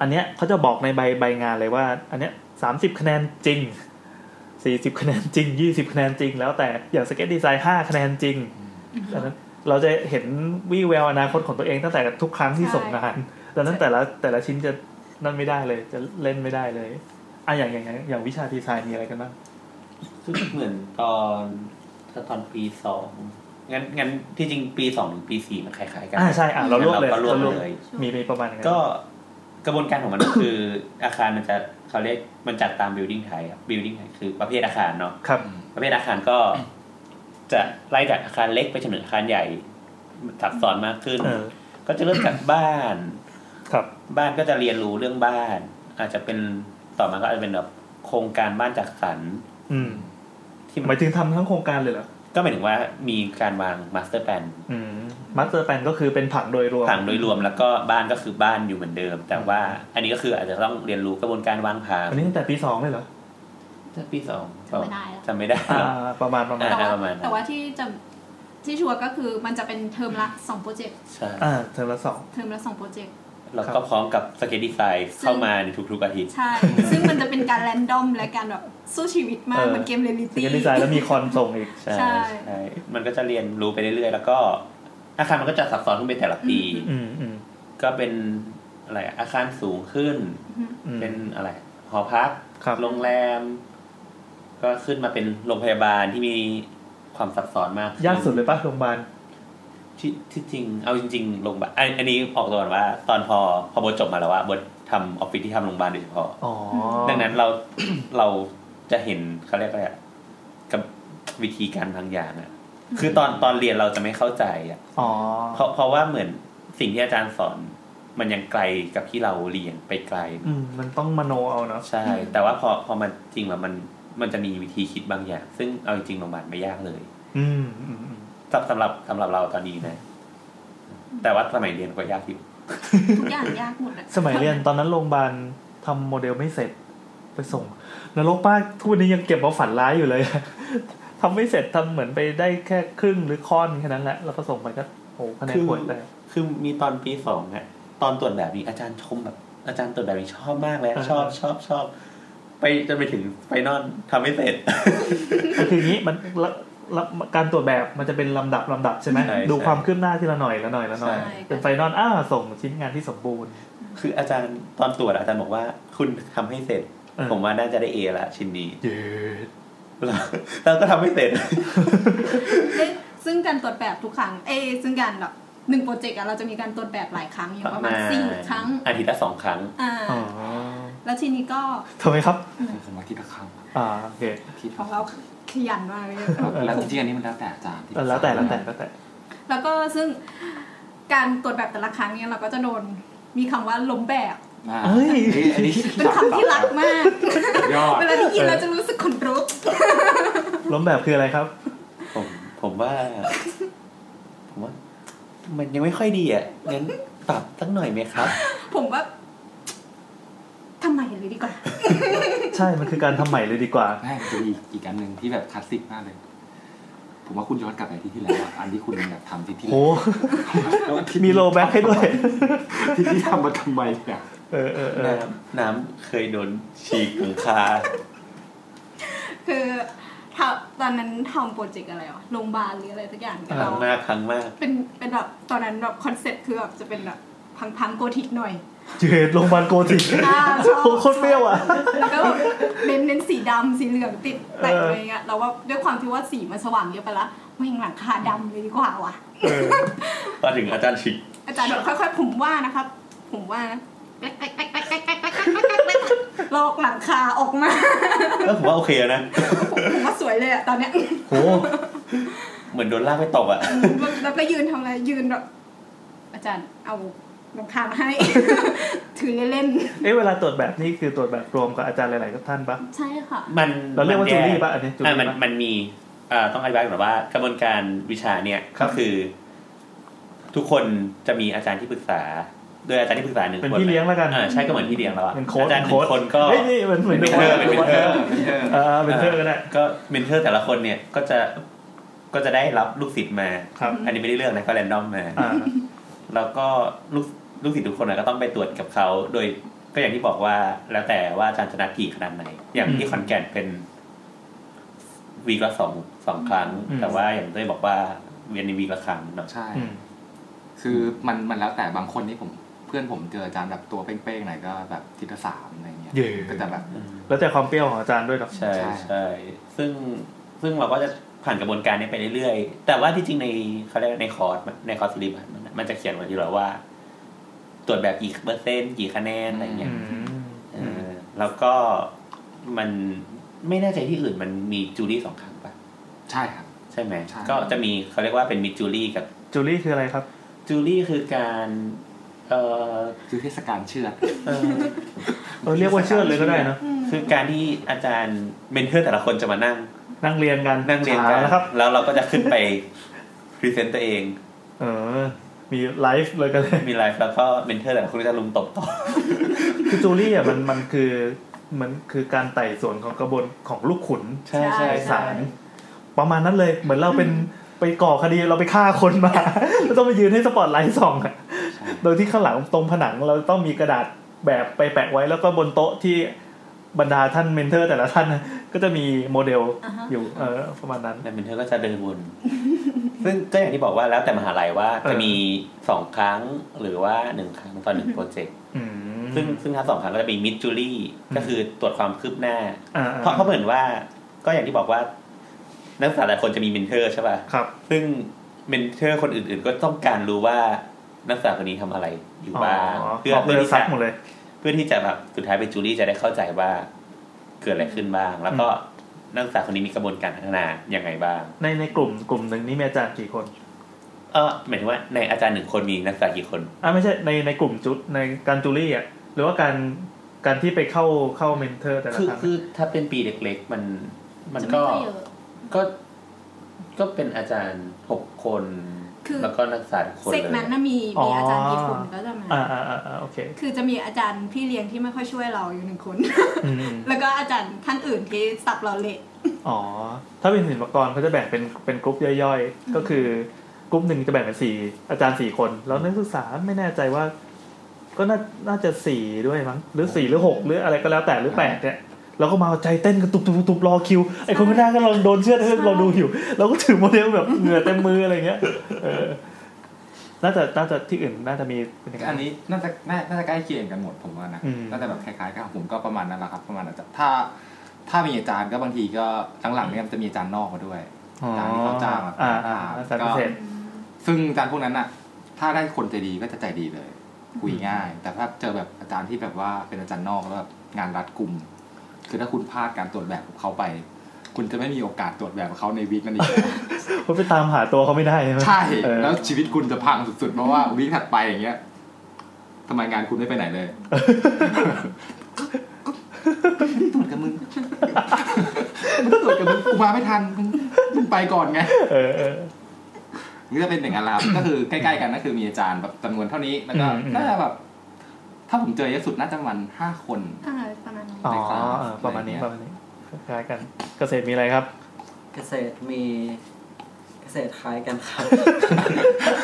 C: อันเนี้ยเขาจะบอกในใบใบงานเลยว่า อันเนี้ยสามสิบคะแนนจริงสี่สิบคะแนนจริงยี่สิบคะแนนจริง แล้วแต่อย่างสเก็ตดีไซน์ห้าคะแนนจริงดังนั้นเราจะเห็นวี่แววอนาคตของตัวเองตั้งแต่ทุกครั้งที่ส่งงานดังนั้นแต่ละแต่ละชิ้นจะนั่นไม่ได้เลยจะเล่นไม่ได้เลยอ่ะอย่างอย่างอย่างอย่างวิชาดีไซน์มีอะไรกันบ้าง
H: ซึ่งเหมือนตอนถ้าตอนปีสองงั้นงั้นที่จริงปีสองถึงปีสี่มันคล้ายๆกัน
C: อ่าใช่อ่ะเรารวบเลย
H: งั้นเราก็รวบเลย
C: มีไปประมาณอย่างนั้น
H: ก็กระบวนการของมันก็คือ อาคารมันจะเขาเรียกมันจัดตาม building type ครับ building type คือประเภทอาคารเนาะ
C: ครับ
H: ประเภทอาคารก็ จะไล่จากอาคารเล็กไปจนถึงอาคารใหญ่ สับสอนมากขึ้น
C: เออ
H: ก็จะเริ่มจากบ้าน
C: ครับ
H: บ้านก็จะเรียนรู้เรื่องบ้าน อาจจะเป็นต่อมาก็อาจจะเป็นแบบโครงการบ้านจัดสรร
C: อืม
H: ที่
C: ห
H: มั
C: มาน ยถึงทำทั้งโครงการเลยเหรอ
H: ก็หมายถึงว่ามีการวางมาสเตอร์แ n น
C: อืมมาสเตอร์แปลนก็คือเป็นผังโดยรวม
H: ผังโดยรวมแล้วก็บ้านก็คือบ้านอยู่เหมือนเดิม แต่ว่าอันนี้ก็คืออาจจะต้องเรียนรู้กระบวนการวางผัง
C: อันนี้ตั้งแต่ปีสองเลยเหรอ
H: ถ้าปีสอง
D: จำไม่ได้แล้ว
H: จำไม่ได้
C: อ่า ประมาณประมาณ
D: แต่
H: อ่า
D: ว่า
H: ประมาณนั้น
D: แต่ว่าที่จะที่ชัวร์ก็คือมันจะเป็นเทอมละสองโปรเจกต์
H: ใช่
C: อ่าเทอมละสอง
D: เทอมละสองโปรเจกต์
H: แล้วก็พร้อมกับสเกตดีไซน์เข้ามาในทุกๆอาทิตย์
D: ใช่ ซึ่งมันจะเป็นการแรนดอมและการแบบสู้ชีวิตมาก
C: เออ
D: เหมือนเกมเรียลลิ
C: ส
D: ตี้
C: เกลดีไซน์แล้วมีคอนส่งอีก
H: ใช่
D: ใช่
H: ใช่ มันก็จะเรียนรู้ไปเรื่อยๆ แล้วก็อาคารมันก็จะซับซ้อนขึ้นไปแต่ละปี
C: อืมอืม
H: ก็เป็นอะไรอะอาคารสูงขึ้น
C: อืม
H: เป็นอะไร หอพัก
C: ครับ
H: โรงแรม ก็ขึ้นมาเป็นโรงพยาบาลที่มีความซับซ้อนมากขึ้น
C: ยากสุดเลยป่ะโรงพยาบาล
H: ที่ที่จริง เอาจริงๆ โรงพยาบาลอันอันนี้ออกตัวก่อนว่า ตอนพอพอบทจบมาแล้วว่าบททำออฟฟิศที่ทำโรงพยาบาลโดยเฉพาะ
C: อ๋อ
H: ดังนั้นเรา เราจะเห็นเขาเรียกอะไรอะกับวิธีการบางอย่างอะคือตอนตอนเรียนเราจะไม่เข้าใจอะ
C: อ๋อ
H: เพราะเพราะว่าเหมือนสิ่งที่อาจารย์สอน มันยังไกลกับที่เราเรียนไปไกล
C: อืมมันต้องมโนเอาเนาะ
H: ใช่ แต่ว่าพอพอมันจริงแล้วมันมันจะมีวิธีคิดบางอย่าง ซึ่งเอาจริงๆโรงพยาบาลไม่ยากเลย
C: อืมอืมอืม
H: สำสำหรับสำหรับเราตอนนี้นะ แต่ว่าสมัยเรียนก็ยากอยู่
D: ทุกอย่างยากหมดอะ
C: สมัยเรียนตอนนั้นโรงพยาบาลทำโมเดลไม่เสร็จ ไปส่งนรกป้าทุกวันนี้ยังเก็บเอาฝันร้ายอยู่เลย ทำไม่เสร็จทำเหมือนไปได้แค่ครึ่งหรือค่อนแค่นั้นแหละแล้วก็ส่งไปก็โอ้โหคะแนนผลแต่
H: คือมีตอนปีสองอะตอนตรวจแบบนี้อาจารย์ชมแบบ อาจารย์ตรวจแบบนี้ชอบมากเลย
C: อ่า
H: ชอบชอบชอบ ไปจนไปถึงไฟนอลทำไม่เสร็จ
C: คืออย่างนี้มันละละการตรวจแบบมันจะเป็นลำดับลำดับใช่ไหม
H: ใช่
C: ดู
H: ใช่
C: ความคืบหน้าทีละหน่อยละหน่อยละหน่อย
D: ใช่
C: เป็นไฟนอลอ้าส่งชิ้นงานที่สมบูรณ์
H: คืออาจารย์ตอนตรวจอาจารย์บอกว่าคุณทำให้เสร็จ
C: เออ
H: ผมว่าน่าจะได้เอละชิ้นนี้
C: เย้
H: แล้วเราก็ทำไม่เสร็จ
D: เอ๊ะซึ่งการตรวจแบบทุกครั้ง เอยซึ่งการแบบหนึ่งโปรเจกต์อะเราจะมีการตรวจแบบหลายครั้งอย่างประมาณสี่ครั้ง
H: อาทิตย์ละสองครั้ง
D: อ่า
C: อ๋อ
D: แล้วทีนี้ก็
C: ทำไมครับ
E: ผมว่าที่ละครั้ง
C: อ่าโอเค
E: ที่
D: ของเราขยันมากเลย
E: แล้วจริงๆอันนี้มันแล้วแต่อาจารย์ที่
C: เออแล้วแต่แล้วแต่แล้วแต่
D: แล้วก็ซึ่งการตรวจแบบแต่ละครั้งเนี่ยเราก็จะโดนมีคำว่าล้มแบบ
E: อ่า
C: เอ้ย
E: อันนี้
D: เป็นคำที่รักม าก
E: ยอด
D: เวลาได้ยินเราจะรู้สึกขนลุก
C: ล้มแบบคืออะไรครับ
H: ผมผมว่า ผมว่า มันยังไม่ค่อยดีอ่ะงั้นปรับสักหน่อยไหมครับ
D: ผมว่าทำไมเลยดีกว่า
C: ใช่มันคือการทำใหม่เลยดีกว่า
E: ไม่จะมีอีกอันหนึ่งที่แบบคลาสสิกมากเลย ผมว่าคุณย้อนกลับไปที่ที่แล้วอะอันที่คุณแบบทำที่ที่
C: โห
E: แล้วแล้วที่
C: มีโลแบ็กให้ด้วย
E: ที่ที่ทำมาทำไมเนี่ย
C: เออเออเออ
H: น้ำน้ำเคยโดนฉีกหลัง คา
D: คือทำตอนนั้นทำโปรเจกต์อะไรวะโรงพยาบาลหรืออะไรสักอย่าง
H: ครั้ง
D: เรา
H: มากครั้งมาก
D: เป็นเป็นแบบตอนนั้นแบบคอนเซ็ปต์คือแบบจะเป็นแบบพังๆโกธิกหน่อย
C: เจดโรงพยาบาลโกธิก
D: อ่า
C: โหโคตรเปรี้ยวอ่ะ
D: แล้วก็แบบเน้นเน้นสีดำสีเหลืองติดแต่ง
C: เอออ
D: อะไรเงี้ยเราว่าด้วยความที่ว่าสีมันสว่างเยอะไปละไม่งหลังคาดำเลยดีกว่าว่ะ
C: เออ
H: ตอนถึงอาจารย์ฉีก
D: อา จารย์บอกค่อยๆ ผมว่านะครับ ผมว่านะลอกหลังคาออกมา
H: แล้วผมว่าโอเคแล้วนะ
D: ผมว่าสวยเลยอะตอนเนี้ย
C: โห
H: เหมือนโดนลากไปตกอ่ะ
D: แล้วก็ยืนทำอะไรยืนแบบอาจารย์เอาหลังคามาให้ ถือเล่น
C: เอ้เวลาตรวจแบบนี่คือตรวจแบบรวมกับอาจารย์หลายๆท่านปะ
D: ๆใช่ค่ะ
H: มัน
C: เราเรียกว่า
H: มัแ
C: จูรี่ปะอันนี้จูรี่
H: อ่ะมัน
C: ปะ
H: มันมีเอ่อต้องอธิบายก่อนว่ากระบวนการวิชาเนี่ย
C: ครั
H: ก็
C: บ
H: คือ ทุกคนจะมีอาจารย์ที่ปรึกษา โดยอาจารย์ที่ปรึกษาหนึ่งคน
C: เป็นพี่เลี้ยงแล้วกัน
H: อ่าใช่ก็เหมือนพี่เลี้ยงแล้วอะ
C: เป็นโค้ด
H: อาจารย์หนึ่งคนก็
C: เฮ้ยนี่มันเหมือน
H: เป็นเทอร์เป็นเทอร์
C: เออเป็นเทอร์ก็ได้
H: ก็เมนเทอร์แต่ละคนเนี่ยก็จะก็จะได้รับลูกศิษย์มา
C: ครับ
H: อันนี้ไม่ได้เลือกนะก็แรนดอมมา
C: อ่า
H: แล้วก็ลูกลูกศิษย์ทุกคนนะก็ต้องไปตรวจกับเขา โดยก็อย่างที่บอกว่าแล้วแต่ว่าอาจารย์จะนัดกี่ขนาดไหน อย่าง
C: อืม
H: ที่ขอนแก่นเป็นวีคละสองสองครั้ง
C: อืม
H: แต่ว่าอย่างเต้ยบอกว่าเวียนในวีคละครั้งเนาะ
E: ใช่
C: อืม
E: คือมันมันแล้วแต่บางคนนี่ผมเพื่อนผมเจออาจารย์แบบตัวเป้งๆหน่อยก็แบบทิศสามอะไรเงี้ย
C: เย้
E: ก็จะแบบ
C: แล้วแต่ความเปรี้ยวของอาจารย์ด้วยเนาะ
H: ใช่
E: ใช่
H: ใช่ซึ่งซึ่งเราก็จะผ่านกระบวนการนี้ไปเรื่อยๆ แต่ว่าที่จริงในเขาเรียกว่าในคอร์สมันในคอร์สสิริบัตรมันนะมันจะเขียนไว้อยู่แล้วว่า ตรวจแบบกี่เปอร์เซ็นต์กี่คะแนนอะไรเงี้
C: อื
H: ย
C: ม
H: เออแล้วก็มันไม่แน่ใจที่อื่นมันมีจูรี่สองครั้งปะ
E: ใช่ครับ
H: ใช่ไหม
E: ใช่
H: ก็จะมีเขาเรียกว่าเป็นมิดจูรี่กับ
C: จ จูลี่คืออะไรครับ
H: จูลี่คือการเออ
E: คือเทศกาลเชือด
H: เออ
C: เออเรียกว่าเชื่อดเลยก็ได้เนอะ
H: คือการที่อาจารย์เมนเทอร์แต่ละคนจะมานั่ง
C: นั่งเรียนกัน
H: นั่งเรียนกัน
C: ช้านะครับ
H: แล้วเราก็จะขึ้นไปพรีเซนต์ตัวเอง
C: เออ มีไลฟ์เลยก็ได้
H: มีไลฟ์แล้วก็เมนเทอร์แต่ละคนก็จะลุมตบต่อ
C: คือจูลี่อ่ะมันมันคือมันคือการไต่สวนของกระบวนของลูกขุน
H: ใช่ใช่
C: ใน
H: ใช่
C: ศาลประมาณนั้นเลยเหมือนเราเป็นไปก่อคดีเราไปฆ่าคนมา แล้วต้องไปยืนให้สปอตไลท์ส่องอะโดยที่ข้างหลังตรงผนังเราต้องมีกระดาษแบบไปแปะไว้แล้วก็บนโต๊ะที่บรรดาท่านเมนเทอร์แต่ละท่านนะก็จะมีโมเดล
D: อ่าฮะ
C: อยู่เออประมาณนั้น
H: แล้วเมนเทอร์ก็จะเดินวน ซึ่งก็อย่างที่บอกว่าแล้วแต่มหาลัยว่า
C: เออ
H: จะมีสองครั้งหรือว่าหนึ่งครั้งต่อหนึ่งโปรเจกต์
C: อืม
H: ซึ่งซึ่งถ้าสองครั้งก็จะมีมิดจูลี่
C: อืม
H: ก็คือตรวจความคืบหน้า
C: อ่า
H: เพราะเขาะเหมือนว่าก็อย่างที่บอกว่า นักศึกษาหลายคนจะมีเมนเทอร์ใช่ป่ะ
C: ครับ
H: ซึ่งเมนเทอร์คนอื่น ๆ ก็ต้องการรู้ว่านักศึกษาคนนี้ทำอะไรอยู่
C: อ๋อ
H: บ้าง
C: เพื่อ
H: เพื่อเพื่อที่
C: ซั
H: จะ
C: กหมดเลย
H: เพื่อที่จะแบบสุดท้ายเป็นจูลี่จะได้เข้าใจว่าเกิดอะไรขึ้นบ้าง แล้วก็นักศึกษาคนนี้มีกระบวนการพัฒนายังไงบ้าง
C: ในในกลุ่มกลุ่มหนึ่งนี่มีอาจารย์กี่คน
H: เออหมายถึงว่าในอาจารย์หนึ่งคนมีนักศึกษากี่คน
C: อ่าไม่ใช่ในในกลุ่มจุดในการจูรี่อ่ะหรือว่าการการที่ไปเข้าเข้าเมนเทอร์แต่ละ
H: คือ
C: ครั้ง
H: คือถ้าเป็นปีเล็ก ๆ มันมัน
D: จะ
H: ก็
D: ไม่ค่อยเยอะ
H: ก็ก็เป็นอาจารย์หกคน
D: คือ
H: แล้วก็นักศึกษาทุกคน
D: เซ
H: เล
D: ก
H: ย
D: นั้นน่ะมีมีอาจารย์ญี่ปุ่นก็จะมา
C: อ่าอ่าอ่าอ่าโอเค
D: คือจะมีอาจารย์พี่เลี้ยงที่ไม่ค่อยช่วยเราอยู่หนึ่งคน
C: อืมอืม
D: แล้วก็อาจารย์ท่านอื่นที่สับเราเละ
C: อ๋อ ถ้าเป็นศิลปากรเขาจะแบ่งเป็นเป็นกรุ๊ปย่อยๆ ก็คือกรุ๊ปหนึ่งจะแบ่งเป็นสี่อาจารย์สี่คน แล้วนักศึกษาไม่แน่ใจว่า ก็น่าน่าจะสี่ด้วยมั้งหรือสี่หรือหกหรืออะไรก็แล้วแต่หรือแปดเนี่ยเราก็มาเอาใจเต้นกันตุบตุบตุบรอคิวไอ้คนข้างหน้าก็ลองโดนเชือดเฮ้ยเราดูอยู่เราก็ถือโมเดลแบบเหงื่อเต็มมืออะไรเงี้ยเออน่าจะน่าจะที่อื่นน่าจะมีเป็นอย่าง
E: อัน
C: นี้
E: นี้น่าจะน่าน่าจะใกล้เคียงกันหมดผมว่านะ
C: อืม
E: น่าจะแบบคล้ายๆกันผมก็ประมาณนั้นแหละครับ ประมาณนั้นจะถ้า ถ้ามีอาจารย์ก็บางทีก็หลังๆเนี่ยมันจะมีอาจารย์นอกมาด้วย
C: อ๋อ
E: ตามที่เขาจ้างมา
C: อ่าอ่าอาจารย์เกษตร
E: ซึ่งอาจารย์พวกนั้นอะถ้าได้คนใจดีก็จะใจดีเลยคุยง่าย แต่ถ้าเจอแบบอาจารย์ที่แบบว่าเป็นอาจารย์นอกแล้วแบบงานรัดกลุ่ม คือถ้าคุณพลาดการตรวจแบบของเขาไป คุณจะไม่มีโอกาสตรวจแบบของเขาในวีคนั้นอีก
C: เพราะไปตามหาตัวเขาไม่ได้ใช่ไหม
E: ใช่
C: เออ
E: แล้วชีวิตคุณจะพังสุดๆ เพราะว่าวีคถัดไปอย่างเงี้ยทำไมงานคุณไม่ไปไหนเลย ตรวจกับมึงมึงตรวจกับมึงกูมาไม่ทันมึงมึงไปก่อนไง
C: เออเออ
E: นี่จะเป็นอย่างนั้นแหละครับ ก็คือใกล้ๆกันก็คือมีอาจารย์แบบจำนวนเท่านี้แล้วก็
C: อืมอืม
E: น่าจะแบบ ถ้าผมเจอเยอะสุดน่าจะประมันห้าคน
D: อ่าประมาณนั้น
C: อ๋อ
E: ในคลาส
C: เออประมาณนี้ประมาณนี้คล้ายๆกันเกษตรมีอะไรครับ
G: เกษตรมีเกษตรคล้ายกันครับ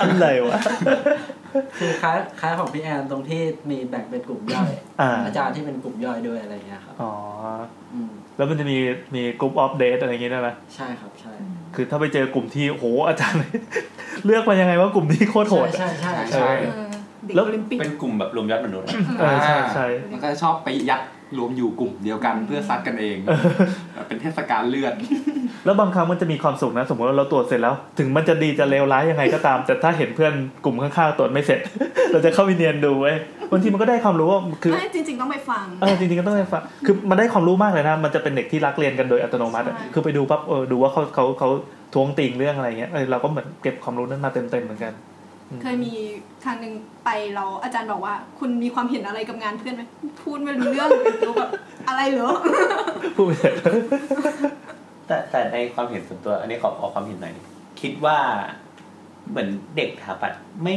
C: อะไรวะ
G: คือคล้ายคล้ายของพี่แอนตรงที่มีแบ่งเป็นกลุ่มย่อย
C: อ่า
G: อาจารย์ที่เป็นกลุ่มย่อยด้วยอะไรเงี้ยครับ
C: อ๋อ
G: อืม
C: แล้วมันจะมีมีกลุ่มออฟเดตอะไรอย่างงี้ได้วยไหม
G: ใช่ครับใช่
C: คือถ้าไปเจอกลุ่มที่โหอา จารย์ เลือกมายังไงว่ากลุ่มที่โคตรโหดอะ
G: ใช่ใช่
E: ใช่
G: ใช่
D: เออเด็ก
C: แล้ว
D: โอลิมปิก
H: เป็นกลุ่มแบบรวมยอดมนุษย์อะ
C: เออใช่ใช่
E: มันก็จะชอบไปยัดรวมอยู่กลุ่มเดียวกันเพื่อซัดกันเองแบบเป็นเทศกาลเลือด
C: แล้วบางครั้งมันจะมีความสุขนะ สมมติว่าเราตรวจเสร็จแล้ว ถึงมันจะดีจะเลวร้ายยังไงก็ตาม แต่ถ้าเห็นเพื่อนกลุ่มข้างๆตรวจไม่เสร็จ เราจะเข้าไปเนียนดูเว้ยบางทีมันก็ได้ความรู้ว่าคือ
D: ไม่จริง ๆ ต้องไปฟัง
C: เออจริงๆก็ต้องไปฟังคือมันได้ความรู้มากเลยนะ มันจะเป็นเด็กที่รักเรียนกันโดยอัตโนมัติอะ
D: ใช่
C: คือไปดูปั๊บเออดูว่าเขาเขาเขาทวงติงเรื่องอะไรเงี้ยเออเราก็เหมือนเก็บความรู้นั้นมาเต็มๆเหมือนกันอืม
D: เคยมีครั้งหนึ่งไปเราอาจารย์บอกว่า คุณมีความเห็นอะไรกับงานเพื่อนไหมพูดไม่รู้เรื่องเลยรู้แบบอะไรเหรอ
C: พูดไปเสร็จ
H: แต่แต่ในความเห็นส่วนตัว อันนี้ขอขอความเห็นหน่อยคิดว่าเหมือนเด็กถาปัดไม่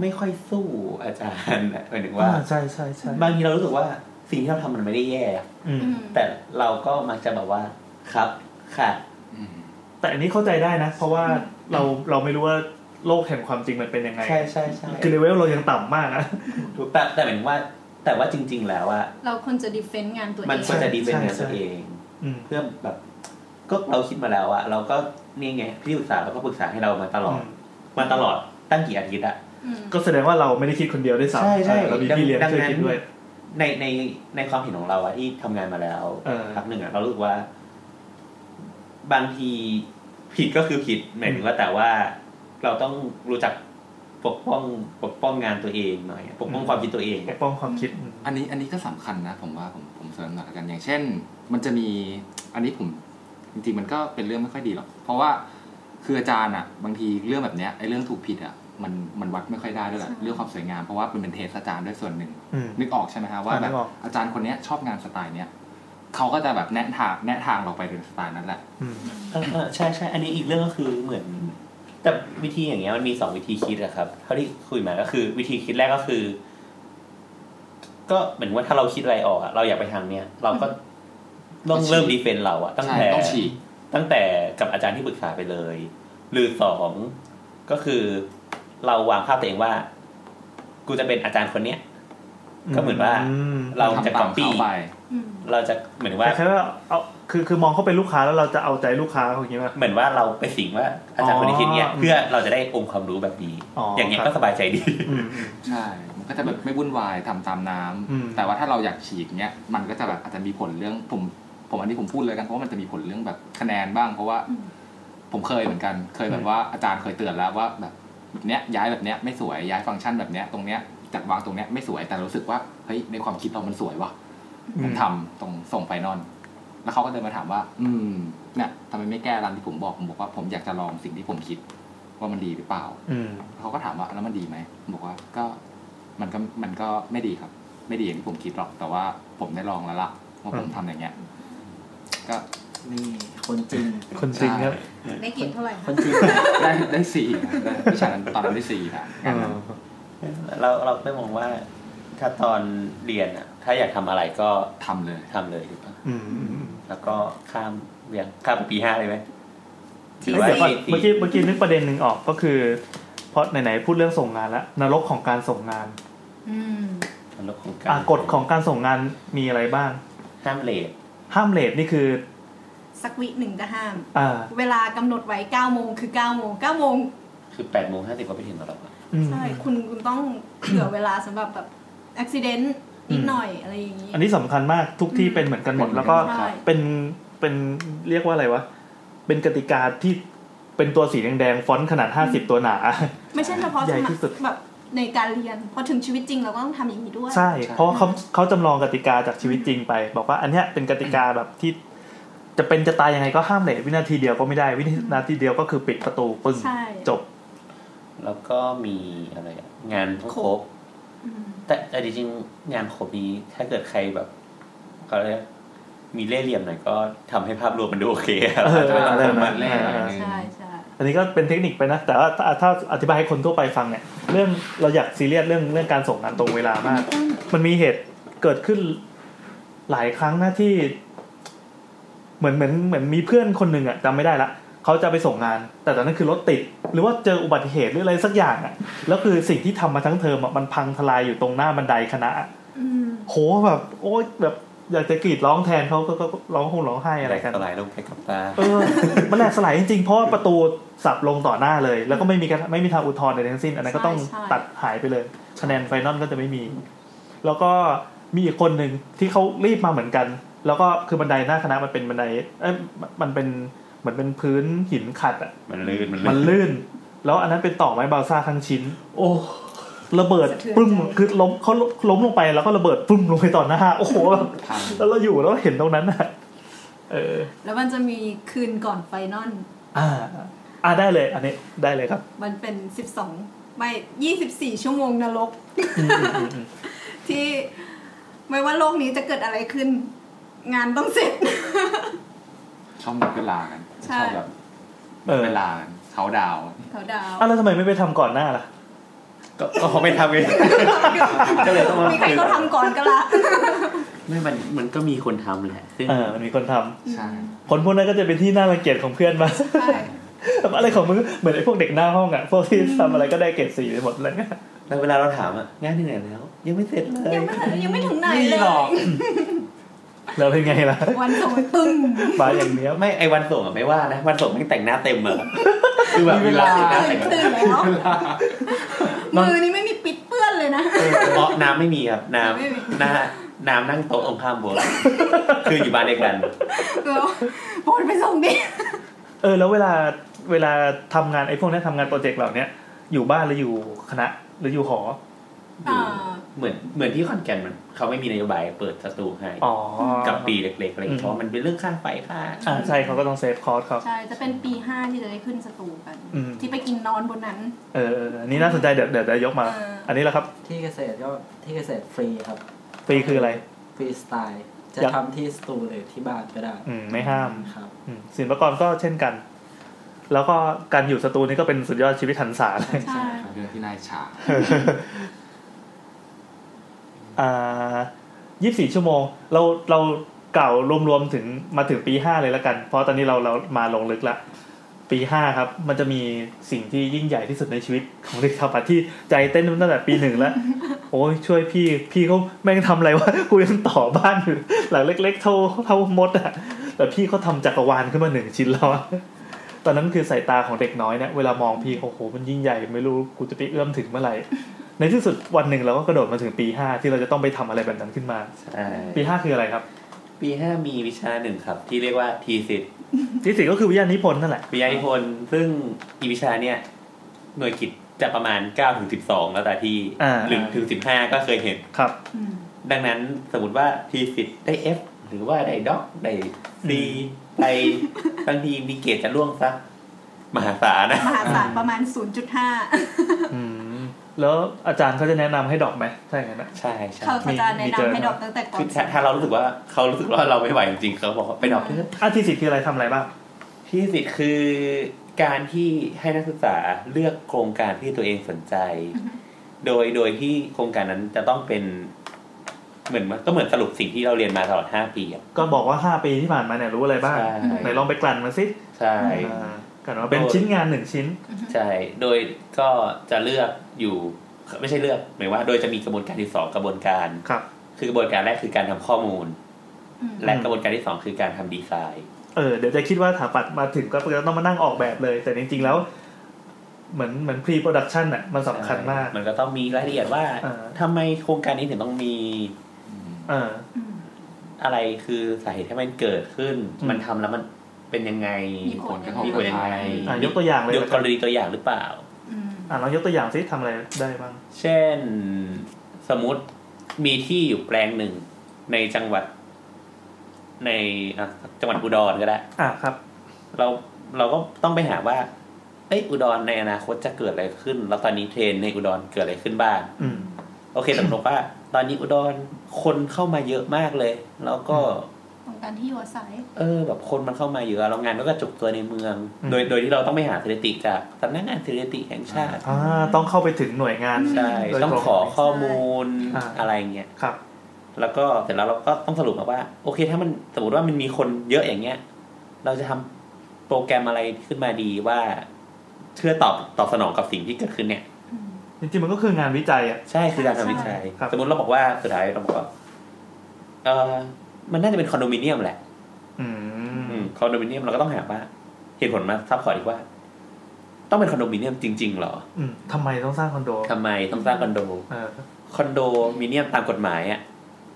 H: ไม่ค่อยสู้อาจารย์อะหมายถึงว่า
C: อ่ใช่ใช่ใช่
H: บางทีเรารู้สึกว่าสิ่งที่เราทำมันไม่ได้แย่อะ
C: อืม
D: อืม
H: แต่เราก็มักจะแบบว่าครับค่ะ
C: แต่อันนี้เข้าใจได้นะ เพราะว่าเราเราไม่รู้ว่าโลกแห่งความจริงมันเป็นยังไง
H: ใช่ใช่ใช่
C: คือเลเวลเรายังต่ำมากอะ
H: ถูกแต่แต่หมายถึงว่า แต่ว่าจริง ๆ แล้วอะ
D: เราควรจะดีเฟนต์งานตัวเอง
H: มันควรจะดีเป็นงาน
C: ใช่
H: ตัวเอง
C: อืม
H: เพื่อแบบ ก็เราคิดมาแล้วอะเราก็นี่ไงที่ปรึกษาแล้วก็ปรึกษาให้เรามาตลอดมาตลอดตั้งกี่อาทิตย์อะ
D: อืม
C: ก็แสดงว่าเราไม่ได้คิดคนเดียวด้วยซ้ำ
H: ใช่ใช่
C: เออเรามีพี่เลี้ยง
H: ดัง
C: ช่วย
H: นั้น
C: คิดด้วย
H: ในในในความเห็นของเราอะที่ทำงานมาแล้ว
C: เออ
H: พักหนึ่งอะเรารู้สึกว่า บางทีผิดก็คือผิดหมายถึงว่าแต่ว่าเราต้องรู้จักปกป้องปกป้องงานตัวเองหน่อยปกป้อง
C: อืม
H: ความคิดตัวเอง
C: ปกป้องความคิดอืม
E: อันนี้อันนี้ก็สำคัญนะผมว่าผมผมเสริมหน่อยละกันอย่างเช่น มันจะมี อันนี้ผมจริงๆมันก็เป็นเรื่องไม่ค่อยดีหรอก เพราะว่า คืออาจารย์อ่ะ บางทีเรื่องแบบเนี้ยไอ้เรื่องถูกผิดอ่ะมันมันวัดไม่ค่อยได้ด้วยแหละ
D: ใช่
E: เรื่องความสวยงามเพราะว่ามันเป็นเทสอาจารย์ด้วยส่วนหนึ่ง
C: อืม
E: นึกออกใช่ไหมฮะว่า
C: อ่า
E: แบ
C: นึ
E: บ
C: กออก
E: อาจารย์คนเนี้ยชอบงานสไตล์เนี้ยเขาก็จะแบบแนะทางแนะทางเราไปในสไตล์นั้นแหละ
C: อืม
H: เออเออใช่ใช่อันนี้อีกเรื่องก็คือเหมือน แต่วิธีอย่างเงี้ยมันมีสองวิธีคิดอะครับเท่าที่คุยมาก็คือ วิธีคิดแรกก็คือ ก็เหมือนว่าถ้าเราคิดอะไรออกอะเราอยากไปทางเนี้ยเราก็ต้องเริ่มดีเฟนต์เราอะตั้ง
E: ใช่
H: แต่
E: ต้องฉีก
H: ตั้งแต่กับอาจารย์ที่ปรึกษาไปเลย หรือสองก็คือเราวางภาพตัวเองว่า กูจะเป็นอาจารย์คนเนี้ย ก็เหมือนว่า เราจะก๊
E: ทำตา
H: อ
E: ม
H: ปปี้
E: เขาไป
D: อืม
H: เราจะเหมือน
C: แต่
H: ว่า
C: แค่ว่าเอาคือคือมองเขาเป็นลูกค้าแล้วเราจะเอาใจลูกค้าเขาอย่างนี้ป่ะ
H: เหมือนว่าเราไปสิงว่าอาจารย์คนนี้คิดเนี้ย
C: อ๋อ
H: เพื่อเราจะได้องค์ความรู้แบบนี้
C: อ๋ออ
H: อย่างเงี้ย
C: ครับ
H: ก็สบายใจดี
C: อืม
E: ใช่ มันก็จะแบบไม่วุ่นวายทำตามน้ำ
C: อืม
E: แต่ว่าถ้าเราอยากฉีกเนี้ย มันก็จะแบบอาจจะมีผลเรื่องผม ผมอันนี้ผมพูดเลยกันเพราะว่ามันจะมีผลเรื่องแบบคะแนนบ้าง เพราะว่า
D: อืม
E: ผมเคยเหมือนกัน เคยแบบว่าอาจารย์เคยเตือนแล้วว่าแบบเนี้ยย้ายแบบเนี้ยไม่สวย ย้ายฟังก์ชันแบบเนี้ยตรงเนี้ยจัดวางตรงเนี้ยไม่สวย แต่รู้สึกว่าเฮ้ยในความคิดเรามันสวยว่ะ ผมทำตรงส่งไฟนอลแล้วเขาก็เดินมาถามว่า อืม เนี่ยทำไมไม่แก้รันที่ผมบอก ผมบอกว่าผมอยากจะลองสิ่งที่ผมคิด ว่ามันดีหรือเปล่า
C: อืม
E: เขาก็ถามว่าแล้วมันดีไหมผมบอกว่าก็มันก็มันก็ไม่ดีครับ ไม่ดีอย่างที่ผมคิดหรอก แต่ว่าผมได้ลองแล้วล่ะว่าผมทำอย่างเงี้ย ก็
G: นี่คนจริง
C: คนจริงครับ
D: ได้เกรดเท่าไหร่
G: ค
D: คะ
G: นจริง
E: ได้ได้สี่ครับได้วิชานั้นตอนนั้นได้สี่ครับงานนั้น
H: เราเราไม่มองว่า ถ้าตอนเรียนอะถ้าอยากทำอะไรก็
E: ทำเลย
H: ทำเลยดีกว่า
C: อืมอืมอืม
H: แล้วก็ข้ามเรียนข้ามไปปีห้าเลยไหมถือว่า
C: เดี๋ยวก่อน
H: ปี
C: เมื่อกี้เมื่อกี้นึกประเด็นหนึ่งออกก็คือเพราะไหนๆพูดเรื่องส่งงานแล้วนรกของการส่งงาน
K: อืม
H: นรกของการ
C: อ่ะกฎของการส่งงานมีอะไรบ้าง
H: ห้ามเลท
C: ห้ามเลทนี่คือ
D: สักวิหนึ่งก็ห้าม
C: อ่า
D: เวลากำหนดไว้9ก้าโมงคือ9ก้าโมงเก้าโมง
H: คือแปดโมงห้าสิบก็ไปถึงแล้วหรอกอะ
C: อืม
D: ใช่คุณคุณต้อง เผื่อเวลาสำหรับแบบอุบิเหตุนิดหน่อยอะไรอย่างนี้
C: อันนี้สำคัญมากทุกที่เป็นเหมือนกันหมด
E: เป็น
C: แล้วก็
D: ใช่
C: เป็นเป็นเรียกว่าอะไรวะ เป็นกติกาที่เป็นตัวสีแดงๆฟอนต์ขนาด 50 ตัวหนา
D: ไม่ใช่เฉพาะ
C: ใหญ่
D: สมั
C: ที่สุด
D: ครแบบในการเรียนพอถึงชีวิตจริงเราก็ต้องทำอย่างนี้ด้วย
C: ใช่ เพราะเขาเขาจำลองกติกาจากชีวิตจริงไป บอกว่าอันเนี้ยเป็นกติกาแบบที่ จะเป็นจะตายยังไงก็ห้ามเลยวินาทีเดียวก็ไม่ได้วินาทีเดียวก็คือปิดประตูปึ้ง
D: ใช่
C: จบ
H: แล้วก็มีอะไรอะงานต้องครบ
D: อืม
H: แต่แต่จริงๆงานโคบนี้ถ้าเกิดใครแบบเขาเรียกมีเล่ห์เหลี่ยมหน่อยก็ทำให้ภาพรวมมันดูโอเคครับ
C: เออ
H: แต่ว่า
E: อาจจะต้องเล่น
C: เออ
D: ใช่ใช่
C: อันนี้ก็เป็นเทคนิคไปนะ แต่ว่าถ้าถ้าอธิบายให้คนทั่วไปฟังเนี่ยเรื่องเราอยากซีเรียสเรื่องเรื่องการส่งงานตรงเวลามาก มันมีเหตุเกิดขึ้นหลายครั้งนะที่ เหมือนเหมือนเหมือนมีเพื่อนคนหนึ่งอะจำไม่ได้ละเขาจะไปส่งงาน แต่ตอนนั้นคือรถติด หรือว่าเจออุบัติเหตุหรืออะไรสักอย่างอะแล้วคือสิ่งที่ทำมาทั้งเทอมอะมันพังทลายอยู่ตรงหน้าบันไดคณะอะ
D: อืม
C: โหแบบ โอ๊ยแบบอยากจะกรีดร้องแทนเขาก็ก็ก็ร้องคงร้องไห้อะไรกัน
H: สลายลงไปกับตา
C: เออ มันแหลกสลายจริงๆ เพราะว่าประตูสับลงต่อหน้าเลย แล้วก็ไม่มีการไม่มีทางอุทธรณ์ใดทั้งสิ้น อันนั้นก็ต้องตัดหายไปเลยคะแนนไฟนอลก็จะไม่มี แล้วก็มีอีกคนหนึ่งที่เขารีบมาเหมือนกัน แล้วก็คือบันไดหน้าคณะมันเป็นบันได เอ้ยมันเป็นเหมือนเป็นพื้นหินขัดอ่ะ
H: มันลื่นมัน
C: มัน
H: ลื่น
C: ลื่น แล้วอันนั้นเป็นต่อไม้บาซ่าทั้งชิ้น โอ้ระเบิดปึ้มคือล้มเขาล้มลงไปแล้วก็ระเบิดปึ้มลงไปต่อหน้า โอ้โหแบบ
E: พัง
C: แล้วเราอยู่แล้วเห็นตรงนั้นอ่ะเออ
D: แล้วมันจะมีคืนก่อนไฟนอล
C: อ่า อ่าได้เลย อันนี้ได้เลยครับ
D: มันเป็น 12 ไม่ 24 ชั่วโมงนรก ที่ไม่ว่าโลกนี้จะเกิดอะไรขึ้น งานต้องเสร็จ
E: ชอบนับเวลากัน
D: ใช่
E: ชอบแบบ
C: เออ
E: เวลากันเขาดาวน์
D: เขาดาว
C: อ่ะแล้วทำไมไม่ไปทำก่อนหน้าล่ะ
H: ก็ก็เขาไม่ทำเอง ก็เลยต้องมา
D: มีใครก็ทำก่อนก็ละ
H: ไม่มันมันก็มีคนทำแหละซึ่ง
C: เอ่ามันมีคนทำ
E: ใช่
C: ผลพวกนั้นก็จะเป็นที่น่ารังเกียจของเพื่ อนมา
D: ใช่
C: แบบอะไรของมึงเหมือนไอ้พวกเด็กหน้าห้องอ่ะ พวกที่ทำอะไรก็ได้เกรดสี่ไปหมดเลย
H: แล้วเวลาเราถามอะงานที่ไหนแล้ว ยังไม่เสร็จเลย
D: ยังไม่ถึงยังไม่ถึงไหนเล
E: นี่
D: ย
E: หรอก
C: แล้วเป็นไงล่ะ
D: วันส่งไปปึ้ง
C: บาอย่างเนี้ย
H: ไม่ไอวันส่งอะไม่ว่านะวันส่งแม่งแต่งหน้าเต็มเลยคือแบบ
E: มีเวลา
D: ตื่นตื่นแล้วมือนี่ไม่มีปิดเปื้อนเลยนะ
H: เพราะน้ำไม่มีครับน้
D: ไม่มี
H: ำหน้าน้ำนั่งโต๊ะตรงข้ามโบสถ์คืออยู่บ้านเดียวกัน
D: แล้วโบนไปส่งดิ
C: เออ แล้วเวลาเวลาทำงานไอ้พวกเนี้ยทำงานโปรเจกต์เหล่าเนี้ยอยู่บ้านหรืออยู่คณะหรืออยู่หอ
D: อ่า
H: เหมือนเหมือนที่ขอนแก่นมันเขาไม่มีนโยบายเปิดสตูให้
C: อ๋อ
H: กับปีเล็กๆอะไรอย่างเงี้
C: อืม
H: ยเพราะมันเป็นเรื่องค่าไฟค่า
C: อ่าใช่เขาก็ต้องเซฟคอร์สครับ
D: ใช่จะเป็นปีห้าที่จะได้ขึ้นสตูกัน
C: อืม
D: ที่ไปกินนอนบนนั้น
C: เออเอออันนี้น่าสนใจเดี๋ยวเดี๋ยวจะยกมา
D: เอออั
C: อันนี้แหละครับ
G: ที่เกษตรก็ที่เกษตรฟรีครับ
C: ฟรีคืออะไร
G: ฟรีสไตล์ จะ
C: อยาก
G: ทำที่สตูหรือที่บ้านก็ได้
C: อืมไม่ห้าม
G: ครับ
C: อืมศิลปากรก็เช่นกัน แล้วก็การอยู่สตูนี่ก็เป็นสุดยอดชีวิตหันษาเลย
D: ใช่
E: เรื่องที่น่าอิจฉา
C: อ่ายี่สี่ชั่วโมง เราเราเกล่าวรวมๆถึงมาถึงปีห้าเลยแล้วกัน เพราะตอนนี้เราเรามาลงลึกละปีห้าครับ มันจะมีสิ่งที่ยิ่งใหญ่ที่สุดในชีวิตของเด็กชาวปัดที่ใจเต้นตั้งแต่ปีหนึ่งแล้ว โอ้ยช่วยพี่พี่เขาแม่งทำอะไรวะ กูยังต่อบ้านอยู่หลังเล็ก ๆ เท่าเท่ามดอะแต่พี่เขาทำจักรวาลขึ้นมาหนึ่งชิ้นแล้วอะ ตอนนั้นคือสายตาของเด็กน้อยเนี่ยเวลามองพี่เขาโอ้โหมันยิ่งใหญ่ไม่รู้กูจะไปเอื้อมถึงเมื่อไหร่ ในที่สุดวันหนึ่งเราก็กระโดดมาถึงปีห้าที่เราจะต้องไปทำอะไรแบบนั้นขึ้นมา
H: ใช่
C: ปีห้าคืออะไรครับ
H: ปีห้ามีวิชาหนึ่งครับ ที่เรียกว่าทีสิทธิ์
C: ที่สี่ก็คือวิทยานิพนธ์นั่นแหละ
H: วิทยานิพนธ์ซึ่งอีวิชาเนี่ยหน่วยกิจจะประมาณ9ก้าถึงสิบสองแล้วแต่ที่
C: อ่า
H: หรือถึงสิบห้าก็เคยเห็น
C: ครับ
D: อืม
H: ดังนั้นสมมติว่าทีสิทธิ์ได้ F หรือว่าได้ด็อกได้ดีไป บางทีมีเกรดจะล่วงซะมหาศาลนะ
D: มหาศาลประมาณ 0.5
C: อืมแล้วอาจารย์เขาจะแนะนำให้ดรอกไหมใช่ไหมนะ
H: ใช่ใช่
D: เขาเขาจะ
C: มี
D: แนะ
C: เจอ
D: นำให้ดอกตั้งแต่ก่อ
H: คื
D: น
H: อถ้าถ้าเรารู้สึกว่าเขารู้สึกว่าเราไม่ไหวจริงๆเขาบอกว่าไปดรอกเถอะ
C: อ่ะที่สี่คืออะไรทำอะไรบ้าง
H: ที่สิทธิ์คือการที่ให้นักศึกษาเลือกโครงการที่ตัวเองสนใจ โดยโดยที่โครงการนั้นจะต้องเป็นเหมือนว่าก็เหมือนสรุปสิ่งที่เราเรียนมาตลอดห้าปีอะ
C: ก็บอกว่าห้าปีที่ผ่านมาเนี่ยรู้อะไรบ้าง
H: ใช่
C: ไหนลองไปกลั่นมาสิ
H: ใช่
C: อ่ากลั่นมาเป็นชิ้นงานหนึ่งชิ้น
H: ใช่ โดยก็จะเลือกอยู่ไม่ใช่เลือกหมายว่า โดยจะมีกระบวนการที่สองกระบวนการ
C: ครับ
H: คือกระบวนการแรกคือการทำข้อมูล
D: อืม
H: และกระบวนการที่สองคือการทำดีไซน์
C: เออเดี๋ยวจะคิดว่าถาปัดมาถึงก็จะต้องมานั่งออกแบบเลย แต่จริงๆแล้ว เหมือนเหมือนพรีโปรดักชันอ่ะมันสำคัญมาก
H: มันก็ต้องมีรายละเอียดว่า
C: อ่า
H: ทำไมโครงการนี้ถึงต้องมี
C: เออ
D: อืม
H: อะไรคือสาเหตุให้มันเกิดขึ้น
C: อืม
H: มันทำแล้วมันเป็นยังไง
D: มีผ
E: ผลกระทบ
H: มีผลยังไง
C: อ่ะยกตัวอย่างเลย
H: ยก
C: ละ
H: ก
C: กัน
H: รณีตัวอย่างหรือเปล่า
D: อืม
C: อ่ะลองยกตัวอย่างสิทำอะไรได้บ้าง
H: เช่น สมมติมีที่อยู่แปลงหนึ่งในจังหวัด ในอ่ะจังหวัดอุดรก็ได้
C: อ่ะครับ
H: เราเราก็ต้องไปหาว่า เอ้ยอุดรในอนาคตจะเกิดอะไรขึ้น แล้วตอนนี้เทรนด์ในอุดรเกิดอะไรขึ้นบ้าง
C: อืม
H: โอเคสมมติว่า ตอนนี้อุดรคนเข้ามาเยอะมากเลย แล้วก็
D: ของการที่อยู่อาศัย
H: เออแบบคนมันเข้ามาเยอะแล้วงานก็กระจุกตัวในเมือง
C: อืม
H: โดยโดยที่เราต้องไปหาสถิติจากสำนักงานสถิติแห่งชาติ
C: อ่าต้องเข้าไปถึงหน่วยงาน
H: ใช่
C: โดย
H: ต้องขอข้อมูล
C: อ่า
H: อะไรเงี้ย
C: ครับ
H: แล้วก็เสร็จแล้วเราก็ต้องสรุปมาว่า โอเค ถ้ามันสมมติว่ามันมีคนเยอะอย่างเงี้ย เราจะทำโปรแกรมอะไรขึ้นมาดีว่า เชื่อตอบตอบสนองกับสิ่งที่เกิดขึ้นเนี่ย
D: อืม
C: จริงๆมันก็คืองานวิจัยอ่ะ
H: ใช่คือการทำวิจัย
C: ครับ
H: สมมติเราบอกว่าสุดท้ายเราบอกว่าเออมันน่าจะเป็นคอนโดมิเนียมแหละ
C: อืม
H: อืมคอนโดมิเนียมเราก็ต้องหาว่าเหตุผลมาซับพอร์ตอีกว่า ต้องเป็นคอนโดมิเนียมจริง ๆ เหรอ
C: อืมทำไมต้องสร้างคอนโด
H: ทำไมต้องสร้างคอนโด
C: เออ
H: คอนโดมิเนียมตามกฎหมายอ่ะ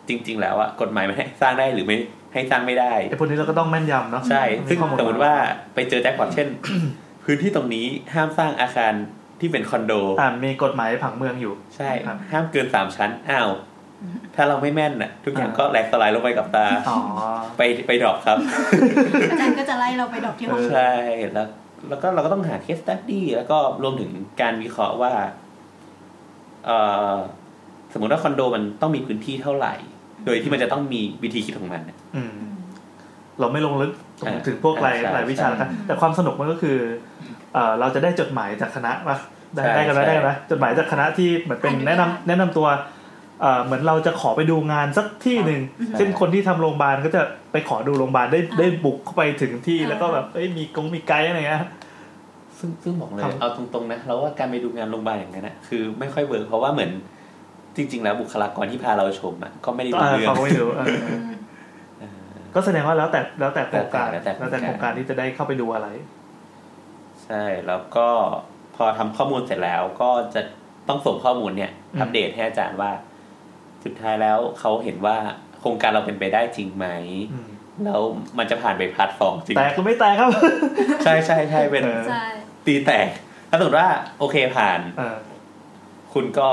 H: จริง ๆ แล้วอ่ะกฎหมายมันให้สร้างได้หรือไม่ให้สร้างไม่ได้
C: ไอพวกนี้เราก็ต้องแม่นยำเนาะ
H: ใช่ ซึ่ง
C: ข้อล
H: สมมติว่าไปเจอแจ็คพอตเช่น พื้นที่ตรงนี้ห้ามสร้างอาคารที่เป็นคอนโด
C: อ่ามีกฎหมายผังเมืองอยู่
H: ใช่
C: ครับ
H: ห้ามเกินสามชั้นอ้าวถ้าเราไม่แม่นอ่ะ ทุกอย่างก็แหลกสลายลงไปกับตา
C: อ๋อ
H: ไปไปดรอปครับ
D: อาจารย์ก็จะไล่เราไปดอกที่ห้อง
H: ใช่แล้วแล้วก็เราก็ต้องหา case study แล้วก็รวมถึงการวิเคราะห์ว่าเอ่อสมมติว่าคอนโดมันต้องมีพื้นที่เท่าไหร่ โดยที่มันจะต้องมีวิธีคิดของมันน่ะ
C: อืม เราไม่ลงลึก
H: ใช่
C: ถึงพวกราย
H: ใช่
C: รายวิชา
H: ใช่
C: แล้วกันแต่ความสนุกมันก็คือเอ่อเราจะได้จดหมายจากคณะปะได้
H: ใช่
C: ได้กันไหม
H: ใช่
C: ได้กันไหมจดหมายจากคณะที่เหมือนเป็นแนะนำแนะนำตัวเอ่อเหมือนเราจะขอไปดูงานสักที่หนึ่งเช่นคนที่ทำโรงพยาบาลก็จะไปขอดูโรงพยาบาลได้ได้บุกเข้าไปถึงที่แล้วก็แบบเอ้ยมีกงมีไกด์อะไรเงี้ย
H: ซึ่งซึ่งบอกเลย
C: ครับ
H: เอาตรงๆนะเราว่าการไปดูงานโรงพยาบาลอย่างนั้นนะคือไม่ค่อยเวิร์กเพราะว่าเหมือนจริง ๆ แล้วบุคลากรที่พาเราชมอ่ะก็ไม่ได้
C: เออ
H: รู้เรื่อง
C: เขาก็ไม่รู้เออเออก็แสดงว่าแล้วแต่แล้วแต่โครงการ
H: แล้วแต่โครงการ
C: แล้วแต่โครงการที่จะได้เข้าไปดูอะไร
H: ใช่แล้วก็พอทำข้อมูลเสร็จแล้วก็จะต้องส่งข้อมูลเนี่ย
C: อืม
H: อัปเดตให้อาจารย์ว่า สุดท้ายแล้วเขาเห็นว่าโครงการเราเป็นไปได้จริงไหม
C: อืม
H: แล้วมันจะผ่านไปพาร์ทสองจริง
C: แตกหรือไม่แตกครับ
H: ใช่ใช่ใช่เป็น
C: เออ
D: ใช่
H: ตีแตกถ้าสมมติว่าโอเคผ่าน
C: เออ
H: คุณก็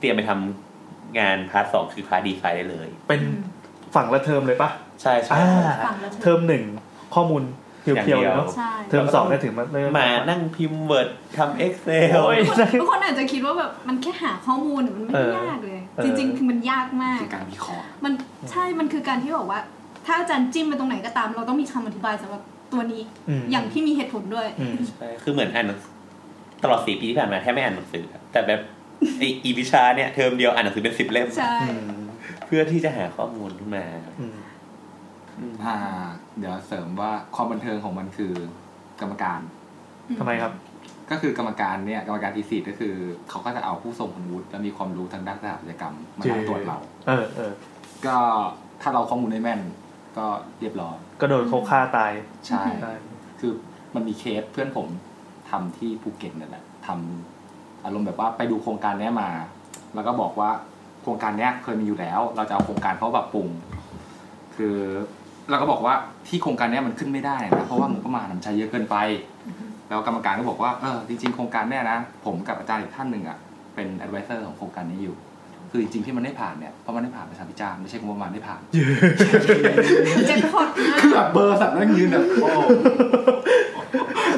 H: เตรียมไปทำ งานพาร์ทสองคือพาร์ทดีไซน์ได้เลย
C: เป็นฝั่งละเทอมเลยปะ
H: ใช่ใช่
C: อ่า
H: ครับ
D: ฝั่งละ
C: เทอมหนึ่งข้อมูลเพียวๆเลยเนาะ
D: ใช่
C: เทอมสองเนี่ยถึงมาเริ่ม
H: มานั่งพิมพ์เวิร์ดทำเอ็กเซล
C: โอ้ย
D: คนทุกคนอาจจะคิดว่าแบบมันแค่หาข้อมูลมันไม่ได้ยากเลย
C: เออ
D: จริงๆ คือมันยากมาก
E: คือการวิเคราะห์
D: มันใช่มันคือการที่บอกว่า ถ้าอาจารย์จิ้มไปตรงไหนก็ตาม เราต้องมีคำอธิบายสำหรับตัวนี้
C: ม
D: อย่างที่มีเหตุผลด้วย
C: อืม
H: คือเหมือนอ่านหนังตลอดสี่ปีที่ผ่านมาแทบไม่อ่านหนังสือครับแต่แบบไออีวิชาเนี่ยเทอมเดียวอ่านหนังสือเป็นสิบเล่ม
D: ใช่
C: อืม
H: เพื่อที่จะหาข้อมูลขึ้นมา
C: อืม
E: อ่า เดี๋ยวเสริมว่าความบันเทิงของมันคือกรรมการ
C: ทำไมครับ
E: ก็คือกรรมการเนี่ยกรรมการทีสิทก็คือ เขาก็จะเอาผู้ทรงคุณวุฒิและมีความรู้ทางด้านสถาปัตยกรรมมาทำตรวจเรา
C: เออเออ
E: ก็ถ้าเราข้อมูลได้แม่น ก็เรียบร้อย
C: ก็โดนเขาฆ่าตาย
E: ใช่
C: ได้
E: คือมันมีเคสเพื่อนผมทำที่ภูเก็ตนั่นแหละทำอารมณ์แบบว่าไปดูโครงการเนี้ยมา แล้วก็บอกว่าโครงการเนี้ยเคยมีอยู่แล้ว เราจะเอาโครงการเขาปรับปรุง คือเราก็บอกว่าที่โครงการเนี้ยมันขึ้นไม่ได้นะเพราะว่างบประมาณมันใช้เยอะเกินไป แล้วกรรมการก็บอกว่าเออจริง ๆ โครงการเนี้ยนะผมกับอาจารย์อีกท่านหนึ่งอ่ะเป็น advisor ของโครงการนี้อยู่ คือจริงๆที่มันไม่ผ่านเนี่ยเพราะมันไม่ผ่านประชาพิจารณ์ไม่ใช่งบประมาณไม่ผ่าน
D: เจ็บพอดมาก
E: คือแบบเบอร์สัตว์นั่งยืนแบบโอ้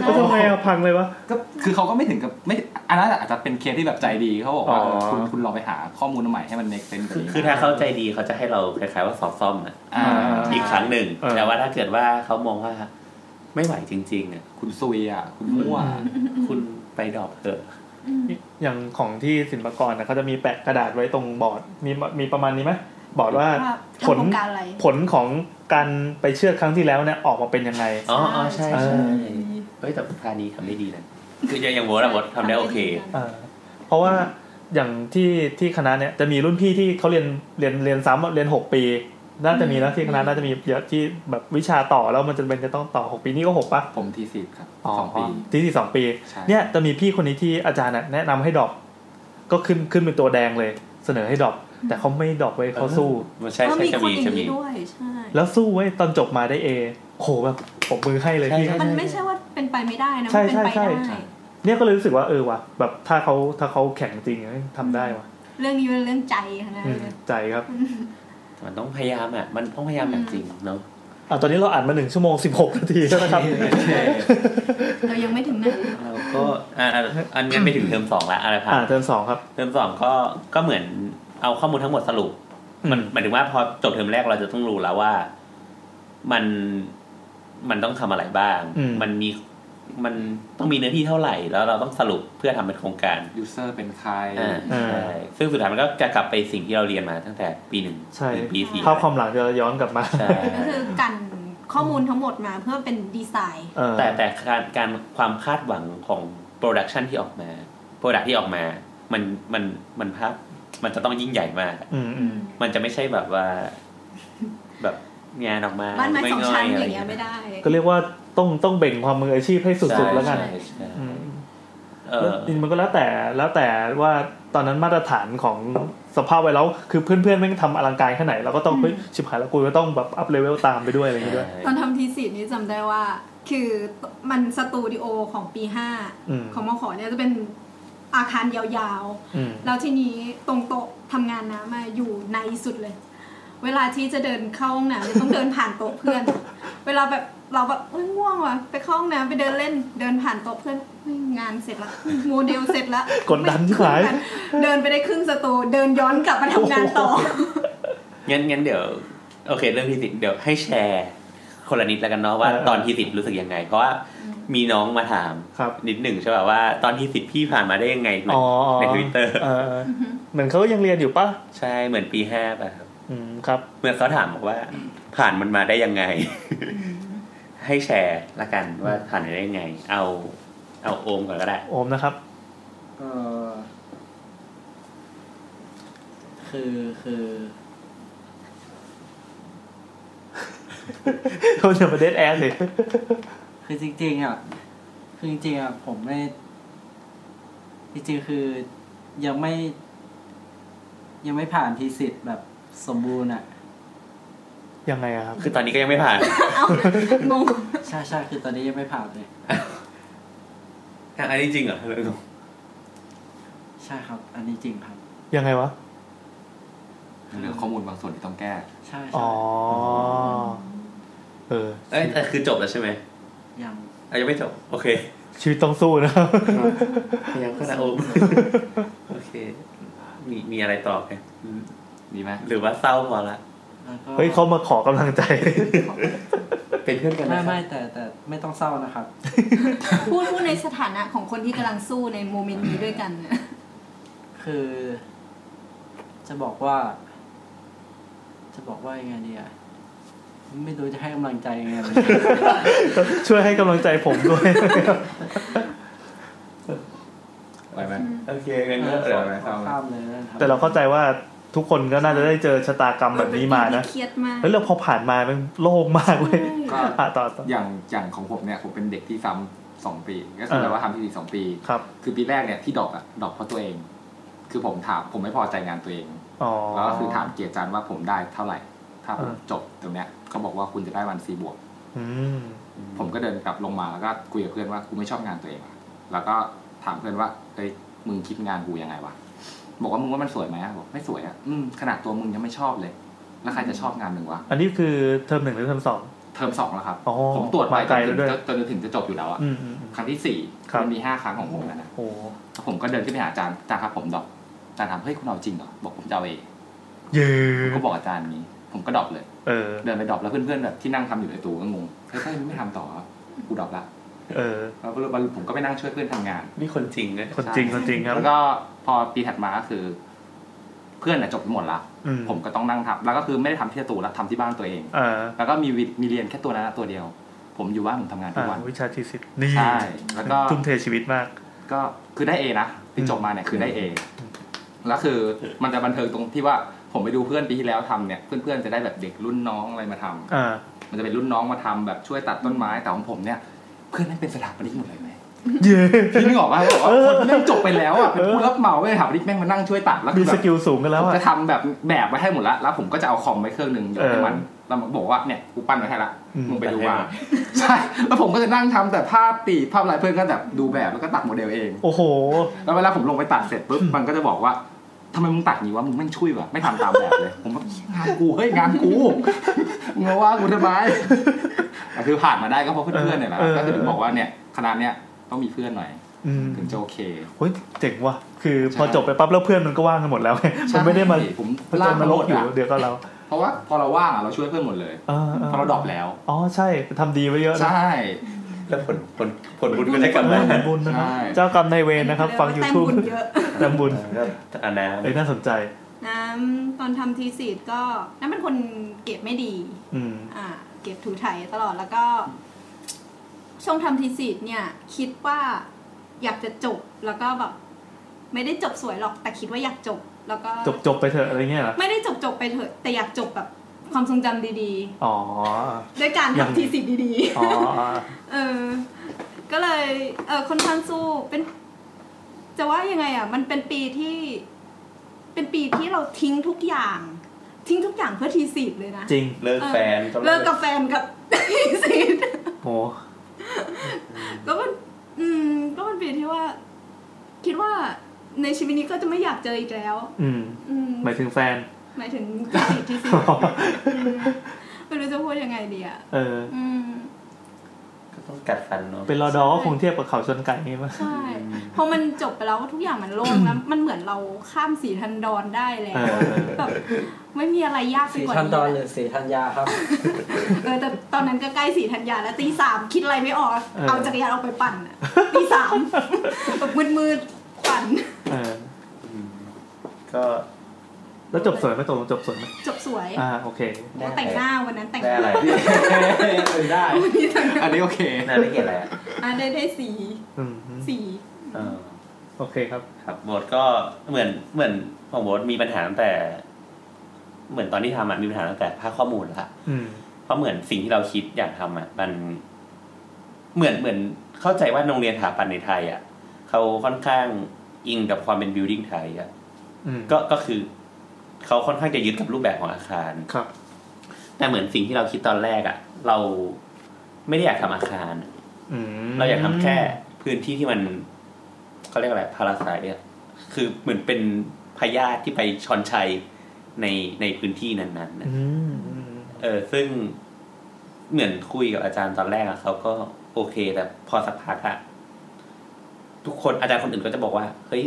C: แล้วทำไงอะพังเลยวะ
E: ก็คือเขาก็ไม่ถึงกับไม่อันนั้นอาจจะเป็นเคสที่แบบใจดีเขาบอกว่า
C: อ๋อ
E: คุณคุณลองไปหาข้อมูลใหม่ให้มันเน็กเซนกว่า
H: คือ
E: นี้
H: คือถ้าเข้าใจดีเขาจะให้เราคล้ายๆว่าสอบซ่อมอะ
E: อ่า
H: อีกครั้งหนึ่ง
C: เออ
H: แต่ว่าถ้าเกิดว่าเขามองว่าไม่ไหวจริงๆเนี่ย
E: คุณซุยอ่ะคุณมั่ว
H: คุณไปดรอปเถอะ
C: อย่างของที่ศิลปากรนะเขาจะมีแปะกระดาษไว้ตรงบอร์ดมีมีประมาณนี้ไหมบอร์ดว่า
D: ว่า
C: ผล
D: ทำโครงการอะไร
C: ผลของการไปเชื่อดครั้งที่แล้วเนี่ยออกมาเป็นยังไง
H: อ๋ออ๋อใช่
C: ใช่
H: ใช่เฮ้ยแต่พานี้ทำได้ดีนะคือยังยังโวตอะโวตทำได้โอเค
C: เออเพราะว่าอย่างที่ที่คณะเนี่ยจะมีรุ่นพี่ที่เขาเรียนเรียนเรียนซ้ำอะเรียนหกปี น่าจะมีนะที่คณะน่าจะมีเยอะที่แบบวิชาต่อแล้วมันจะเป็นจะต้องต่อหกปีนี่ก็หกปะ
E: ผมทีสิบครับสองปี
C: ที่สี่สองปี
E: ใช่
C: เนี่ยจะมีพี่คนนี้ที่อาจารย์อะแนะนำให้ดรอปก็ขึ้นขึ้นเป็นตัวแดงเลย เสนอให้ดรอปแต่เขาไม่ดรอปเว้ยเขาสู้
H: มันใช่
D: ก็
H: ใช่
D: มี
H: จะ
D: คน
H: มี
D: อย่าง
H: จะมี
D: นี้ด้วยใช่
C: แล้วสู้ไว้ยตอนจบมาได้เอโหแบบผมมือให้เลยพี่
H: ใช่
D: มันไม่ใช่ว่าเป็นไปไม่ได้นะ
C: ใช่
D: มันเป็นไป
C: ใช่
D: ได้
C: ใช่ เนี่ยก็เลยรู้สึกว่าเออว่ะแบบถ้าเขาถ้าเขาแข็งจริงเนี่ยทำได้ว่ะ
D: เรื่องนี้เป็นเรื่องใจทั้งนะ
C: อืมใจครับ
H: มันต้องพยายามอ่ะ มันต้องพยายามอย่างจริงเนาะ
C: อ่ะตอนนี้เราอ่านมาหนึ่งชั่วโมงสิบหกนาทีแล้วนะครับ
D: เรายังไม่ถึงไหน
H: เราก็อ่ะอ่ะอันนี้ไปถึงเทอมสองละอะไรผ่า
C: อ่าน เทอมสองครับ
H: เทอมสองก็ก็เหมือนเอาข้อมูลทั้งหมดสรุป มันหมายถึงว่าพอจบเทอมแรกเราจะต้องรู้แล้วว่ามันมันต้องทำอะไรบ้าง
C: อืม
H: มันมีมันต้องมีเนื้อที่เท่าไหร่ แล้วเราต้องสรุปเพื่อทำเป็นโครงการ
E: ยูเซอร์เป็นใคร
H: อ่า
C: อ่า
H: ใช่ซึ่งสุดท้ายมันก็จะกลับไปสิ่งที่เราเรียนมาตั้งแต่ปีหนึ่ง
C: ใช่
H: ถึงปีสี่
C: ภาพความหลังจะย้อนกลับมา
H: ใช่
D: ก็คือกันข้อมูลทั้งหมดมาเพื่อเป็นดีไซน์
C: เออ
H: แต่แต่การการความคาดหวังของโปรดักชันที่ออกมาโปรดักที่ออกมา มันมันมันภาพมันจะต้องยิ่งใหญ่มาก
C: อืมอืม
H: มันจะไม่ใช่แบบว่า แบบงานออกมา
D: บ้านไม้สองชั้น
H: ๆะ
D: อ
H: ร
D: ย่างเงี้ยไม่ได้
C: ก็เรียกว่าต้องต้องเบ่งความมืออาชีพให้สุดๆแล้วกัน
H: ใช่ใช่
C: อืม
H: เออ
C: จริงมันก็แล้วแต่แล้วแต่ว่าตอนนั้นมาตรฐานของสภาพไว้แล้วคือเพื่อนๆแม่งทำอลังการแค่ไหนเราก็ต้องเฮ้ยชิบหายแล้วกูก็ต้องแบบอัพเลเวลตามไปด้วยอะไรอย่างงี้ด้วย
D: ตอนทำทีสินี้จำได้ว่า คือมันสตูดิโอของปีห้า
C: อืม
D: ของมขอเนี่ยจะเป็นอาคารยาวๆ
C: อืม
D: แล้วทีนี้ตรงโต๊ะทำงานนะมาอยู่ในสุดเลย เวลาที่จะเดินเข้าห้องน้ำเนี่ยต้องเดินผ่านโต๊ะเพื่อน เวลาแบบเราแบบเอ้ยง่วงว่ะไปเข้าห้องน้ำไปเดินเล่น เดินผ่านโต๊ะเพื่อนเฮ้ยงานเสร็จละโมเดลเสร็จละ
C: กดดันชิบหาย
D: เดินไปได้ครึ่งสตูเดินย้อนกลับมาทำงานต่อ
H: งั้นงั้นเดี๋ยวโอเค เรื่องทีสิทธิ์เดี๋ยวให้แชร์คนละนิดแล้วกันเนาะว่า
C: เออ
H: ตอนทีสิทธิ์รู้สึกยังไง เพราะว่ามีน้องมาถาม
C: ครับ
H: นิดหนึ่งใช่ป่ะว่า ตอนทีสิทธิ์พี่ผ่านมาได้ยังไง
C: อ๋ออ๋อ
H: ในทวิตเตอร์
C: เออเหมือนเขายังเรียนอยู่ปะ
H: ใช่เหมือนปีห้าป่ะครับ
C: อืมครับ
H: เหมื่อนเขาถามบอกว่า ผ่านมันมาได้ ยังไง ให้แชร์ละกันว่าผ่านมาได้ยังไง เอาเอาโอมก่อนก็ได้
C: โอมนะครับ
G: เออคือคือ
C: เขาจะมาเดทแอสเลย
G: คือจริงๆอ่ะคือจริงๆอ่ะผมไม่ จริงๆคือยังไม่ ยังไม่ผ่านทีสิทธ์แบบสมบูรณ์อ่ะ
C: ยังไงอะครับ
H: คือตอนนี้ก็ยังไม่ผ่าน
D: งง
G: ใช่ใช่คือตอนนี้ยังไม่ผ่านเลย
H: อ่ะอันนี้จริงเหรอ
G: ใช่ครับ อันนี้จริงครับ
C: ยังไงวะ
E: เหลือข้อมูลบางส่วนที่ต้องแก้
G: ใช่
C: อ๋
G: ใช่
C: อเออ
H: เอ้ยแต่คือจบแล้วใช่ไหม
G: ยัง
H: อ่ะยังไม่จบ โอเค
C: ชีวิตต้องสู้ นะครับ
H: พยายามก็นะโอม โอเค มีมีอะไรต่อไหม
E: ดีไหม
H: หรือว่าเศร้าพอละ
G: แล้วก็
C: เฮ้ยเขามาขอกำลังใจ
H: เป็นเพื่อนกัน
G: ไม่
H: นะครับ
G: ไม่แต่แต่ไม่ต้องเศร้านะครับ
D: พูดพูดในสถานะของคนที่กำลังสู้ในโมเมนต์นี้ด้วยกันเนี่ย
G: คือ จะบอกว่า จะบอกว่ายังไงดีอะไม่รู้จะให้กำลังใจยังไงเลย
C: ช่วยให้กำลังใจผมด้วย
E: ไหวไหม
H: โอ เคงั้นก็
G: ข
H: เดี๋ยว
G: อ
H: นะ
G: ขอข้ามเลยนะครับ
C: แต่เราเข้าใจว่าทุกคนก็น่าจะได้เจอชะตากรรมแบบนี้มา
D: เป็
C: นะ
D: ที่เครียดมาก
C: แล้วเราพอผ่านมามันโล่งมากเลย
E: ก็
C: อ่ะต่อต่อ
E: อย่างอย่างของผมเนี่ยผมเป็นเด็กที่ซ้ำสองปี ก็คื
C: เออ
E: อแปลว่าทำที่ดีสองปี
C: ครับ
E: คือปีแรกเนี่ยที่ดรอปอะดรอปเพราะตัวเอง คือผมถามผมไม่พอใจงานตัวเอง
C: อ๋อ
E: แล้วก็คือถามเกียรติอาจารย์ว่าผมได้เท่าไหร่ ถ้าผมจบตรงเนี้ยเขาบอกว่าคุณจะได้วันซีบวก
C: อืม
E: ผมก็เดินกลับลงมาแล้วก็คุยกับเพื่อนว่ากูไม่ชอบงานตัวเองอะแล้วก็ถามเพื่อนว่าเฮ้ยมึงคิดงานกูยังไงวะ บอกว่ามึงว่ามันสวยไหมอะบอกไม่สวยอะอืมขนาดตัวมึงยังไม่ชอบเลย แล้วใครจะชอบงานมึงวะ
C: อันนี้คือเทอมหนึ่งหรือเทอมสอง
E: เทอมสองแล้วครับ
C: อ๋อ
E: ผมตรวจไป
C: มา
E: จ
C: ไกล
E: น
C: แล้ว
E: ถึง
C: ด้วย
E: จะจนถึงจะจบอยู่แล้วอะ
C: อืมอืมอืม
E: ครั้งที่สี่
C: ครับ
E: มันมีห้าครั้งของผมแล้วนะ
C: โอ้
E: ผมก็เดินขึ้นไปหาอาจารย์ อาจารย์ครับผมดรอปอาจารย์ถามเฮ้ยคุณเอาจริงเหรอ บอกผมจะเอาเอง
C: เยอะ
E: ผมก็บอกอาจารย์อย่างนี้ ผมก็ดรอปเลย
C: เออ
E: เดินไปดรอปแล้วเพื่อนๆแบบที่นั่งทำอยู่ในตู้ก็งงเฮ้ยทำไมมึงไม่ทำต่อวะกูดรอปละ
C: เออ
E: แล้ววันผมก็ไปนั่งช่วยเพื่อนทำงาน
H: นี่คนจริงเลย
C: คนจริงคนจริงครับ
E: แล้วก็พอปีถัดมาก็คือ เพื่อนน่ะจบหมดละ
C: อืม
E: ผมก็ต้องนั่งทำแล้วก็คือไม่ได้ทำที่สตูแล้วทำที่บ้านตัวเอง
C: เออ
E: แล้วก็มีวิมีเรียนแค่ตัวนั้นนะตัวเดียว ผมอยู่บ้านผมทำงานทุกวัน
C: อ่าวิชาชีสิตนี่
E: ใช่แล้วก็
C: ทุ่มเทชีวิตมาก
E: ก็คือได้ A นะที่จบมาเนี่ยคือได้ A แล้วคือมันจะบันเทิงตรงที่ว่าผมไปดูเพื่อนปีที่แล้วทำเนี่ย เพื่อนๆจะได้แบบเด็กรุ่นน้องอะไรมาทำ
C: อ่า
E: มันจะเป็นรุ่นน้องมาทำแบบช่วยตัดต้นไม้แต่ของผมเนี่ย เพื่อนนั่นเป็นสถาปนิกหมดเลยไหม
C: เยอะ
E: พี่นึกออกว่าแบบว่าคนที่จบไปแล้วอ่ะเป็นผู้รับเหมาเป็นสถาปนิกแม่งมานั่งช่วยตัดแล้ว คื
C: มี
E: อแบ
C: ส
E: บ
C: กิลสูงกันแล้ว
E: ผม
C: อ่ะ
E: จะทำแบบแบบไว้ให้หมดละ แล้วผมก็จะเอาคอมไว้เครื่องหนึ่งอยู่ให้มัน แล้วมันบอกว่าเนี่ยกูปั้นไว้ให้ละ
C: อืม
E: มึงไปดูว่า ใช่ แล้วผมก็จะนั่งทำแต่ภาพตีบภาพอะไรเพื่อนก็แบบดูแบบแล้วก็ตัดโมเดลเอง
C: โอ้โห
E: แล้วเวลาผมลงไปตัดเสร็จปุ๊บมันก็จะบอกว่าทำไมมึงตัดอย่างนี้วะมึงไม่ช่วยวะไม่ทำตามแบบเลย ผมแบบงานกูเฮ้ยงานกูมึงมาว่ากูทำไมแต่คือผ่านมาได้ก็เพราะเพื่อนๆเนี่ยแหละ
C: เออ
E: ก็คือถึงบอกว่าเนี่ยคณะเนี่ยต้องมีเพื่อนหน่อย
C: อืม
E: ถึงจะโอเค
C: เฮ้ยเจ๋งว่ะ คือพอ
E: ใช่
C: จบไปปั๊บแล้วเพื่อนมันก็ว่างกันหมดแล้วไงมันไม่ได้มา
E: ใช่ผม
C: ผจ
E: ลาก
C: ญน
E: มาร หม
C: ก
E: ด
C: อยู่
E: อะ
C: เดียวก็เรา
E: เพราะว่าพอเราว่างอะเราช่วยเพื่อนหมดเลย
C: เออ
E: เพราะเราดรอปแล้ว
C: อ๋อใช่ทำดีไว้เยอะนะ
E: ใช่
H: แล้วผลผลผลบุญก็ได้กลับมา
C: เออบุญนะครับ
E: ใช่
C: เจ้ากรรมนายเวรนะครับ ฟัง
D: เรีกว่า
C: YouTube
D: แต้มบุญเย
C: แต้มบ
D: อะ
C: ุญ
H: อันนะ
C: เอ้ยน่าสนใจ
D: น้ำตอนทำทีสิทธ์ก็น้ำเป็นคนเก็บไม่ดี
C: อืม
D: อ่า เก็บถูไถตลอดแล้วก็ช่วงทำทีสิทธ์เนี่ย คิดว่าอยากจะจบแล้วก็แบบไม่ได้จบสวยหรอกแต่คิดว่าอยากจบ แล้วก็
C: จบจบไปเถอะอะไรเงี้ยเหรอ
D: ไม่ได้จบจบไปเถอะแต่อยากจบแบบความทรงจำดี
C: อ๋อ
D: ๆด้วยการ
C: ยัง
D: ทำทีสิทธ์ดีๆ
C: อ๋ออ๋อ
D: เออ ก็เลย เออค่อนข้างสู้ เป็น จะว่ายังไงอ่ะ มันเป็นปีที่ เป็นปีที่เราทิ้งทุกอย่าง ทิ้งทุกอย่างเพื่อทีสิทธ์เลยนะ
C: จริง
H: เลิกแฟนก็
D: เลิกกับแฟนกับ ทีสิทธ์
C: โห
D: ก็มัน อืม ก็เป็นปีที่ว่า คิดว่าในชีวิตนี้ก็จะไม่อยากเจออีกแล้ว
C: อืม
D: อืม
C: หมายถึงแฟน
D: หมายถึงทีสิทธ์ทีสิทธ์อืม ไม่รู้จะพูดยังไงดีอ่ะ
C: เออ
D: อืม
H: ก็ต้องกัดฟันเนาะ
C: เป็นรอดอก็คงเทียบกับเขาชนไก่นี่มั้ย
D: ใช่ พอมันจบไปแล้วทุกอย่างมันโล่งแล้ว มันเหมือนเราข้ามสีทันดอนได้แล้ว
C: เออเออ
D: แบบไม่มีอะไรยากไป
G: สี
D: กว่า
G: ทัน
D: นี้
G: ดอนห
D: แล้
G: รื
D: ว
G: อสีธัญญาครับ
D: เออแต่ตอนนั้นก็ใกล้สีทันยาแล้วตีสามคิดอะไรไม่ออก
C: เออ
D: เอาจักรยานออกไปปั่นอะตีสาม แบบมืดๆปั่น
C: เออ
H: ก็
C: แล้วจบสวยไหมตกลงจบสวยไหม
D: จบสวย
C: อ่า โอเค
D: แต่งหน้าวันนั้นแต่งห
H: ได้
D: น้า
H: อะไร
E: ได้
D: วันนี้แต่งหน้า
E: อันนี้โอเค
H: น่าได้เกียรติอะไรอ่ะ
D: อ่ะได้ได้สี
C: อืม
D: สี
H: เออ
C: โอเคครับ
H: ครับโบทก็เหมือนเหมือนของโบทมีปัญหาตั้งแต่ เหมือนตอนที่ทำอ่ะมีปัญหาตั้งแต่ภาคข้อมูลละ
C: อืม
H: เพราะเหมือนสิ่งที่เราคิดอยากทำอ่ะมันเหมือนเหมือนเข้าใจว่าโรงเรียนสถาปัตย์ในไทยอ่ะเขาค่อนข้างอิงกับความเป็นบิวดิ้งไทยอ่ะ
C: อืม
H: ก็ก็คือเขาค่อนข้างจะยึดกับรูปแบบของอาคาร
C: ครับ
H: แต่เหมือนสิ่งที่เราคิดตอนแรกอ่ะ เราไม่ได้อยากทำอาคาร
C: อืม
H: เราอยากทำแค่พื้นที่ที่มันเขาเรียกอะไรพาราไซเนี่ยคือเหมือนเป็นพยาธิที่ไปชอนชัย ในในพื้นที่นั้นๆนะ
C: อืมอืม
H: เออซึ่งเหมือนคุยกับอาจารย์ตอนแรกอะเขาก็โอเค แต่พอสักพักอะทุกคนอาจารย์คนอื่นก็จะบอกว่า เฮ้ย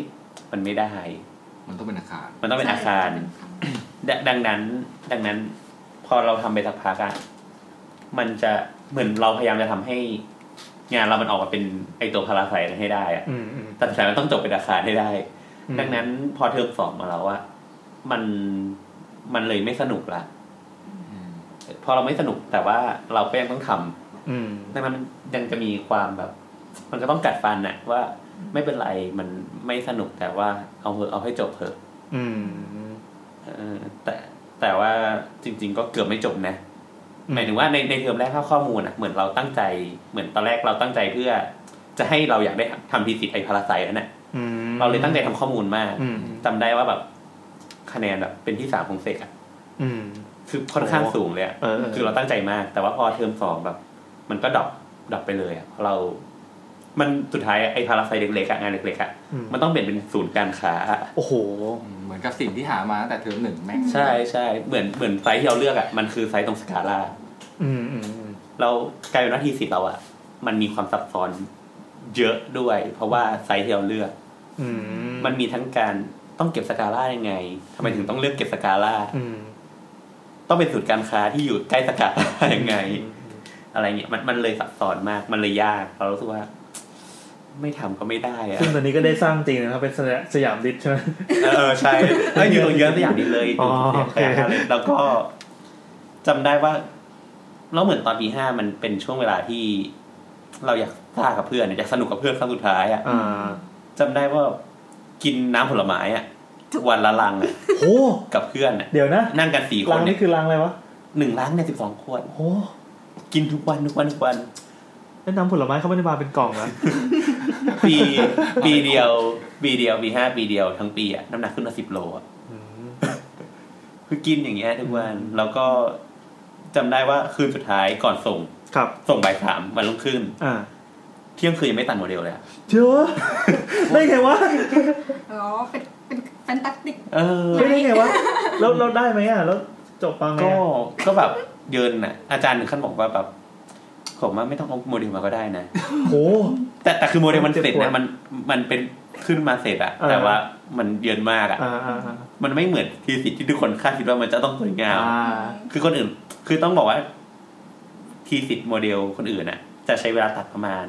H: มันไม่ได้
E: มันต้องเป็นอาคาร
H: มันต้องเป็นอาคารดดังนั้น ดังนั้น พอเราทำไปสักพักอะมันจะเหมือนเราพยายามจะทำให้ งานเรามันออกมาเป็นไอตัวพาราไซต์นั้นให้ได้อะ
C: อืมอืม
H: แต่สุดท้ายมันต้องจบเป็นอาคารให้ได้
C: อืม
H: ดังนั้นพอเทอมสองมาแล้วอะมันมันเลยไม่สนุกละ พอเราไม่สนุกแต่ว่าเราก็ยังต้องทำ
C: อืม
H: ดังนั้นมันยังจะมีความแบบ มันก็ต้องกัดฟันน่ะ ว่าไม่เป็นไรมันไม่สนุกแต่ว่าเอาเถอะเอาให้จบเถอะ
C: อืม
H: เออแต่แต่ว่าจริง ๆ ก็เกือบไม่จบนะหมายถึงว่าในในเทอมแรกถ้าข้อมูลอ่ะเหมือนเราตั้งใจ เหมือนตอนแรกเราตั้งใจเพื่อ จะให้เราอยากได้ทำทีสิทธิ์ไอพาราไซนั่นแหละ
C: อืม
H: เราเลยตั้งใจทำข้อมูลมาก
C: อืม
H: จำได้ว่าแบบคะแนนแบบเป็นที่สามของเซกอ่ะ
C: อืม
H: คือค่อนข้าง
C: โอ้
H: สูงเลยอะ
C: เออเออ
H: คือเราตั้งใจมาก แต่ว่าพอเทอมสองแบบ มันก็ดรอปดรอปไปเลยอะเพราะเรา มันสุดท้ายอะไอ้พาราไซเล็กๆอะงานเล็กๆอะ
C: อืม
H: มันต้องเปลี่ยนเป็นศูนย์การค้าอะ
C: โอ้โห
E: อืมเหมือนกับสิ่งที่หามาตั้งแต่เทอมหนึ่งแม่ง
H: ใช่ใช่เหมือนเหมือนไซส์ที่เราเลือกอะมันคือไซส์ตรงสกาล่า
C: อืมอืมอืม
H: เรากลายเป็นว่าทีสิทธิ์เราอะมันมีความซับซ้อนเยอะด้วย เพราะว่าไซส์ที่เราเลือก
C: อืม
H: มันมีทั้งการต้องเก็บสกาล่ายังไงทำไมถึงต้องเลือกเก็บสกาล่า
C: อืม
H: ต้องเป็นศูนย์การค้าที่อยู่ใกล้สกาล่ายัง ไง อะไรเงี้ยมันมันเลยซับซ้อนมากมันเลยยาก เรารู้สึกว่า ไม่ทำก็ไม่ได้อะ
C: ซึ่งตอนนี้ก็ได้สร้างจริงนะครับ เป็นสยามสยามดิสใช่ไหม
H: เออใช่เอ้ยอยู่ตรงเยื้องสยามนี้เลย
C: อ๋อ
H: อ
C: โอ
H: ยู่ส
C: เค
H: ยามนี้เลยแล้วก็จำได้ว่าแล้วเหมือนตอนปีห้ามันเป็นช่วงเวลาที่ เราอยากซ่ากับเพื่อนอยากสนุกกับเพื่อนครั้งสุดท้ายอ่ะ
C: อ่า
H: จำได้ว่ากินน้ำผลไม้อ่ะวันละลังอะ
C: โห
H: กับเพื่อนอะ
C: เดี๋ยวนะ
H: นั่งกันสี่ค
C: รั
H: น
C: ง
H: เนี่
C: นี่
H: ย
C: คือรังอะไรวะ
H: หนึ่งลังเนี่ยสิบสองขวด
C: โห
H: กินทุกวันทุกวันทุกวัน
C: แล้วน้ำผลไม้เขาไม่ได้มาเป็นกล่องนะ
H: ปีปีเดียวปีเดียวปีห้าปีเดียวทั้งปีอะน้ำหนักขึ้นมาสิบโลอะ
C: อืม
H: คือกินอย่างเงี้ยทุกวันแล้วก็จำได้ว่าคืนสุดท้ายก่อนส่ง
C: ครับ
H: ส่งบ่ายสามวันรุ่งขึ้น
C: อ่า
H: เที่ยงคืนยังไม่ตัดโมเดลเลยอะ
C: เชื่อ ได้ไงวะ
D: อ๋อเป็นเป็นแฟนตาสติก
H: เออ
C: ไม่ได้ไงวะแล้วเราได้ไหมอ่ะแล้วจบปังไง
H: ก็
C: อะ
H: ก็แบบเยินน่ะ อาจารย์ถึงขั้นบอกว่าแบบผมว่าไม่ต้องเอาโมเดลมาก็ได้นะ
C: โห
H: แต่แต่คือโมเดลมัน
C: เจ็บปวด
H: เสร็จนะมันมันเป็นขึ้นมาเสร็จอะ
C: เออ
H: แต่ว่ามันเยินมากอะ
C: อ่าอ่าอ่า
H: มันไม่เหมือนทีสิทธิ์ที่ทุกคนคาดคิดว่ามันจะต้องสวยงาม
C: อ่า
H: คือคนอื่น คือต้องบอกว่า ทีสิทธิ์โมเดลคนอื่นน่ะ จะใช้เวลาตัดประมาณ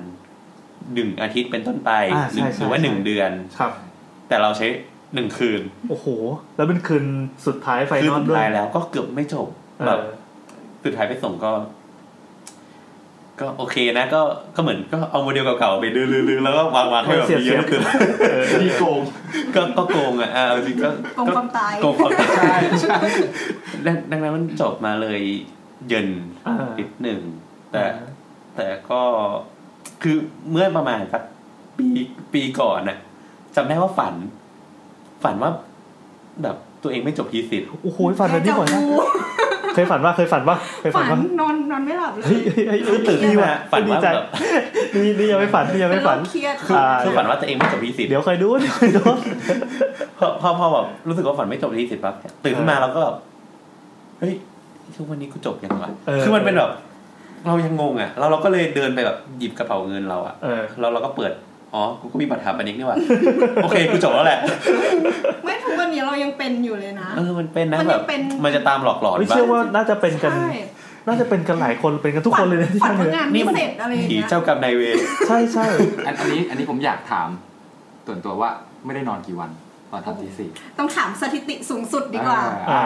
H: หนึ่งอาทิตย์เป็นต้นไป
C: า
H: หรือ
C: ใช่ใช่
H: หรือว่า
C: ใช่
H: หนึ่งเดือน
C: ครับ
H: แต่เราใช้หนึ่งคืน
C: โอ้โห แล้วเป็นคืนสุดท้ายไฟ
H: คืน
C: นอล
H: สุด
C: ด้วย
H: ท้ายแล้วก็เกือบไม่จบ
C: เอ
H: แบบ
C: อ
H: สุดท้ายไปส่งก็ ก็โอเคนะ ก็ก็เหมือนก็เอาโมเดลเก่าๆไปลื้อๆๆแล้วก็วางๆให้แบบ
C: เสียบๆ
H: เยอะขึ้น
C: เออ
E: ที่โกง
H: ก็ก็โกงอ่ะอ่าเอาจริงก็
D: โกงความตาย
H: โกงความตาย
E: ใช่ใช่
H: ดังดังนั้นมันจบมาเลยเย็น
C: อ่า
H: นิดหนึ่งแต่ แต่ก็คือเมื่อประมาณสักปีปีก่อนน่ะจำได้ว่าฝัน ฝันว่า แบบตัวเองไม่จบทีสิทธิ์
C: โอ้โหฝันแบบนี้บ่อยมาก
D: จับ
C: เคยฝันว่าเคยฝันว่าเคยฝั
D: ฝั
C: น
D: น
C: ว่าน
D: อนนอนไม่หลับเลย
C: เฮ้ยเฮ้ยเฮ้ย
H: คือตื่นขึ้นมาฝัน
C: ดี
H: ว่า
C: ใจ
H: แบบ
C: นี่นี่ยังไม่ฝันนี่ยัง
D: เป็
C: ไม่
D: นโร
C: ฝัน
D: คเครียด
H: คือ
C: อ่า
H: คือฝันว่าตัวเองไม่จบทีสิทธิ์
C: เดี๋ยวเคยดูเดี๋ยวเคยดู
H: พอพอพอแบบรู้สึกว่าฝันไม่จบทีสิทธิ์ปั๊บเนี่ยตื่นขึ้นมา
C: เออ
H: เราก็แบบเฮ้ยช่วงวันนี้กูจบยังวะ
C: เออ
H: คือมันเป็นแบบเรายังงงอ่ะแล้วเราก็เลยเดินไปแบบหยิบกระเป๋าเงินเราอ่ะ
C: เออ
H: แล้วเราก็เปิดอ๋อกูก็มีบัตรถาปนิกนี่หว่า โอเคกูจบแล้วแหละ
D: ไม่ทุกวันนี้เรายังเป็นอยู่เลยนะ
H: เออมันเป็นนะ
D: มัน
H: แบ
D: ยั
H: บ
D: งเป็น
H: มันจะตามหลอกหลอน
C: ไม่
H: บ้า
C: เชื่อง ว่าน่าจะเป็นกัน
D: ใช่
C: น่าจะเป็นกันหลายคนเป็นกันทุกคนเลยนะที่
D: ฝันว่า
C: ทำาง
D: งานนไม่เสร็จอะไรอย่าง
H: ผี
D: เงี้ย
H: เจ้ากรรมนายเวร
C: ใช่ใช่
E: อันอันนี้อันนี้ผมอยากถามส่วนตัวว่าไม่ได้นอนกี่วันตอนทำทีสี่
D: ต้องถามสถิติสูงสุดดีกว่า
E: อ่า
C: อ่า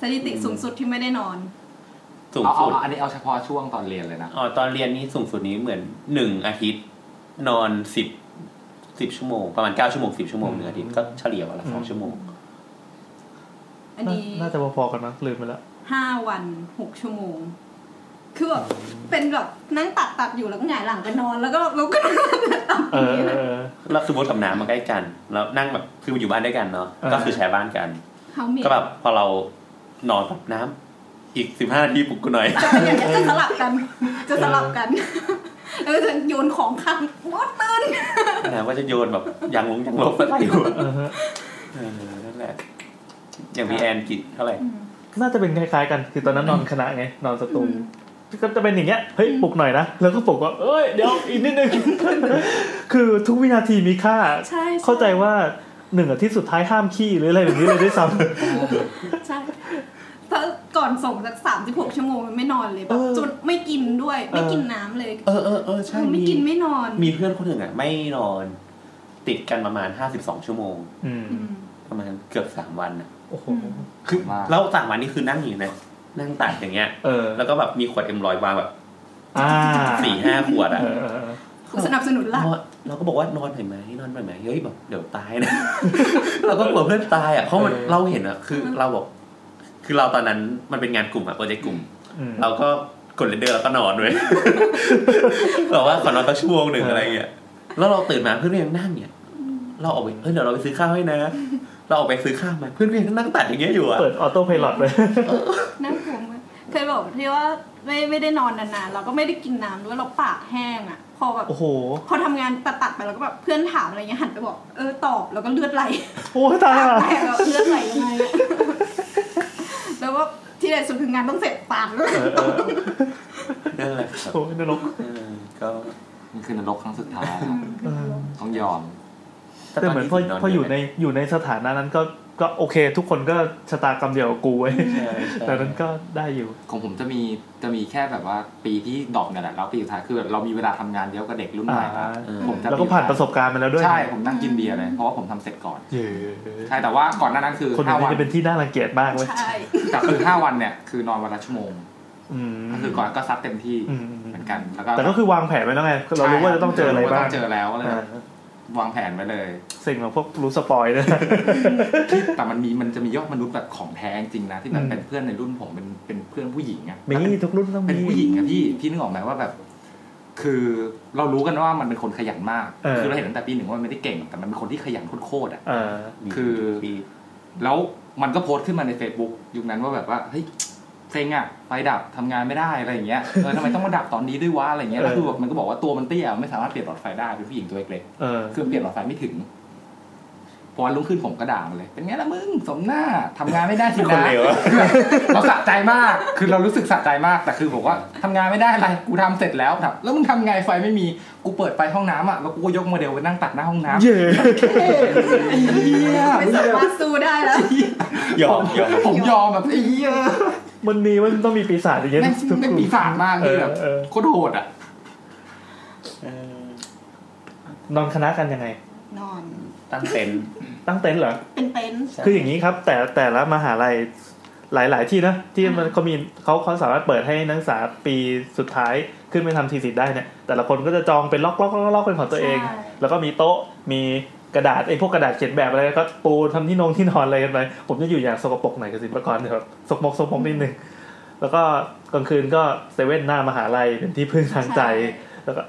D: สถิติสูงสุดที่ไม่ได้นอน
H: สูง
E: เอาเอา
H: สุด
E: เอาอันนี้เอาเฉพาะช่วงตอนเรียนเลยนะ
H: อ๋อตอนเรียนนี่สูงสุดนี้เหมือนหนึ่งอาทิตย์ นอนสิบสิบชั่วโมง ประมาณเก้าชั่วโมงสิบชั่วโมงหนึ่งอาทิตย์ก็เฉลี่ยวันละ
C: อืม
H: สองชั่วโมง
D: อันนี้
C: น่าจะพอๆกันมั้งลืมไปแล้ว
D: ห้าวันหกชั่วโมง คือแบบเป็นแบบนั่งตัดตัดอยู่แล้วก็หงายหลังไปนอนแล้วก็แบบลุกขึ้นมาตัด
C: เอ
D: อย่า
C: อ
D: งเงี้ย
C: เออเออ
H: แล้วคือมดกับน้ำมาใกล้กัน แล้วนั่งแบบคืออยู่บ้านด้วยกันเนาะ
C: เออ
H: ก็คือแชร์บ้านกัน
D: เขามี
H: ก็แบบพอเรานอนแบบน้ำอีกสิบห้านาทีปลุกกูหน่อย
D: จะเป็นอย่างเงี้ยจะสลับกัน จะสลับกัน แล้วก็จะโยนของข้างมดตื่น
H: น้ำก็จะโยนแบบยังลงยังลบอะไรอยู่
C: เออฮะ
H: เออนั่นแหละ อย่างพี่แอนกิจเท่าไหร่
C: น่าจะเป็นคล้ายๆกัน คือตอนนั้นนอนคณะไง นอนสตู
D: อืม
C: ก็จะเป็นอย่างเงี้ย เฮ้ยปลุกหน่อยนะ แล้วก็ปลุกว่า เอ้ย เดี๋ยวอีกนิดนึง คือทุกวินาทีมีค่า
D: ใช่ช่
C: เข้าใจว่าหนึ่งอาทิตย์สุดท้ายห้ามขี้หรืออะไรแบบนี้เลยด้วยซ้ำ
D: ใช่ถ้าก่อนส่งสักสามสิบหกชั่วโมงมันไม่นอนเลยแบ
H: เอบ อ
D: จนไม่กินด้วย ไม่
H: เออ
D: กินน้ำเลย
H: เออเออเออใช่
D: ไม่กินไม่นอน
H: มีเพื่อนคนหนึ่งอ่ะ ไม่นอนติดกันประมาณห้าสิบสองชั่วโมง
C: อืม
D: อืม
H: ประมาณเกือบสามวันอ่ะ
C: โอ้โห
E: คือมา
H: แล้วสามวันนี้คือนั่งอยู่นะนั่งตัดอย่างเงี้ย
C: เออ
H: แล้วก็แบบมีขวดเอ็มรอยวางแบบ
C: อ่า
H: สี่ห้าขวด
C: เอ
H: อ่ะ
C: อเออเออ
D: สนับสนุนหลัก
H: นอนเราก็บอกว่านอนหน่อยไหมนอนหน่อยไหมเฮ้ยแบบเดี๋ยวตายนะ เราก็กลัวเพื่อนตายอ่ะเพราะมันเราเห็นอ่ะคือเราบอก คือเราตอนนั้นมันเป็นงานกลุ่มอ่ะโปรเจกต์กลุ่ม
C: อืม
H: เราก็กดเรนเดอร์แล้วก็นอนเว้ย แบบว่าขอนอนสักชั่วโมงหนึ่ง
C: เอออ
H: อะไรเงี้ย แล้วเราตื่นมาเพื่อนก็ยังนั่งเนี่ยเราออกไปเฮ้ยเดี๋ยวเราไปซื้อข้าวให้นะ เราออกไปซื้อข้าวมาเพื่อนก็ยังนั่งตัดอย่างเงี้ยอยู่อ่ะ
C: เปิดออโต้พายโเลย
D: น่ากลัวมากเคยบอกที่ว่าไม่ไม่ได้นอนนานๆ เราก็ไม่ได้กินน้ำด้วยเราปากแห้งอ่ะ พอแบบ
C: โอ้โห
D: พอทำงานตัดตัดๆไปเราก็แบบเพื่อนถามอะไรเงี้ยหันไปบอกเออตอบแล้วก็เลือดไหล
C: โอ้ยตายละ
D: แตกแล้วเลือดไหลยังไงอะ แล้วว่าที่ใดสุดคืองานต้องเสร็จปากเลย
C: เออเออ
H: นั่นแหละครับ
C: โอ้ยนรก
H: เออก็
E: นี่คือนรกครั้งสุดท้ายนะครับ
C: เออ
E: ต้องยอม
C: แต่เหมือนพอพออยู่ในอยู่ในสถานะนั้นก็ก็โอเค ทุกคนก็ชะตากรรมเดียวกับกูไว้ยแต่นั้นก็ได้อยู่
E: ของผมจะมีจะมีแค่แบบว่าปีที่ดรอปเนี่ยแหละแล้วปีสุดท้ายคือแบบเรามีเวลาทำงานเยอะกว่าเด็กรุ่นใหม่ครับ
C: อ่า
E: เออผมจะ
C: แล้วก็ผ่านประสบการณ์มาแล้วด้วย
E: ใช่ผมนั่งกินเบียร์เลยเพราะว่าผมทำเสร็จก่อน
C: เย้
E: ใช่แต่ว่าก่อนหน้านั้นคือ
C: คนอ
E: ห้า
C: ย่าง
E: วั
C: นี้
E: น
C: จะเป็นที่น่ารังเกียจมากเว้ย
D: ใช่
E: แต่คือ ห้าวันเนี่ยคือนอนวันละชั่วโมง
C: อืม
E: ก็คือก่อนก็ซัดเต็มที่
C: อืม
E: เหมือนกันแล้วก็
C: แต่ก็คือวางแผนไว้แล้วไงเรารู้ว่าจะต้องเจออะไรบ้าง
E: เาต้เจอแล้วก็เลย
C: อ่า
E: างแผนไว้เลย
C: สิ่งของพวกรู้สปอยด้วย
E: แต่มันมีมันจะมียอดมนุษย์แบบของแท้จริงนะที่แบ
C: อื
E: บ
C: ม
E: เป็นเพื่อนในรุ่นผมเป็นเป็นเพื่อนผู้หญิงอะ
C: มีทุกรุ่นต้อง
E: เป็
C: มี
E: นผู้หญิงอะพี่พี่นึกออกไหมว่าแบบ คือเรารู้กันว่ามันเป็นคนขยันมาก
C: เออ
E: คือเราเห็นตั้งแต่ปีหนึ่งว่ามันไม่ได้เก่ง แต่มันเป็นคนที่ขยันโคตรๆอะ
C: เออ
E: คือ แล้วมันก็โพสต์ขึ้นมาใน Facebook ยุคนั้นว่าแบบว่าเฮ้ยเซ็งอะไฟดับทำงานไม่ได้อะไรอย่างเงี้ยเออทำไมต้องมาดับตอนนี้ด้วยวะอะไรเงี้ยแล้ว
C: เออ
E: คือแบบมันก็บอกว่าตัวมันเตี้ยไม่สามารถเปลี่ยนหลอดไฟได้เป็นผู้หญิงตัวเล็ก
C: เออ
E: ๆคือเปลี่ยนหลอดไฟไม่ถึงพอวันรุ่งขึ้นผมก็ด่ามันเลย เป็นไงล่ะมึงสมหน้าทำงานไม่ได้สิ
H: คน
E: นะ
H: เลวอะ
E: เราสะใจมากคือเรารู้สึกสะใจมากแต่คือบอกว่าทำงานไม่ได้อะไรกูทำเสร็จแล้วถามแล้วมึงทำไงไฟไม่มีกูเปิดไฟห้องน้ำอะแล้วกูก็ยกโมเดลไปนั่งตัดหน้าห้องน้ำ
C: เย้
E: ไอ้เหี้ย
D: ไม่สามารถสู้ได้แล้ว
H: ยอมยอม
E: ผมยอมแบบไอ้เหี้ย
C: มันมีมันต้องมีปีศาจอย่างเงี้ย
E: แม่ง
C: ทุก
E: แม่ง
C: กลุ่
E: ปีศาจมาก
C: เอ
E: เลย
C: อ
E: แบบ
C: เออ
E: โคตรโหดอ่ะ
C: นอนคณะกันยังไง
D: นอน
H: ตั้งเต็นท์
C: ตั้งเต็นท์เหรอ
D: เป็นเต็นท์
C: คืออย่างนี้ครับ แต่แต่ละมหาลัยหลาย ๆ ที่นะที่มันเขามีเขาเขาสามารถเปิดให้นักศึกษาปีสุดท้ายขึ้นไปทำทีสิทธิ์ได้เนี่ย แต่ละคนก็จะจองเป็นล็อกล็อกล็อกล็อกเป็นของตัวเอง
D: ใช่
C: แล้วก็มีโต๊ะมีกระดาษไอ้พวกกระดาษเขียนแบบอะไรก็ปูทำที่นงที่นอนอะไรกันไปผมจะอยู่อย่างสกปรกหน่อยกับศิลปากรเดี๋ยวแบบสกปรกสกปรกนิดนึงแล้วก็กลางคืนก็เซเว่นหน้ามหาลัยเป็นที่พึ่งทางใจ แล้วก็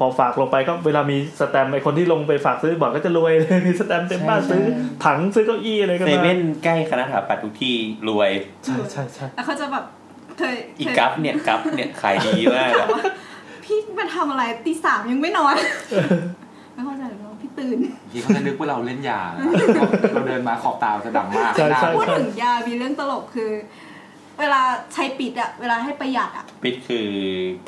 C: พอฝากลงไปก็เวลามีสแตมป์ไอคนที่ลงไปฝากซื้อบอกก็จะรวยเลยมีสแตมป์เต็มบ้านซื้อถังซื้อเก้าอี้อะไรกัน
H: เซ
C: มา
H: เว่นใกล้คณะสถาปัตย์ทุกที่รวย
C: ใช่ใช่ใช่
D: แล้วเขาจะแบบเคย
H: อี
D: เคย
H: กัฟเนี่ยกัฟเนี่ยขายดีมาก อะ
D: พี่มาทำอะไรตีสามยังไม่นอน ไม่เข้าใจเลยว่าพี่ตื่น
E: พี่เขาจะนึกว่าเราเล่นยานะเราเดินมาขอบตาเราจะดำมาก
C: ใช่ใช่
D: พูด
C: ใช่
D: ถึงยา มีเรื่องตลกคือ เวลาใช้ปิดอะเวลาให้ประหยัดอะ
H: ปิดคือ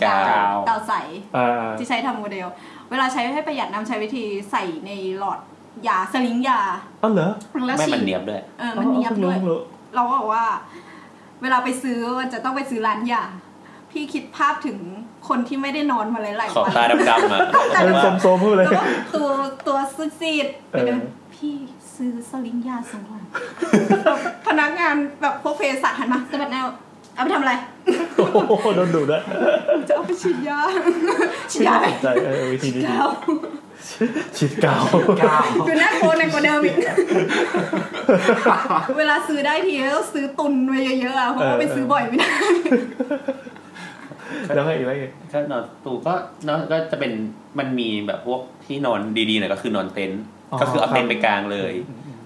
H: กาว
D: กาวใส
C: อ่า
D: ที่ใช้ทำโมเดล เวลาใช้ให้ประหยัดน้ำใช้วิธีใส่ในหลอดยาสลิงยา
C: อ๋อเหรอ
D: แล้ว
H: ไม่
D: ฉี
H: มัน
D: ด
H: เนียบด้วย
D: เออมันเนียบด้ว
C: อ๋อ
D: ย
C: เพิ่งรู้เพิ่งรู้
D: เราก็บอกว่า เวลาไปซื้อมันจะต้องไปซื้อร้านยาพี่คิดภาพถึงคนที่ไม่ได้นอนมาหลาย
H: ข
D: ๆ
H: อบ
D: วัน
H: ตาดำๆอ่ะ
C: เดินโซมๆพูดเลย
D: แล้วก็ตัวตัวซีดๆไปเดิน
C: เออ
D: พี่ซื้อสลิงยาสองหลอดพนักงานแบบพวกเภสัชหันมาสะบัดแนวเอาไปทำอะไร
C: โอ้โหโดนดุด้วย
D: จะเอาไปฉีดยา ฉีดยาไป
C: ใจเออวิธีนี้ดี
D: เกา
C: ฉีดกาว
E: ก้าว
D: คือน่ากลัวหนักกว่าเดิมอีก เวลาซื้อได้ทีก็ต้องซื้อตุนไว้เยอะๆอะเพราะว่าไปซื้อบ่อยไม่ได้
C: แล้วไงอีกแล้วไง
H: ก็นอนตูก็นอนก็จะเป็นมันมีแบบพวกที่นอนดีๆหน่อยก็คือนอนเต็นท์ก็คือเอาเต็นท์ไปกลางเลย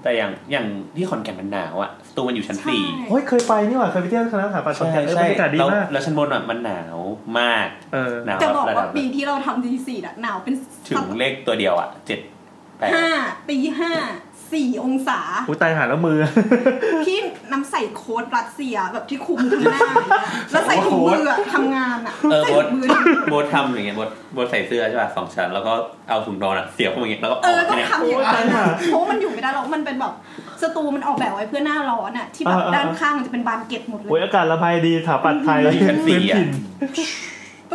H: แต่อย่างอย่างที่ขอนแก่นมันหนาวอ่ะตูมันอยู่ชั้นสี่
C: โอ้ยเคยไปนี่หว่าเคยไปเที่ยวคณะสถาปัตย์ขอนแก่นเออ
H: ใช่
C: บ
H: ใช่
C: รรยากาศดี
H: แล้ว
C: มาก
H: แล้วชั้นบนอ่ะมันหนาวมาก
C: เออ
H: หนาว
D: จะบอก
H: ระดั
D: ว่า
H: บ
D: ปีที่เราทำดีสี่อะหนาวเป็น
H: ถึงเลขตัวเดียวอ่ะเจ็ดแปด
D: ห้าตีห้า 14 องศา
C: อุ้ยตายหาแล้วมือ
D: พี่น้ำใส่โค้ดรัสเซียแบบที่คลุมทั้งหน้าอย่างเงี้ยแล้วใส่ถุงมืออะทำงานอะ
H: เออ
D: ใส่
H: บ
D: ถุ
H: ด
D: งมือ
H: บดทำอย่างเงี้ยบดบดใส่เสื้อใช่ป่ะสองชั้นแล้วก็เอาถุงนอนอะเสียบเข้าไปอย่างเงี้ยแล้วก็
D: เออ
H: ออก
D: ต้อ
H: ไป
D: ง
H: เนี่ย
D: ทำอย่างนั้นอะ
C: โอ้ยตายห่า
D: เพราะว่ามันอยู่ไม่ได้หรอก มันเป็นแบบสตูมันออกแบบไว้เพื่อหน้าร้อนอะที่แบบ
C: อ่าๆ
D: ด้านข้างมันจะเป็นบานเกล็ดหมดเล
C: โอ้ย
D: ย
C: อากาศระบายดีสถาปัตย์ไทย
H: อยู่ชั้นสี่อะ
C: ถิ่น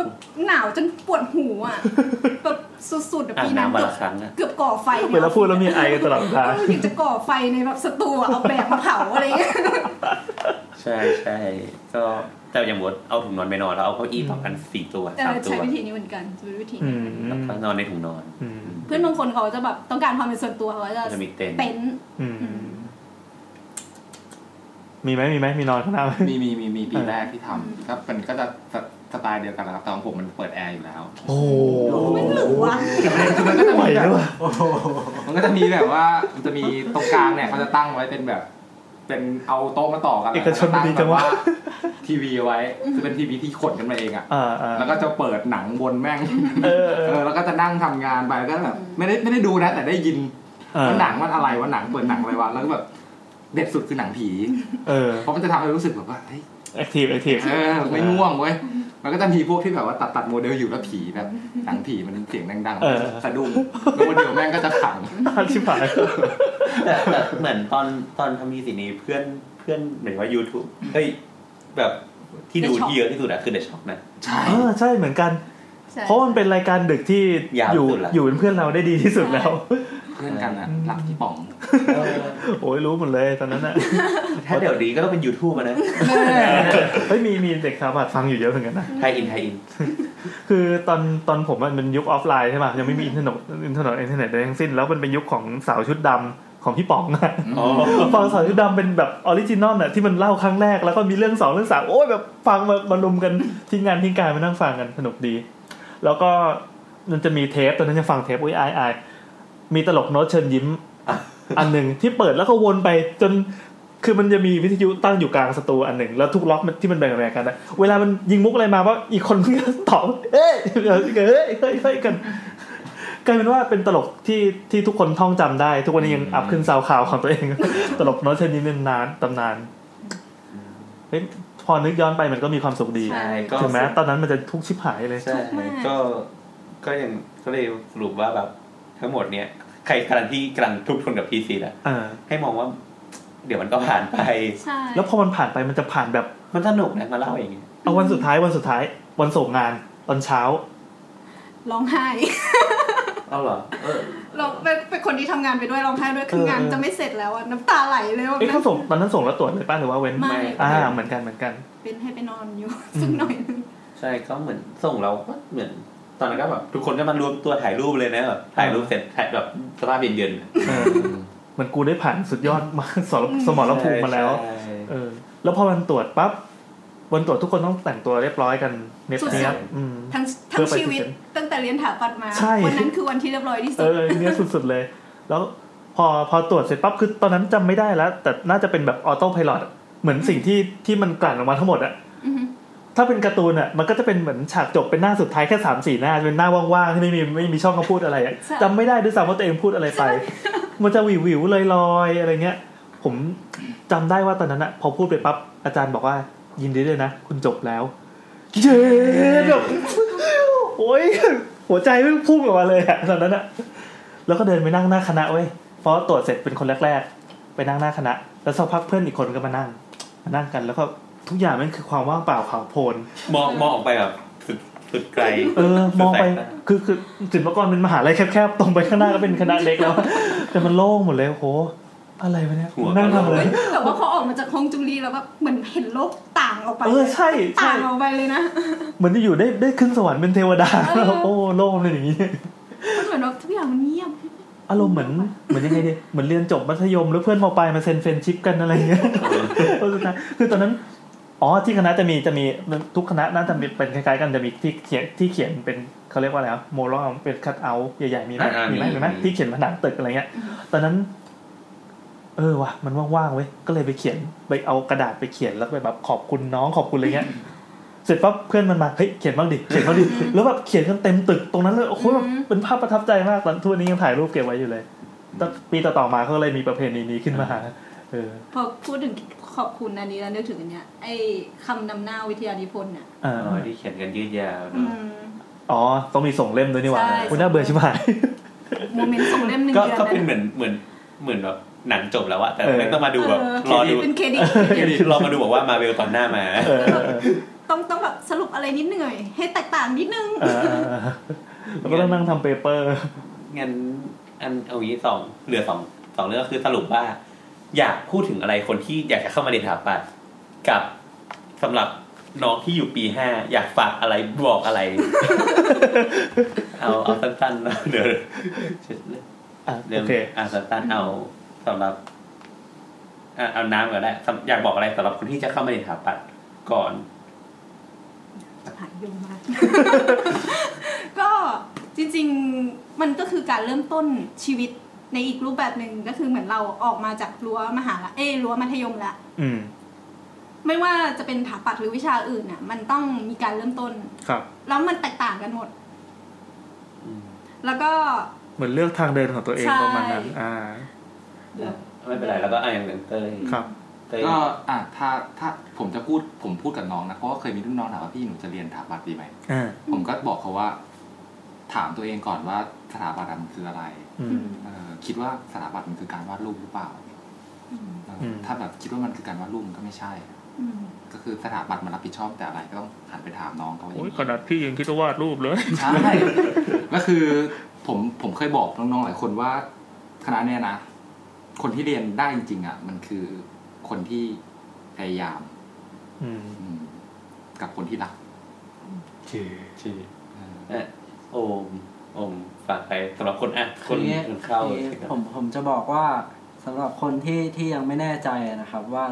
D: แบบหนาวจนปวดหูอะแบบสุดๆแบบ
H: อาบ
D: ปีนั้น
H: น้ำวัน
D: เกือบ
H: ละครั้งอะ
D: เกือบก่อไฟ
C: เวลาพูดแล้วมีไอกันตลอดเวลา
D: เอออยากจะก่อไฟในแบบสตูอะเอาแบบมาเผาอะไรอย่างเงี้ย
H: ใช่ใช่ก็แต่อย่างบดเอาถุงนอนไปนอนแล้วเอาเก้าอี้ต่อกันสี่ตัว
D: เอ
H: สาม
D: อ
H: ตั
D: ใช้
H: ว
D: วิธีนี้เหมือนกันใช้วิธี
C: อื
D: นี้
C: ม
H: แล้วก็นอนในถุงนอน
C: อืม
D: เพื่อนบางคนเขาจะแบบต้องการความเป็นส่วนตัวเขาจะ
H: ก็จะมีเต็นท์
D: เป็นท์
C: อืมมีไหมมีไหมมีนอนข้างหน้าไหม
E: มีมีมีมีปี
C: เออ
E: แรกที่ทำก็เป็นก็จะสสไตล์เดียวกันนะครับแต่ของผมมันเปิดแอร์อยู่แล้ว
C: โอ้โห
D: ไม่หรือวะ
E: มันก็จะ
C: ไหว
E: มีแบ
C: แล้
E: บ
C: วอะ
G: โอ้โห
E: มันก็จะมีแบบว่ามันจะมีตรงกลางเนี่ยเขาจะตั้งไว้เป็นแบบ เป็นเอาโต๊ะมาต่อกัน
C: เอกชนมันดีจังวะ
E: แล้วก็ตั้แบบาทีวีไว้คือเป็นทีวีที่ขนกันมาเองอ่ะ
C: อ่าอ่า
E: แล้วก็จะเปิดหนังวนแม่ง
C: เออเอ
E: เอ
C: อ
E: อแล้วก็จะนั่งทำงานไปก็แบบไม่ได้ไม่ได้ดูนะ แต่ได้ยิน
C: เออ
E: ว่าหนังมันอะไรว่าหนังเปิดหนังอะไรวะแล้วก็แบบเด็ดสุดคือหนังผี
C: เออ
E: เพราะมันจะทำให้รู้สึกแบบว่าเฮ้ย
C: แอคทีฟแอคทีฟ
E: เออไม่ง่วงเว้ยมันก็จะมีพวกที่แบบว่าตัดตัดโมเดลอยู่แล้วผีแบบหนังผีมันเสียงดัง
C: เออ
E: ๆสะดุ้งแล้วโมเดลแม่งก็จะขัง
C: ชิบหาย
H: แต่แต่เหมือนตอนตอนทำมีสินี้เพื่อนเพื่อนเหมือนว่า YouTube เฮ้ยแบบที่ดูที่เยอะที่สุดอะคือเด e ช็อกนะ
E: ใช่
C: เออใช่เหมือนกัน
D: ใช่
C: เพราะมันเป็นรายการดึกที่
H: ยาว
C: อยู่
H: สุดละ
C: อยู่เป็นเพื่อนเราได้ดีที่สุดแล้ว
E: เพื่อนกันอะหลับที่ป๋อง
C: โอ้ยรู้หมดเลยตอนนั้นอะ
H: ถ้าเดี๋ยวนี้ก็ต้องเป็น YouTube อะนะ
C: เฮ้ยมีมีเด็กสาวบัดฟังอยู่เยอะเหมือนกันนะ
H: ไทยอินไทยอิน
C: คือตอนตอนผมอะมันเป็นยุคออฟไลน์ใช่ป่ะยังไม่มีอินเทอร์เน็ตอินเทอร์เน็ตอินเทอร์เน็ตใดทั้งสิ้น แล้วมันเป็นยุคของสาวชุดดำของพี่ป๋องอะ
H: อ๋อ
C: ฟังสาวชุดดำเป็นแบบออริจินอลอะที่มันเล่าครั้งแรกแล้วก็มีเรื่องสองเรื่องสามโอ้ยแบบฟังมามารวมกันทีมงานทีมการมานั่งฟังกันสนุกดี แล้วก็มันจะมีเทปตอนนั้นยังฟังเทปอุ้ยอายอายมีตลกโน้ตเชิญยิ้ม อันหนึ่งที่เปิดแล้วก็วนไปจน คือมันจะมีวิทยุตั้งอยู่กลางสตูอันหนึ่งแล้วทุกล็อกมันที่มันแบ่งแบ่งกันนะเวลามันยิงมุกอะไรมาว่าอีกคนมันก็ตอบเอ้ยเฮ้ยเฮ้ยเฮ้ยเฮ้ยกันกลายเป็นว่าเป็นตลกที่ที่ทุกคนท่องจำได้ ทุกวันนี้ยังอัพขึ้นซาวข่าวของตัวเอง ตลกโน้ตเชนนี้เป็นนานตำนานเฮ้ยพอนึกย้อนไปมันก็มีความสุขดี
H: ใช่ก็
C: ถึงแม้ตอนนั้นมันจะทุกข์ชิบหายเลย
H: ใช่ก็ก็ยังก็เลยสรุปว่าแบบทั้งหมดเนี้ยใครกำลังที่กำลังทุกข์ทนกับพีซีนะ
C: เออ
H: ให้มองว่า เดี๋ยวมันก็ผ่านไป
D: ใช่
C: แล้วพอมันผ่านไปมันจะผ่านแบบ
H: มันสนุกนะมาเล่าอย่างเงี้ย
C: เอาวันสุดท้ายวันสุดท้ายวันส่งงานตอนเช้า
D: ร้องไห้
H: เอาเหรอ
D: เราเป็นเป็นคนที่ทำงานไปด้วยร้องไห้ด้วยคือ
C: เออ
D: งานจะไม่เสร็จแล้วอะน้ำตาไหลเลยว่า
C: เอ้ยเขา
D: แม่
C: ส่งตอนนั้นส่งแล้วตรวจเลยป้ะหรือว่าเว้น
D: ไม่
C: อ่าเหมือนกันเหมือนกัน
D: เป็นให้ไปนอนอยู่ สักหน่อยนึง
H: ใช่ก็เหมือนส่งเราก็เหมือน ตอนนั้นก็แบบทุกคนก็มารวมตัวถ่ายรูปเลยนะแบบถ่ายรูปเสร็จถ่ายแบบสภาพเย็น
C: เออเหมือนกูได้ผ่านสุดยอด มาสมรสม
H: ๆ
C: รภูมิมาแล้ว
H: ใช่ใช่
C: เออ แล้วพอวันตรวจปั๊บวันตรวจทุกคนต้องแต่งตัวเรียบร้อยกันเน็บเนี้ยบอืม
D: ทั้งทั้งชีวิตตั้งแต่เรียนถาปัดมา
C: ใช่
D: วันั้นคือวันที่เรียบร้อยที่สุ
C: เอ
D: ด
C: อเนี่ยสุดๆเลย แล้วพอพอตรวจเสร็จปั๊บคือตอนนั้นจำไม่ได้แล้ว แต่น่าจะเป็นแบบออโต้ไพลอตเหมือนสิ่งที่ที่มันกลั่นออกมาทั้งหมดอะ
D: อือฮึ
C: ถ้าเป็นการ์ตูนอะมันก็จะเป็นเหมือนฉากจบเป็นหน้าสุดท้ายแค่สามสี่หน้าเป็นหน้าว่างๆที่ไม่มีไม่มีช่องคำพูดอะไรอะ
D: ใช่
C: จำไม่ได้ด้วยซ้ำว่าตัวเองพูดอะไรไป มันจะหวิววิวๆลอยๆอะไรเงี้ย ผมจำได้ว่าตอนนั้นอะพอพูดไปปั๊บอาจารย์บอกว่า ยินดีด้วยนะ คุณจบแล้ว เย้แบบ โอ้ยหัวใจมันพุ่งออกมาเลยอะตอนนั้นอะแล้วก็เดินไปนั่งหน้าคณะเว้ยเพราะตรวจเสร็จเป็นคนแรกๆ ไปนั่งหน้าคณะ แล้วสักพักเพื่อนอีกคนก็มานั่ง มานั่งกันแล้วก็ทุกอย่างมันคือความว่างเปล่าขาวโพลน
H: มองมองออกไปแบบสุดสุดไกล
C: เอ อ มองไป
H: สุดสายตา
C: คือคือศิลปากรเป็นมหาลัยแคบๆ ตรงไปข้างหน้าก็เป็นคณะเล็กแล้ว แต่มันโล่งหมดเลยโอ้โห อะไรวะเนี่ย
H: หัว
C: นั่งทำอะไร
D: แต่ว่าพอออกมาจากห้องจุลีแล้วแบบเหมือนเห็นโลกต่างออกไป
C: เออ ใช่ ใช่
D: ต่างออกไปเลยนะ
C: เหมือนจะอยู่ได้ได้ขึ้นสวรรค์เป็นเทวดา โอ้โล่งเลยอย่างนี้
D: มันเหมือนแบบทุกอย่างมันเงียบ
C: อารมณ์เหมือนเหมือนยังไงดีเหมือนเรียนจบมัธยม แล้วเพื่อนมปลายมาเซ็นเฟรนด์ชิพกันอะไรอย่างเงี้ย เออสุดท้ายคือตอนนั้น อ๋อที่คณะจะมีจะมีทุกคณะน่าจะมีเป็นคล้ายๆกันจะมีที่เขียนที่เขียนเป็นเขาเรียกว่าอะไรครับโมลอมเป็นคัตเอาท์ใหญ่ๆมีไหม
H: อ่าๆมี
C: มีไหมมีไหม
H: มี
C: ที่เขียนผนังตึกอะไรเงี้ย ตอนนั้น เออว่ะมันว่างๆเว้ยก็เลยไปเขียนไปเอากระดาษไปเขียนแล้วไปแบบขอบคุณน้องขอบคุณอะไรเงี้ย เสร็จปั๊บเพื่อนมันมาเฮ้ยเขียนบ้างดิเขียนบ้าง ดิแล้วแบบเขียนกันเต็มตึกตรงนั้นเลยโอ้โหแบบเป็นภาพประทับใจมากตอนทุกวันนี้ยังถ่ายรูปเก็บไว้อยู่เลย
E: อื
C: ต่อปีต่อๆมาเขาเลยมีประเพณีนี้ขึ้นมาเออ
D: พอพูดถึงขอบคุณอันนี้แล้วนึกถึงอันเนี้ยไอ้คำนำหน้าวิทยานิพนธ์น่ะ
C: อ่า
H: อ๋อที่เขียนกันยืดยาวเน
D: อื
H: อะ
D: ม
C: อ๋อต้องมีส่งเล่มด้วยนี่หว่า
D: ใช่
C: คุณน่าเบื่อชิบ หาย
D: โมเมนต์สองเล่มหนึ่ง
H: ก็
D: เดือน
H: ก็เป็นเห
D: นะ
H: มือนเหมือนเหมือนแบบหนังจบแล้วอะแต่
C: เออ
H: ไม่ต้องมาดูแบบ
D: เ
H: รอดู
D: เป็นเครดิต
H: รอมาดูบอกว่ามาเวลตอนหน้ามา
C: เออเออ
D: ต้องต้องแบบสรุปอะไรนิดหน่อย ให้แตกต่างนิดนึง
C: เออเออแล้วก็ต้องนั่งทำเปเปอร์
H: งั้นอันเอางี้สองเหลือสองสองเรื่องก็คือสรุปว่า อยากพูดถึงอะไรคนที่อยากจะเข้ามาเรียนสถาปัตย์กับสำหรับน้องที่อยู่ปีห้าอยากฝากอะไรบอก อะไร เอาเอาสั้นๆนะเดี๋ยว
C: อ่ะ
H: เริ่
C: โอ
H: ม
C: เค
H: อ่ะสั้นๆเอาสำหรับอ่ะเอาน้ำก่อนได้สำอยากบอกอะไรสำหรับคนที่จะเข้ามาเรียนสถาปัตย์ก่อน
D: หายโยงมาก ก็จริงๆมันก็คือการเริ่มต้นชีวิตในอีกรูปแบบหนึ่งก็คือเหมือนเราออกมาจากรั้วมหาลัยเอ้ยรั้วมัธยมละ
C: อืม
D: ไม่ว่าจะเป็นถาปัดหรือวิชาอื่นน่ะ มันต้องมีการเริ่มต้น
C: ครับ
D: แล้วมันแตกต่างกันหมด แล้วก็
C: เหมือนเลือกทางเดินของตัวเอง
D: ใช่
C: ประมาณนั้นอ่า
H: ไม่เป็นไรแล้วก็อ่ะอย่างหนึ่งเต้ย
C: ครับ
H: เต้ย
E: ก็อ่ะถ้าถ้าผมจะพูดผมพูดกับน้องนะเพราะว่าเคยมีรุ่นน้องถามว่าพี่หนูจะเรียนสถาปัตย์ดีไหม
C: อ่า
E: ผมก็บอกเขาว่า ถามตัวเองก่อนว่าสถาปัตย์อะมันคืออะไร
C: อืม
E: เอ่อคิดว่าสถาปัตย์มันคือการวาดรูปหรือเปล่าเอออ
C: ม
E: ถ้าแบบคิดว่ามันคือการวาดรูปมันก็ไม่ใช่
D: อืม
E: ก็คือสถาปัตย์มันรับผิดชอบแต่อะไรก็ต้องหันไปถามน้องเขาเอง
C: โอ้ยขนาดพี่ยังคิดว่าวาดรูปเลย
E: ใช่ ก็คือผมผมเคยบอกน้องๆหลายคนว่าคณะเนี้ยนะ คนที่เรียนได้จริงๆอ่ะมันคือคนที่พยายาม
C: อืม
E: อืมกับคนที่รัก
H: ชื่อชื่อ
E: เออ
H: อ่ะโอมโอมฝากไปสำหรับคนอ่ะค
G: คื
H: น
G: ออย่างเงี้ย
H: คนเข้า
G: คือผมผมจะบอกว่าสำหรับคนที่ที่ยังไม่แน่ใจนะครับ ว่า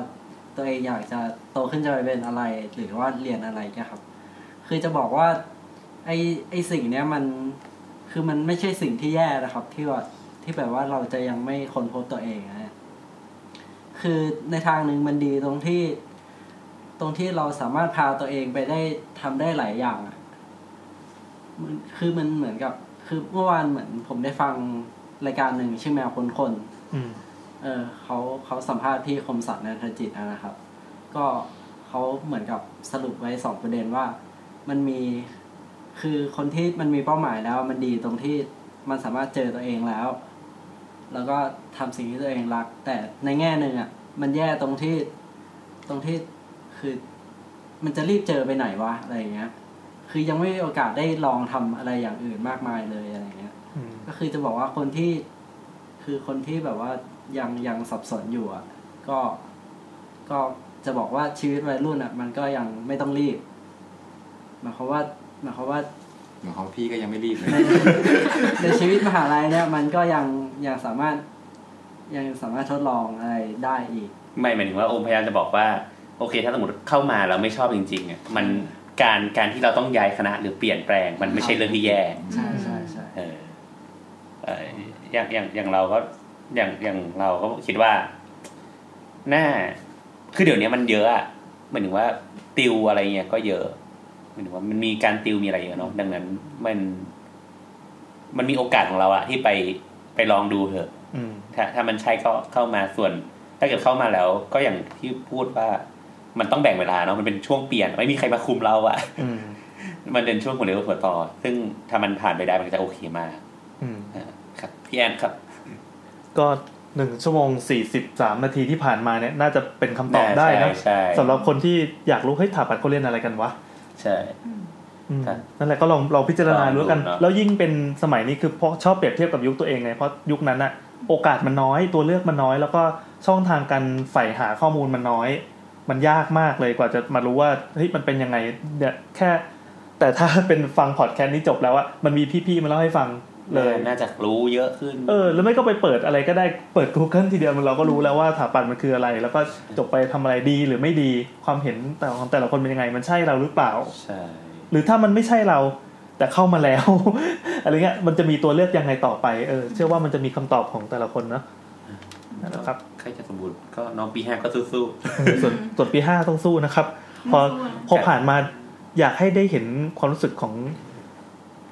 G: ตัวเองอยากจะโตขึ้นจะไปเป็นอะไร หรือว่าเรียนอะไรเนี่ยครับ คือจะบอกว่าไอไอสิ่งเนี้ยมันคือมันไม่ใช่สิ่งที่แย่นะครับ ที่ว่าที่แบบว่าเราจะยังไม่ค้นพบตัวเองนะคือในทางหนึ่งมันดีตรงที่ ตรงที่เราสามารถพาตัวเองไปได้ทำได้หลายอย่างอะ มันคือมันเหมือนกับ คือเมื่อวานเหมือนผมได้ฟังรายการหนึ่งชื่อแมวคนคน
C: อืม
G: เออเขาเขาสัมภาษณ์พี่คมสันนันทจิตนะครับ ก็เขาเหมือนกับสรุปไว้สองประเด็นว่า มันมีคือคนที่มันมีเป้าหมายแล้วมันดีตรงที่มันสามารถเจอตัวเองแล้ว แล้วก็ทำสิ่งที่ตัวเองรัก แต่ในแง่หนึ่งอ่ะ มันแย่ตรงที่ตรงที่คือ มันจะรีบเจอไปไหนวะอะไรอย่างเงี้ย คือยังไม่มีโอกาสได้ลองทำอะไรอย่างอื่นมากมายเลยอะไรอย่างเงี้ย
C: อืม
G: ก็คือจะบอกว่าคนที่คือคนที่แบบว่ายังยังสับสนอยู่อ่ะก็ก็จะบอกว่าชีวิตวัยรุ่นอ่ะ มันก็ยังไม่ต้องรีบหมายความว่าหมายความว่า
E: เหมือนเขาพี่ก็ยังไม่รีบเลย
G: ในชีวิตมหาลัยเนี่ย มันก็ยังยังสามารถยังสามารถทดลองอะไรได้อีก
H: ไม่หมายถึงว่าโอมพยายามจะบอกว่า โอเค ถ้าสมมติเข้ามาแล้วไม่ชอบจริงๆอ่ะมันการการที่เราต้องย้ายคณะหรือเปลี่ยนแปลง มันไม่ใช่เรื่องที่แย่
G: ใช่ใช่ใช่
H: เออเอ่ออย่างอย่างอย่างเราก็อย่างอย่างเราก็คิดว่าน่าคือเดี๋ยวนี้มันเยอะอ่ะหมายถึงว่าติวอะไรเงี้ยก็เยอะหมายถึงว่ามันมีการติวมีอะไรเยอะเนาะดังนั้นมัน มันมีโอกาสของเราอะที่ไปไปลองดูเถอะ
C: อืม
H: ถ้าถ้ามันใช่ก็เข้ามาส่วน ถ้าเกิดเข้ามาแล้วก็อย่างที่พูดว่ามันต้องแบ่งเวลาเนาะมันเป็นช่วงเปลี่ยน ไม่มีใครมาคุมเราอะ
C: อืม
H: มันเป็นช่วงหัวเรียวหัวต่อ ซึ่งถ้ามันผ่านไปได้มันก็จะโอเคมาก
C: อืม
H: อ่าครับพี่แอนครับ
C: ก็หนึ่งชั่วโมงสี่สิบสามนาทีที่ผ่านมาเนี่ย น่าจะเป็นคำตอบได้นะ
H: ใช่ใช่
C: สำหรับคนที่อยากรู้เฮ้ยถาปัดเขาเรียนอะไรกันวะ
H: ใช่
C: อืม
H: ครับ
C: นั่นแหละก็ลองลองพิจารณา
H: ลองดู
C: ดูแล้วกัน
H: เนอะ
C: แล้วยิ่งเป็นสมัยนี้คือเพราะชอบเปรียบเทียบกับยุคตัวเองไงเพราะยุคนั้นอะโอกาสมันน้อยตัวเลือกมันน้อย แล้วก็ช่องทางการใฝ่หาข้อมูลมันน้อย มันยากมากเลยกว่าจะมารู้ว่าเฮ้ยมันเป็นยังไงเนี่ยแค่ แต่ถ้าเป็นฟังพอดแคสต์นี้จบแล้วอะมันมีพี่ๆมาเล่าให้ฟังเลย
H: น่าจะรู้เยอะขึ้น
C: เออแล้วไม่ก็ไปเปิดอะไรก็ได้เปิด Google ทีเดียวมันเราก็รู้แล้วว่าสถาปัตย์มันคืออะไร แล้วก็จบไปทำอะไรดีหรือไม่ดีความเห็นแต่ของแต่ละคนเป็นยังไงมันใช่เราหรือเปล่า
H: ใช่
C: หรือถ้ามันไม่ใช่เราแต่เข้ามาแล้ว อะไรเงี้ยมันจะมีตัวเลือกยังไงต่อไปเออเชื่อว่ามันจะมีคำตอบของแต่ละคนเนอะนั่นแหละครับ
H: ใครจะสมบูรณ์ก็น้องปีห้าก็สู้
C: เออส่วนส่วนปีห้าต้องสู้นะครับ พอ
D: สู้นะ
C: พอผ่านมาอยากให้ได้เห็นความรู้สึกของ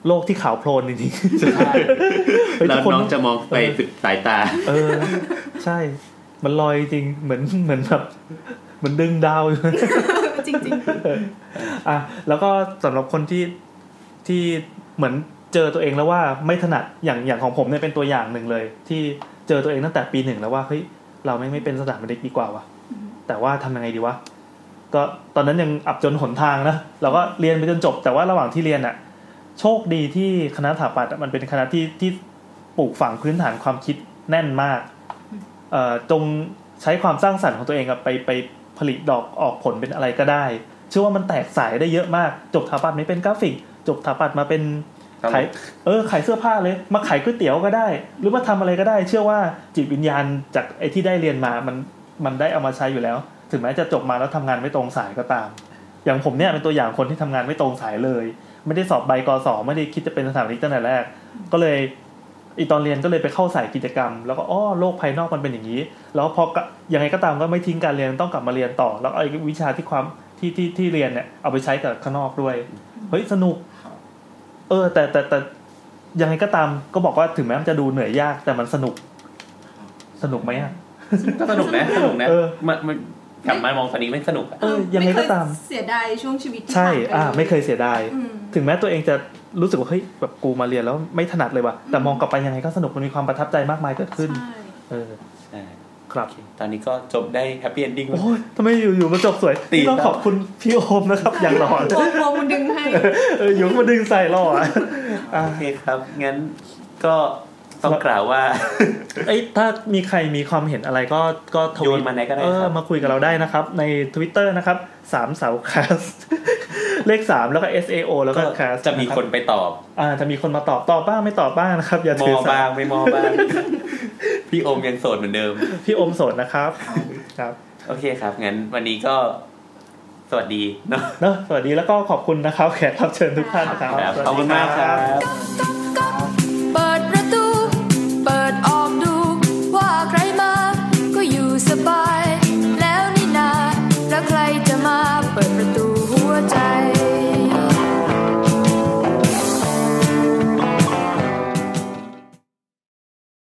C: โลกที่ขาวโพลนจริงๆเฮ้ย
F: แล้
C: ทุ
F: ว
C: กคน
F: น้องจะมองไปสุดสายตา
C: เออ ใช่ มันลอยจริงเหมือนเหมือนแบบเหมือนดึงดาวอยู่
D: จริง
C: อ่ะแล้วก็สำหรับคนที่ที่เหมือนเจอตัวเองแล้วว่าไม่ถนัดอย่างอย่างของผมเนี่ยเป็นตัวอย่างหนึ่งเลย ที่เจอตัวเองตั้งแต่ปีหนึ่งแล้วว่าเฮ้ยเราไม่งไม่เป็นสถาปนิกดีกว่าวะแต่ว่าทำยังไงดีวะก็ตอนนั้นยังอับจนหนทางนะเราก็เรียนไปจนจบ แต่ว่าระหว่างที่เรียนอ่ะ โชคดีที่คณะสถาปัตย์อะมันเป็นคณะที่ที่ปลูกฝังพื้นฐานความคิดแน่นมากเอ่อจงใช้ความสร้างสรรค์ของตัวเองอะไปไปผลิตดอกออกผลเป็นอะไรก็ได้ เชื่อว่ามันแตกสายได้เยอะมาก จบสถาปัตย์ไม่เป็นกราฟิก จบสถาปัตย์มาเป็น
F: ครับ
C: ขายเออขายเสื้อผ้าเลย มาขายก๋วยเตี๋ยวก็ได้ หรือว่าทำอะไรก็ได้ เชื่อว่าจิตวิญญาณจากไอ้ที่ได้เรียนมามันมันได้เอามาใช้อยู่แล้ว ถึงแม้จะจบมาแล้วทำงานไม่ตรงสายก็ตาม อย่างผมเนี่ยเป็นตัวอย่างคนที่ทำงานไม่ตรงสายเลย ไม่ได้สอบใบกศไม่ได้คิดจะเป็นสถาปนิกตั้งแต่แรก ก็เลยอีตอนเรียนก็เลยไปเข้าสายกิจกรรม แล้วก็อ้อโลกภายนอกมันเป็นอย่างนี้ แล้วพอก็ยังไงก็ตามก็ไม่ทิ้งการเรียนต้องกลับมาเรียนต่อ แล้วเอาไอ้วิชาที่ความที่ที่ที่เรียนเนี่ยเอาไปใช้กับข้างนอกด้วย เฮ้ยสนุก เออ แต่แต่แต่ยังไงก็ตามก็บอกว่าถึงแม้มันจะดูเหนื่อยยาก แต่มันสนุก สนุกไหมอะ
H: ก็สนุกนะสนุกนะ
C: เออ
H: มันมันกลับมามองตอนนี้ไม่สนุกอะ
C: เออ
D: ๆ
C: ยังไงก็ตาม
D: ไม่เคยเสียดายช่วงชีวิตที่
C: ใช่ อ่า
D: ผ่นปล
C: ไม่เคยเสียดาย
D: อืม
C: ถึงแม้ตัวเองจะรู้สึกว่าเฮ้ยแบบกูมาเรียนแล้วไม่ถนัดเลยว่ะแต่มองกลับไปยังไงก็สนุกมันมีความประทับใจมากมายเกิดขึ้น
D: ใช่
C: เออ
H: ใช่
C: ครับ
H: ตอนนี้ก็จบได้แฮปปี้เอนดิ้ง
C: โอ้ยทำไมอยู่ๆมาจบสวย
H: ตี
C: นี่ต้องขอบคุณพี่โอมนะครับ อย่างหล่อ
D: โอ้โหมันดึงให้
C: เอออยู่ก็มาดึงใส่หล่ออ่ะอ่ะ
H: โอเคครับ งั้นก็ต้องกล่าวว่า
C: เอ้ยถ้ามีใครมีความเห็นอะไรก็ก็ท
H: โย
C: วิต
H: นมาไหนก็ได้
C: เออ
H: ครับ
C: มาคุยกับเราได้นะครับ ใน Twitter นะครับสามเสาคาส เลขสามแล้วก็ S A O แล้วก็คาส
H: จะมีคนไปตอบ
C: อ่าจะมีคนมาตอบตอบบ้างไม่ตอบบ้างนะครับ อย่าม ถื
H: อ
C: อสา
H: บ้าง
C: ร
H: ไม่มอบ้าง พี่โอมยังโสดเหมือนเดิม
C: พี่โอมโสดนะครับครับ
H: โอเคครับ งั้นวันนี้ก็สวัสดีเนาะ
C: เนอะสวัสดีแล้วก็ขอบคุณนะครับ แขกรับเชิญทุกท่านนะครับ
H: ครับขอบคุณมากครับ
B: กัก